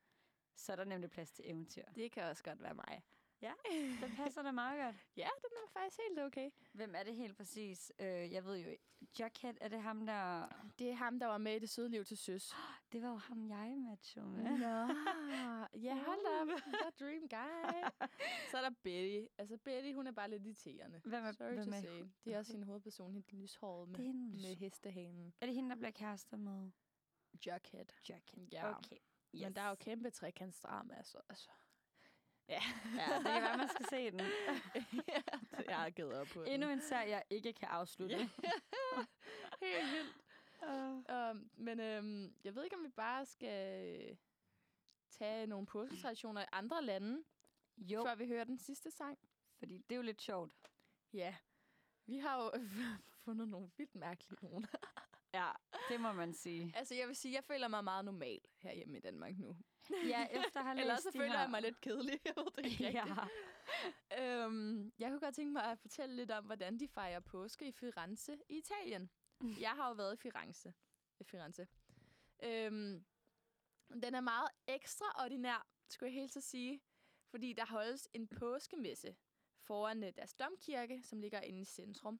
[SPEAKER 2] Så er der nemlig plads til eventyr.
[SPEAKER 1] Det kan også godt være mig.
[SPEAKER 2] (laughs) Det passer da meget godt.
[SPEAKER 1] Ja, den er faktisk helt okay.
[SPEAKER 2] Hvem er det helt præcis? Øh, jeg ved jo ikke. Jughead, er det ham, der...
[SPEAKER 1] Det er ham, der var med i Det Søde Liv til Søs.
[SPEAKER 2] Det var jo ham, jeg matchede med.
[SPEAKER 1] Nå. Ja, hold da op. Der er dream guy. Så er der Betty. Altså, Betty, hun er bare lidt irriterende.
[SPEAKER 2] Hvem er,
[SPEAKER 1] Sorry
[SPEAKER 2] hvem
[SPEAKER 1] to
[SPEAKER 2] er,
[SPEAKER 1] say.
[SPEAKER 2] hun?
[SPEAKER 1] Det er også sin hovedperson, hende lyshåret
[SPEAKER 2] Det er
[SPEAKER 1] med,
[SPEAKER 2] en
[SPEAKER 1] med
[SPEAKER 2] lys-
[SPEAKER 1] hestehanen.
[SPEAKER 2] er det hende, der bliver kærester med
[SPEAKER 1] Jughead.
[SPEAKER 2] Jughead?
[SPEAKER 1] Ja.
[SPEAKER 2] Okay.
[SPEAKER 1] Yes. Men der er jo kæmpe trekantsdrama,
[SPEAKER 2] (laughs)
[SPEAKER 1] altså. altså.
[SPEAKER 2] Ja, det kan være, man skal se den.
[SPEAKER 1] Så (laughs) jeg har givet op på den.
[SPEAKER 2] (laughs) Endnu en serie, jeg ikke kan afslutte.
[SPEAKER 1] Ja. (laughs) Helt vildt.
[SPEAKER 2] Uh,
[SPEAKER 1] Um, men øhm, jeg ved ikke, om vi bare skal øh, tage nogle påsketraditioner i andre lande,
[SPEAKER 2] jo,
[SPEAKER 1] før vi hører den sidste sang.
[SPEAKER 2] fordi det er jo lidt sjovt.
[SPEAKER 1] Ja, vi har jo (laughs) fundet nogle vildt mærkelige nogen.
[SPEAKER 2] Ja, det må man sige.
[SPEAKER 1] (laughs) altså, jeg vil sige, jeg føler mig meget normal her hjemme i Danmark nu.
[SPEAKER 2] Ja, efter at have
[SPEAKER 1] Ellers
[SPEAKER 2] læst
[SPEAKER 1] så
[SPEAKER 2] de
[SPEAKER 1] føler
[SPEAKER 2] her...
[SPEAKER 1] jeg mig lidt kedelig. (laughs) Jeg ved det ikke
[SPEAKER 2] (laughs) Ja.
[SPEAKER 1] rigtigt. Øhm, jeg kunne godt tænke mig at fortælle lidt om, hvordan de fejrer påske i Firenze i Italien. Jeg har jo været i Firenze. I Firenze. Øhm, den er meget ekstraordinær, skulle jeg helt så sige, fordi der holdes en påskemesse foran øh, deres domkirke, som ligger inde i centrum.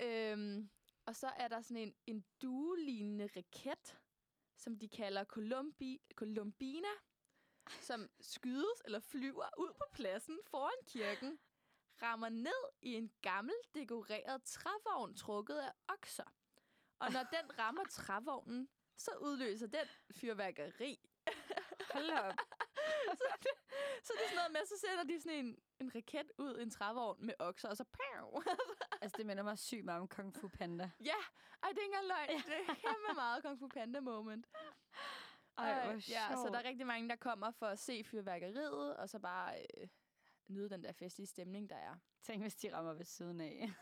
[SPEAKER 1] Øhm, og så er der sådan en, en duelignende raket, som de kalder Columbi, Columbina, som skydes eller flyver ud på pladsen foran kirken, rammer ned i en gammel dekoreret trævogn trukket af okser. Og når den rammer trævognen, så udløser den fyrværkeri.
[SPEAKER 2] Hold da op.
[SPEAKER 1] så, det, så det er sådan noget med, så sender de sådan en, en raket ud i en trævogn med okser, og så pow!
[SPEAKER 2] Altså, det minder mig sygt meget om Kung Fu Panda.
[SPEAKER 1] ja, ej, det er ikke engang løgn. Det er kæmpe meget Kung Fu Panda moment.
[SPEAKER 2] Ej,
[SPEAKER 1] Og,
[SPEAKER 2] hvor
[SPEAKER 1] Ja, så
[SPEAKER 2] sjovt.
[SPEAKER 1] der er rigtig mange, der kommer for at se fyrværkeriet, og så bare øh, nyde den der festlige stemning, der er.
[SPEAKER 2] Tænk, hvis de rammer ved siden af.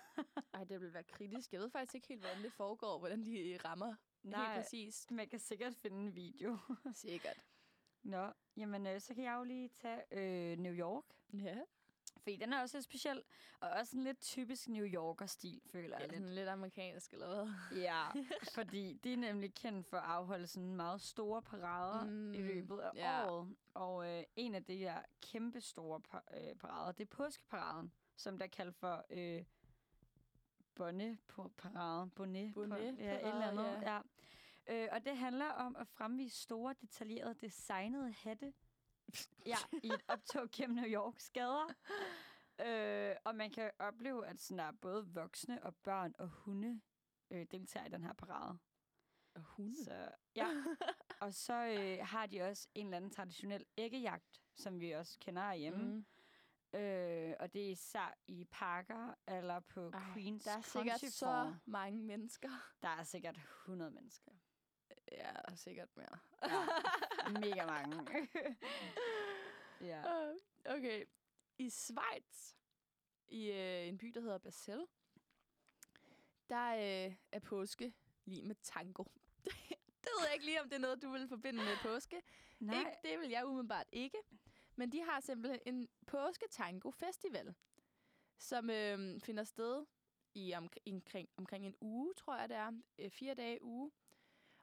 [SPEAKER 1] Ej, det vil være kritisk. Jeg ved faktisk ikke helt, hvordan det foregår, hvordan de rammer helt
[SPEAKER 2] (laughs)
[SPEAKER 1] præcis.
[SPEAKER 2] man kan sikkert finde en video.
[SPEAKER 1] Sikkert.
[SPEAKER 2] Nå, jamen, øh, så kan jeg jo lige tage øh, New York.
[SPEAKER 1] Ja,
[SPEAKER 2] Fordi den er også lidt speciel, og også en lidt typisk New Yorker-stil, føler jeg
[SPEAKER 1] ja
[SPEAKER 2] lidt.
[SPEAKER 1] sådan lidt amerikansk eller hvad.
[SPEAKER 2] Ja, (laughs) fordi de er nemlig kendt for at afholde sådan meget store parader mm, i
[SPEAKER 1] Mm,
[SPEAKER 2] løbet af
[SPEAKER 1] ja.
[SPEAKER 2] året. Og øh, en af de her kæmpe store par- øh, parader, det er påskeparaden, som der kaldt for øh, Bonnet-paraden. Bonnet,
[SPEAKER 1] Bonnet-parade,
[SPEAKER 2] ja, et eller andet.
[SPEAKER 1] ja.
[SPEAKER 2] Ja. Øh, og det handler om at fremvise store, detaljerede, designede hatte (laughs) ja, i et optog gennem New Yorks gader. Øh, og man kan opleve, at sådan der er både voksne og børn og hunde øh, deltager i den her parade.
[SPEAKER 1] Og hunde.
[SPEAKER 2] Så, ja.
[SPEAKER 1] Mm.
[SPEAKER 2] og så øh, har de også en eller anden traditionel æggejagt, som vi også kender herhjemme.
[SPEAKER 1] Mm.
[SPEAKER 2] Mm. Øh, og det er især i parker eller på Ej, Queens
[SPEAKER 1] der er sikkert
[SPEAKER 2] Country
[SPEAKER 1] så
[SPEAKER 2] Fair.
[SPEAKER 1] mange mennesker.
[SPEAKER 2] Der er sikkert 100 mennesker.
[SPEAKER 1] Ja, og sikkert mere.
[SPEAKER 2] Ja, (laughs) mega (laughs) mange. ja.
[SPEAKER 1] Øh, Okay. I Schweiz, i øh, en by, der hedder Basel, der øh, er påske lige med tango. (laughs) det ved jeg ikke lige, om det er noget, du vil forbinde med påske.
[SPEAKER 2] Nej.
[SPEAKER 1] Ikke, det vil jeg umiddelbart ikke. Men de har simpelthen en påsketango-festival, som øh, finder sted i omk- omkring, omkring en uge, tror jeg det er. Øh, fire dage uge.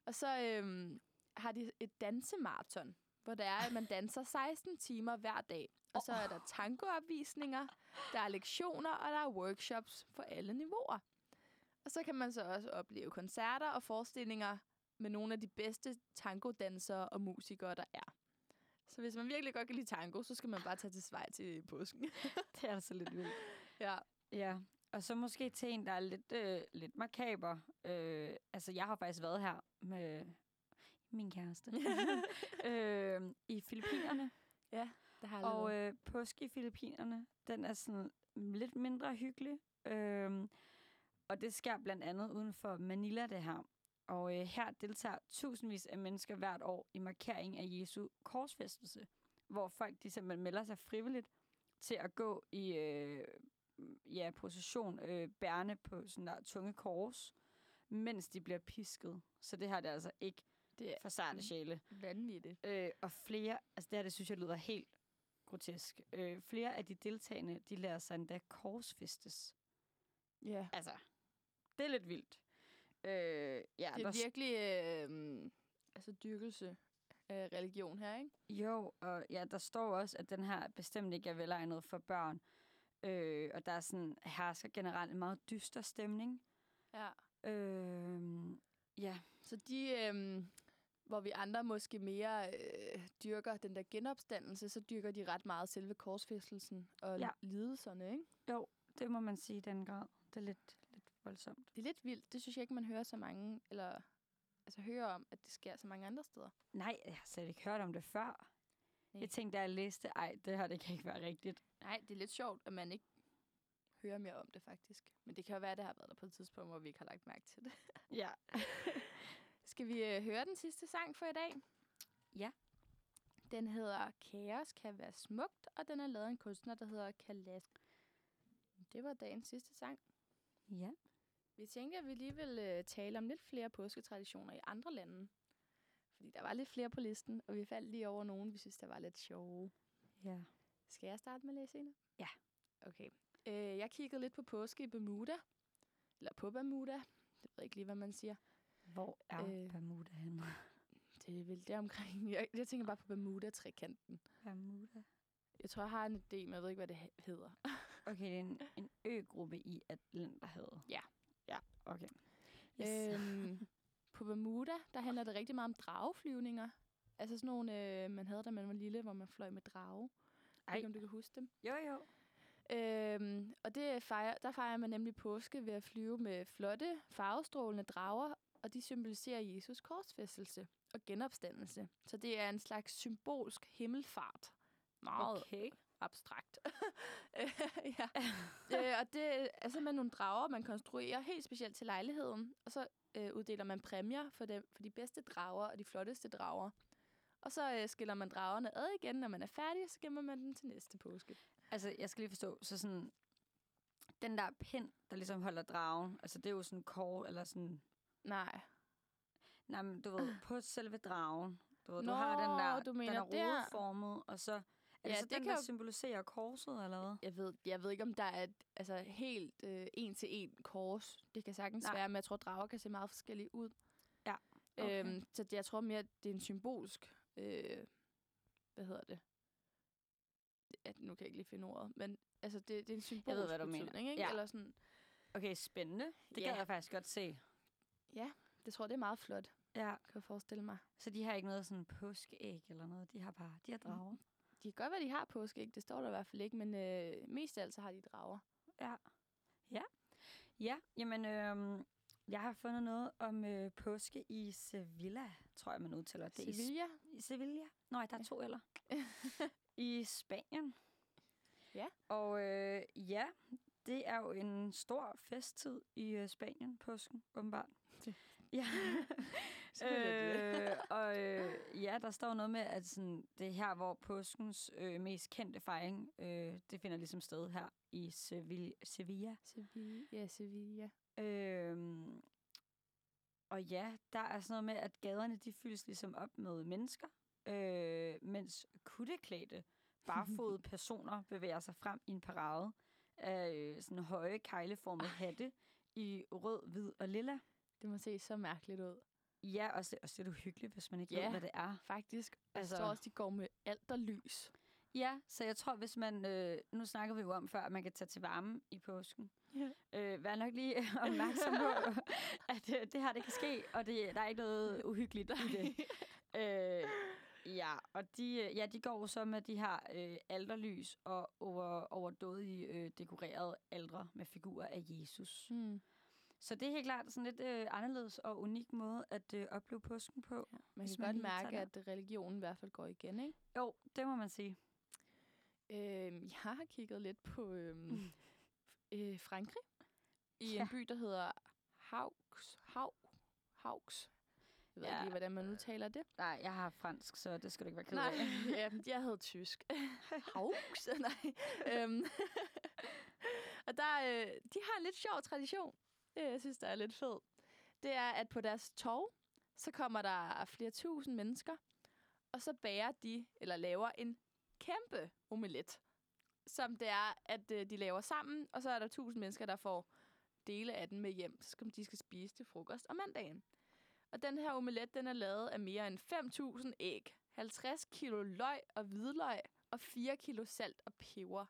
[SPEAKER 1] Og så øh, har de et dansemarathon, hvor det er, at man danser 16 timer hver dag. Og så er der tangoopvisninger, der er lektioner, og der er workshops på alle niveauer. Og så kan man så også opleve koncerter og forestillinger med nogle af de bedste tangodansere og musikere, der er. Så hvis man virkelig godt kan lide tango, så skal man bare tage til Schweiz i påsken.
[SPEAKER 2] Det er altså lidt vildt.
[SPEAKER 1] ja.
[SPEAKER 2] Ja, og så måske til en, der er lidt, øh, lidt makaber. Øh, altså, jeg har faktisk været her med min (laughs) kæreste øh, i Filippinerne.
[SPEAKER 1] Der har
[SPEAKER 2] Og øh, påske i Filippinerne, den er sådan lidt mindre hyggelig. Øh, og det sker blandt andet uden for Manila, det her. Og øh, her deltager tusindvis af mennesker hvert år i markering af Jesu korsfæstelse, hvor folk de simpelthen melder sig frivilligt til at gå i øh, ja, procession øh, bærende på sådan der tunge kors, mens de bliver pisket. Så det her det er altså ikke
[SPEAKER 1] det
[SPEAKER 2] for sarte sjæle.
[SPEAKER 1] vanvittigt.
[SPEAKER 2] Øh, og flere, altså det her, det synes jeg lyder helt grotesk. Øh, flere af de deltagende, de lader sig endda korsfestes.
[SPEAKER 1] Ja.
[SPEAKER 2] Altså, det er lidt vildt. Øh, ja,
[SPEAKER 1] Det
[SPEAKER 2] der
[SPEAKER 1] er virkelig øh, altså dyrkelse af religion her, ikke?
[SPEAKER 2] Jo, og ja, der står også, at den her bestemt ikke er velegnet for børn. Øh, og der er sådan, hersker generelt en meget dyster stemning.
[SPEAKER 1] Ja.
[SPEAKER 2] Øh, ja,
[SPEAKER 1] Så de, øh, hvor vi andre måske mere øh, dyrker den der genopstandelse, så dyrker de ret meget selve korsfæstelsen og ja.
[SPEAKER 2] Ja.
[SPEAKER 1] lidelserne, ikke?
[SPEAKER 2] det må man sige i den grad. Det er lidt, lidt voldsomt.
[SPEAKER 1] Det er lidt vildt. Det synes jeg ikke, man hører så mange, eller altså hører om, at det sker så mange andre steder.
[SPEAKER 2] Nej, jeg har slet ikke hørt om det før.
[SPEAKER 1] Nej.
[SPEAKER 2] Jeg tænkte, da jeg læste, ej, det her, det kan ikke være rigtigt.
[SPEAKER 1] Nej, det er lidt sjovt, at man ikke hører mere om det faktisk. Men det kan jo være, at det har været der på et tidspunkt, hvor vi ikke har lagt mærke til det.
[SPEAKER 2] Ja.
[SPEAKER 1] Skal vi øh, høre den sidste sang for i dag?
[SPEAKER 2] Ja.
[SPEAKER 1] Den hedder Kaos kan være smukt, og den er lavet af en kunstner, der hedder Kalas. Det var dagens sidste sang.
[SPEAKER 2] Ja.
[SPEAKER 1] Vi tænkte, at vi lige vil øh, tale om lidt flere påsketraditioner i andre lande. Fordi der var lidt flere på listen, og vi faldt lige over nogen, vi synes, der var lidt sjove.
[SPEAKER 2] Ja.
[SPEAKER 1] Skal jeg starte med at læse en?
[SPEAKER 2] Ja.
[SPEAKER 1] Okay. Øh, jeg kiggede lidt på påske i Bermuda. Eller på Bermuda. Det ved jeg ikke lige, hvad man siger.
[SPEAKER 2] Hvor er
[SPEAKER 1] Øh.
[SPEAKER 2] øh. Bermuda henne? (laughs)
[SPEAKER 1] Det er vel deromkring. Jeg, jeg tænker bare på Bermuda-trekanten.
[SPEAKER 2] Bermuda. Jeg
[SPEAKER 1] Jeg tror, jeg har en idé, men jeg ved ikke, hvad det he- hedder.
[SPEAKER 2] Okay, det er en, en øgruppe i Atlanterhavet.
[SPEAKER 1] Ja.
[SPEAKER 2] Ja, okay. Øh, Yes.
[SPEAKER 1] Yes. Øhm, på Bermuda, der handler det rigtig meget om drageflyvninger. Altså sådan nogle, øh, man havde, da man var lille, hvor man fløj med drage. Jeg ved
[SPEAKER 2] Ej.
[SPEAKER 1] ikke, om du kan huske dem.
[SPEAKER 2] Jo, jo.
[SPEAKER 1] Øhm, og det fejrer, der fejrer man nemlig påske ved at flyve med flotte, farvestrålende drager, og de symboliserer Jesus korsfæstelse og genopstandelse. Så det er en slags symbolsk himmelfart. Meget
[SPEAKER 2] Okay.
[SPEAKER 1] abstrakt. (laughs) Øh, ja. øh, og det er simpelthen nogle drager, man konstruerer helt specielt til lejligheden, og så øh, uddeler man præmier for, dem, for de bedste drager og de flotteste drager. Og så øh, skiller man dragerne ad igen, når man er færdig, så gemmer man den til næste påske.
[SPEAKER 2] Altså, jeg skal lige forstå, så sådan... Den der pind, der ligesom holder dragen, altså det er jo sådan kort, eller sådan...
[SPEAKER 1] Nej.
[SPEAKER 2] Nej, men du ved, på selve dragen, du ved, du
[SPEAKER 1] Nå,
[SPEAKER 2] har den der,
[SPEAKER 1] du
[SPEAKER 2] den
[SPEAKER 1] mener
[SPEAKER 2] er
[SPEAKER 1] der.
[SPEAKER 2] rodeformet, og så... Er ja, det så det den, kan der
[SPEAKER 1] jo-
[SPEAKER 2] symboliserer korset, eller hvad?
[SPEAKER 1] Jeg ved, jeg ved ikke, om der er et, altså, helt øh, en til en kors. Det kan sagtens
[SPEAKER 2] Nej.
[SPEAKER 1] Nej. være, men jeg tror, drager kan se meget forskellige ud.
[SPEAKER 2] Ja, okay.
[SPEAKER 1] Øhm, så jeg tror mere, at det er en symbolsk... Øh, hvad hedder det? Ja, nu kan jeg ikke lige finde ordet, men altså, det, det er en symbolsk
[SPEAKER 2] ved, hvad du mener.
[SPEAKER 1] betydning, Ikke?
[SPEAKER 2] Ja.
[SPEAKER 1] Eller sådan,
[SPEAKER 2] Okay, spændende. Det
[SPEAKER 1] Ja.
[SPEAKER 2] kan jeg faktisk godt se.
[SPEAKER 1] det tror jeg, det er meget flot,
[SPEAKER 2] Ja.
[SPEAKER 1] kan jeg forestille mig.
[SPEAKER 2] Så de har ikke noget sådan påskeæg eller noget, de har bare, de har drager.
[SPEAKER 1] De kan godt være, de har påske, ikke? Det står der i hvert fald ikke, men øh, mest af alt så har de drager.
[SPEAKER 2] Ja, jamen, øh, jeg har fundet noget om øh, påske i Sevilla, tror jeg, man udtaler det. i
[SPEAKER 1] Sevilla?
[SPEAKER 2] I Sevilla? Nej, der er
[SPEAKER 1] Ja. (laughs)
[SPEAKER 2] to eller. I Spanien.
[SPEAKER 1] Ja.
[SPEAKER 2] Og øh, ja, det er jo en stor festtid i øh, Spanien, påsken, åbenbart.
[SPEAKER 1] (laughs) Det-
[SPEAKER 2] (laughs) Ja.
[SPEAKER 1] Selvfølgelig er det
[SPEAKER 2] øh, og øh, ja, der står noget med, at sådan, det er her, hvor påskens øh, mest kendte fejring, øh, det finder ligesom sted her i Sevilla. Sevilla.
[SPEAKER 1] Sevilla, ja, Sevilla.
[SPEAKER 2] Øhm, og ja, der er sådan noget med, at gaderne de fyldes ligesom op med mennesker, øh, mens kutteklædte, (laughs) barfodede personer bevæger sig frem i en parade af øh, sådan høje kegleformede hatte i rød, hvid og lilla.
[SPEAKER 1] Det må se så mærkeligt ud.
[SPEAKER 2] Ja, og så, og så er det uhyggeligt, hvis man ikke yeah.
[SPEAKER 1] Ja.
[SPEAKER 2] ved, hvad det er.
[SPEAKER 1] Faktisk. Altså.
[SPEAKER 2] Altså-
[SPEAKER 1] Jeg tror også, de går med alt der lys.
[SPEAKER 2] Ja, så jeg tror, hvis man... Øh, nu snakkede vi jo om før, at man kan tage til varme i påsken.
[SPEAKER 1] Ja.
[SPEAKER 2] Øh, vær nok lige (laughs) opmærksom (laughs) på, at øh, det her, det kan ske, og det, der er ikke noget uhyggeligt i det.
[SPEAKER 1] (laughs)
[SPEAKER 2] Øh, ja, og de, øh, ja, de går jo så med de her øh, alderlys og over, overdådige øh, dekorerede aldre med figurer af Jesus.
[SPEAKER 1] Mm.
[SPEAKER 2] Så det er helt klart sådan lidt øh, anderledes og unik måde at øh, opleve påsken på.
[SPEAKER 1] Ja, man
[SPEAKER 2] Hvis
[SPEAKER 1] kan
[SPEAKER 2] man
[SPEAKER 1] godt
[SPEAKER 2] lige tager
[SPEAKER 1] mærke,
[SPEAKER 2] der.
[SPEAKER 1] at religionen i hvert fald går igen, ikke?
[SPEAKER 2] Jo, det må man sige.
[SPEAKER 1] Øhm, jeg har kigget lidt på øhm,
[SPEAKER 2] Mm.
[SPEAKER 1] øh, Frankrig. I
[SPEAKER 2] Ja.
[SPEAKER 1] en by, der hedder Hauks. Haug. Hauks. Jeg ved
[SPEAKER 2] Ja.
[SPEAKER 1] ikke lige, hvordan man udtaler det.
[SPEAKER 2] Nej, jeg har fransk, så det skal du ikke være ked
[SPEAKER 1] Nej,
[SPEAKER 2] (laughs) af.
[SPEAKER 1] ja, jeg havde
[SPEAKER 2] (laughs)
[SPEAKER 1] tysk. Hauks? (laughs) Nej. Øhm. (laughs) og der, øh, de har en lidt sjov tradition, øh, jeg synes, der er lidt fed. Det er, at på deres torv, så kommer der flere tusind mennesker, og så bærer de, eller laver en kæmpe omelet, som det er, at øh, de laver sammen, og så er der tusind mennesker, der får dele af den med hjem, som de skal spise til frokost om mandagen. Og den her omelet, den er lavet af mere end 5.000 æg, 50 kilo løg og hvidløg og 4 kilo salt og peber.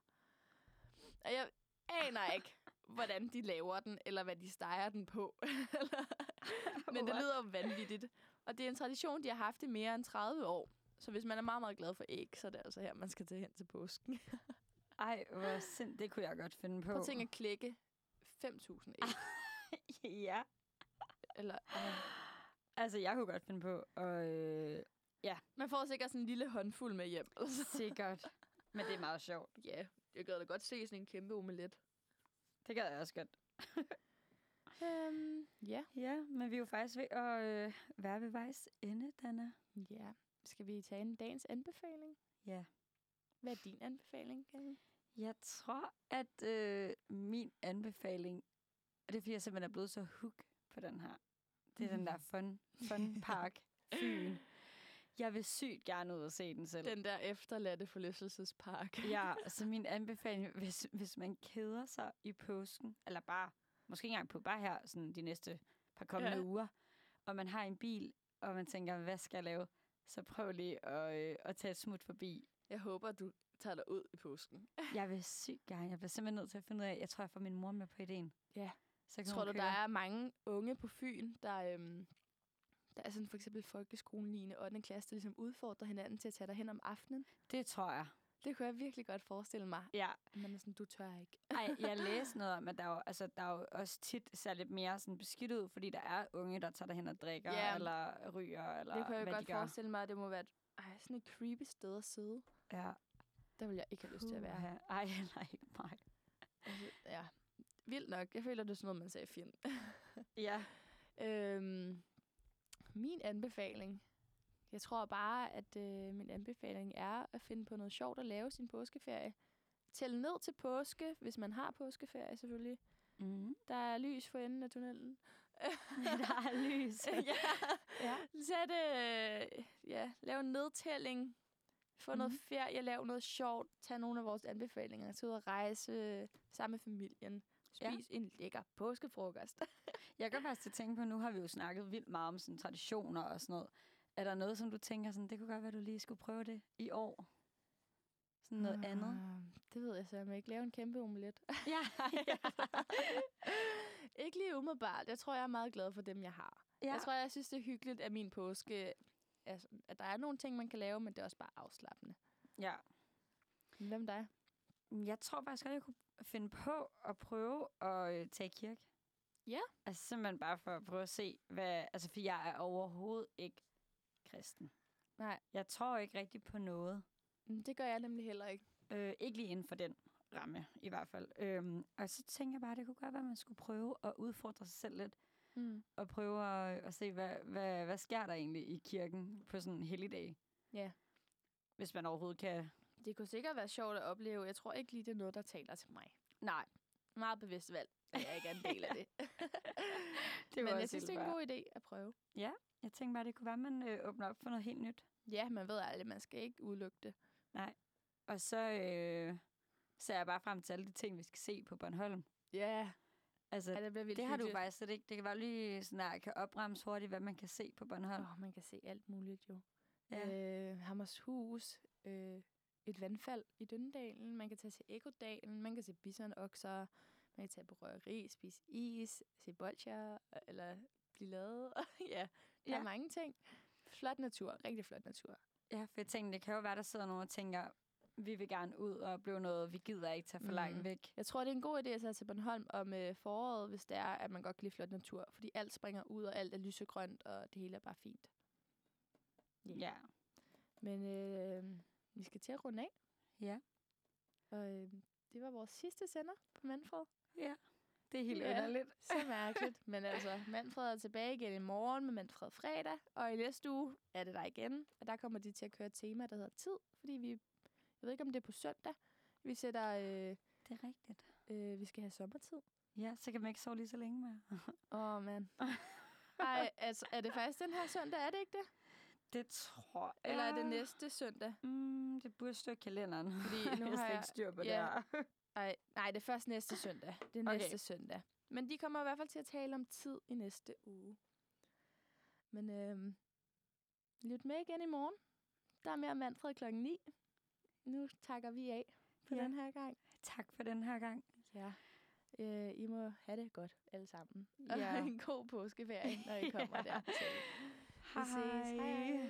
[SPEAKER 1] Og jeg (laughs) aner ikke, hvordan de laver den, eller hvad de steger den (laughs) på. Men det
[SPEAKER 2] What?
[SPEAKER 1] lyder jo vanvittigt. Og det er en tradition, de har haft i mere end 30 år. Så hvis man er meget, meget glad for æg, så er det altså her, man skal tage hen til påsken.
[SPEAKER 2] Ej, hvor sind, det kunne jeg godt finde på.
[SPEAKER 1] Prøv at tænke at klikke 5.000 æg.
[SPEAKER 2] (laughs) ja.
[SPEAKER 1] Eller, ah. ej.
[SPEAKER 2] Altså, jeg kunne godt finde på, og øh,
[SPEAKER 1] man får sikkert sådan en lille håndfuld med hjem. Altså.
[SPEAKER 2] sikkert. Men det er meget sjovt.
[SPEAKER 1] Ja, jeg gad da godt se sådan en kæmpe omelet.
[SPEAKER 2] Det gad jeg også godt.
[SPEAKER 1] Øhm, ja.
[SPEAKER 2] Ja, men vi er jo faktisk ved at øh, være ved vejs ende, Dana.
[SPEAKER 1] ja. Skal vi tage en dagens anbefaling?
[SPEAKER 2] Ja.
[SPEAKER 1] Hvad er din anbefaling, Kalle?
[SPEAKER 2] Jeg tror, at øh, min anbefaling, og det er fordi, jeg simpelthen er blevet så hook på den her. Det er den der fun, (laughs) fun park. Fyn. Jeg vil sygt gerne ud og se den selv.
[SPEAKER 1] Den der efterladte forlystelsespark.
[SPEAKER 2] Ja, så min anbefaling, hvis, hvis man keder sig i påsken, eller bare, måske ikke engang på, bare her sådan de næste par kommende
[SPEAKER 1] Ja.
[SPEAKER 2] ja. uger, og man har en bil, og man tænker, hvad skal jeg lave? Så prøv lige at, øh, at tage et smut forbi.
[SPEAKER 1] (laughs) Jeg håber, du tager dig ud i påsken.
[SPEAKER 2] Jeg vil sygt gerne. Jeg bliver simpelthen nødt til at finde ud af, jeg tror, jeg får min mor med på ideen.
[SPEAKER 1] Ja.
[SPEAKER 2] Så kan
[SPEAKER 1] Tror
[SPEAKER 2] hun
[SPEAKER 1] du, der
[SPEAKER 2] køre.
[SPEAKER 1] er mange unge på Fyn, der, øhm, der er sådan for eksempel folkeskolen 9. og 8. klasse, der ligesom udfordrer hinanden til at tage dig hen om aftenen.
[SPEAKER 2] Det tror jeg.
[SPEAKER 1] Det kunne jeg virkelig godt forestille mig.
[SPEAKER 2] Ja.
[SPEAKER 1] At Man er sådan, du tør ikke.
[SPEAKER 2] Ej, jeg læste noget om, at der jo, altså, der jo også tit ser lidt mere sådan beskidt ud, fordi der er unge, der tager derhen og drikker,
[SPEAKER 1] Ja.
[SPEAKER 2] eller ryger, eller
[SPEAKER 1] det kunne jeg
[SPEAKER 2] hvad
[SPEAKER 1] godt
[SPEAKER 2] de gør.
[SPEAKER 1] forestille mig, at det må være et, ej, sådan et creepy sted at sidde.
[SPEAKER 2] Ja.
[SPEAKER 1] Der vil jeg ikke have lyst til at være.
[SPEAKER 2] Puha. Ej, nej, ikke mig.
[SPEAKER 1] Altså, ja. Vildt nok. Jeg føler, det er sådan noget, man sagde i film. (laughs)
[SPEAKER 2] Ja.
[SPEAKER 1] Øhm, min anbefaling. Jeg tror bare, at øh, min anbefaling er at finde på noget sjovt at lave sin påskeferie. Tæl ned til påske, hvis man har påskeferie selvfølgelig.
[SPEAKER 2] Mm. (laughs)
[SPEAKER 1] Der er lys for enden af tunnelen.
[SPEAKER 2] der er
[SPEAKER 1] (laughs)
[SPEAKER 2] lys.
[SPEAKER 1] ja.
[SPEAKER 2] (laughs) Ja.
[SPEAKER 1] Sæt, øh, ja, lav en nedtælling. Få mm. noget
[SPEAKER 2] Mhm.
[SPEAKER 1] ferie, lav noget sjovt. Tag nogle af vores anbefalinger. Tag ud og rejse øh, sammen med familien.
[SPEAKER 2] Ja.
[SPEAKER 1] Spis ja. en lækker påskefrokost.
[SPEAKER 2] Jeg kan faktisk tænke på, nu har vi jo snakket vildt meget om sådan traditioner og sådan noget. Er der noget, som du tænker sådan, det kunne godt være, du lige skulle prøve det i år? Sådan noget andet?
[SPEAKER 1] Ah, Det ved jeg så, jeg ikke lave en kæmpe omelet. (laughs)
[SPEAKER 2] Ja, (laughs) ja.
[SPEAKER 1] ikke lige umiddelbart. Jeg tror, jeg er meget glad for dem, jeg har. Ja. Jeg tror, jeg synes, det er hyggeligt, at min påske... Altså, at der er nogle ting, man kan lave, men det er også bare afslappende.
[SPEAKER 2] ja.
[SPEAKER 1] Hvem dig?
[SPEAKER 2] Jeg tror faktisk godt, jeg kunne finde på at prøve at øh, tage i kirke.
[SPEAKER 1] Ja.
[SPEAKER 2] Altså simpelthen bare for at prøve at se, hvad... Altså, for jeg er overhovedet ikke kristen.
[SPEAKER 1] Nej.
[SPEAKER 2] Jeg tror ikke rigtig på noget.
[SPEAKER 1] Mm, Det gør jeg nemlig heller ikke.
[SPEAKER 2] Øh, ikke lige inden for den ramme, i hvert fald. Øhm, og så tænker jeg bare, det kunne godt være, at man skulle prøve at udfordre sig selv lidt.
[SPEAKER 1] Mm.
[SPEAKER 2] Og prøve at, at se, hvad, hvad, hvad sker der egentlig i kirken på sådan en helligdag.
[SPEAKER 1] Ja.
[SPEAKER 2] Hvis man overhovedet kan...
[SPEAKER 1] Det kunne sikkert være sjovt at opleve. Jeg tror ikke lige, det er noget, der taler til mig.
[SPEAKER 2] Nej.
[SPEAKER 1] Meget bevidst valg. at Jeg ikke er en del (laughs) af det.
[SPEAKER 2] Det
[SPEAKER 1] men jeg synes, det er en god idé at prøve.
[SPEAKER 2] Jeg tænker bare, det kunne være, at man øh, åbner op for noget helt nyt.
[SPEAKER 1] Ja, man ved aldrig. Man skal ikke udelukke det.
[SPEAKER 2] Og så øh, ser jeg bare frem til alle de ting, vi skal se på Bornholm.
[SPEAKER 1] Ja,
[SPEAKER 2] Altså,
[SPEAKER 1] ja det bliver vildt
[SPEAKER 2] det har du
[SPEAKER 1] hyggeligt.
[SPEAKER 2] faktisk slet ikke. Det kan være lige sådan, at jeg kan opremse hurtigt, hvad man kan se på Bornholm.
[SPEAKER 1] Åh, man kan se alt muligt jo.
[SPEAKER 2] Ja.
[SPEAKER 1] Ja. Øh, Hammershus, øh, et vandfald i Døndalen, man kan tage til Ekodalen, man kan se bisonokser, man kan tage på røgeri, spise is, se bolcher, øh, eller blive lavet. (laughs) ja, der
[SPEAKER 2] Ja.
[SPEAKER 1] er mange ting. Flot natur, rigtig flot natur.
[SPEAKER 2] ja, for jeg tænkte, det kan jo være, der sidder nogen og tænker, vi vil gerne ud og opleve noget, vi gider ikke tage for mm. langt
[SPEAKER 1] Mhm.
[SPEAKER 2] væk.
[SPEAKER 1] Jeg tror, det er en god idé at tage til Bornholm om øh, foråret, hvis det er, at man godt kan lide flot natur. Fordi alt springer ud, og alt er lysegrønt, og det hele er bare fint. Ja.
[SPEAKER 2] Ja.
[SPEAKER 1] Men øh, vi skal til at runde af.
[SPEAKER 2] Ja.
[SPEAKER 1] Og øh, det var vores sidste sender på Manfred.
[SPEAKER 2] Det er helt
[SPEAKER 1] Ja.
[SPEAKER 2] yeah. underligt.
[SPEAKER 1] Så mærkeligt. Men altså, Manfred er tilbage igen i morgen med Manfred fredag. Og i næste uge er det der igen. Og der kommer de til at køre et tema, der hedder tid. Fordi vi, jeg ved ikke om det er på søndag, vi sætter, øh,
[SPEAKER 2] Det er rigtigt.
[SPEAKER 1] øh, vi skal have sommertid.
[SPEAKER 2] Ja, så kan man ikke sove lige så længe mere.
[SPEAKER 1] Åh, oh, mand. Ej, altså, er det faktisk den her søndag, er det ikke det?
[SPEAKER 2] Det tror jeg.
[SPEAKER 1] Eller er det næste søndag?
[SPEAKER 2] Mm, det burde stå i kalenderen.
[SPEAKER 1] Fordi nu har
[SPEAKER 2] jeg slet
[SPEAKER 1] (laughs) jeg...
[SPEAKER 2] ikke styr på
[SPEAKER 1] ja.
[SPEAKER 2] det her. (laughs)
[SPEAKER 1] Ej, nej, det er først næste søndag. Det er
[SPEAKER 2] Okay.
[SPEAKER 1] næste søndag. Men de kommer i hvert fald til at tale om tid i næste uge. Men øhm, lyt med igen i morgen. Der er mere Manfred klokken 9. Nu takker vi af på
[SPEAKER 2] Ja.
[SPEAKER 1] ja. den her gang.
[SPEAKER 2] Tak for den her gang.
[SPEAKER 1] Ja. Øh, I må have det godt alle sammen. Og
[SPEAKER 2] Ja.
[SPEAKER 1] (laughs) en god påskeferie, når I kommer
[SPEAKER 2] Ja.
[SPEAKER 1] der. Vi ses. Hej. hej.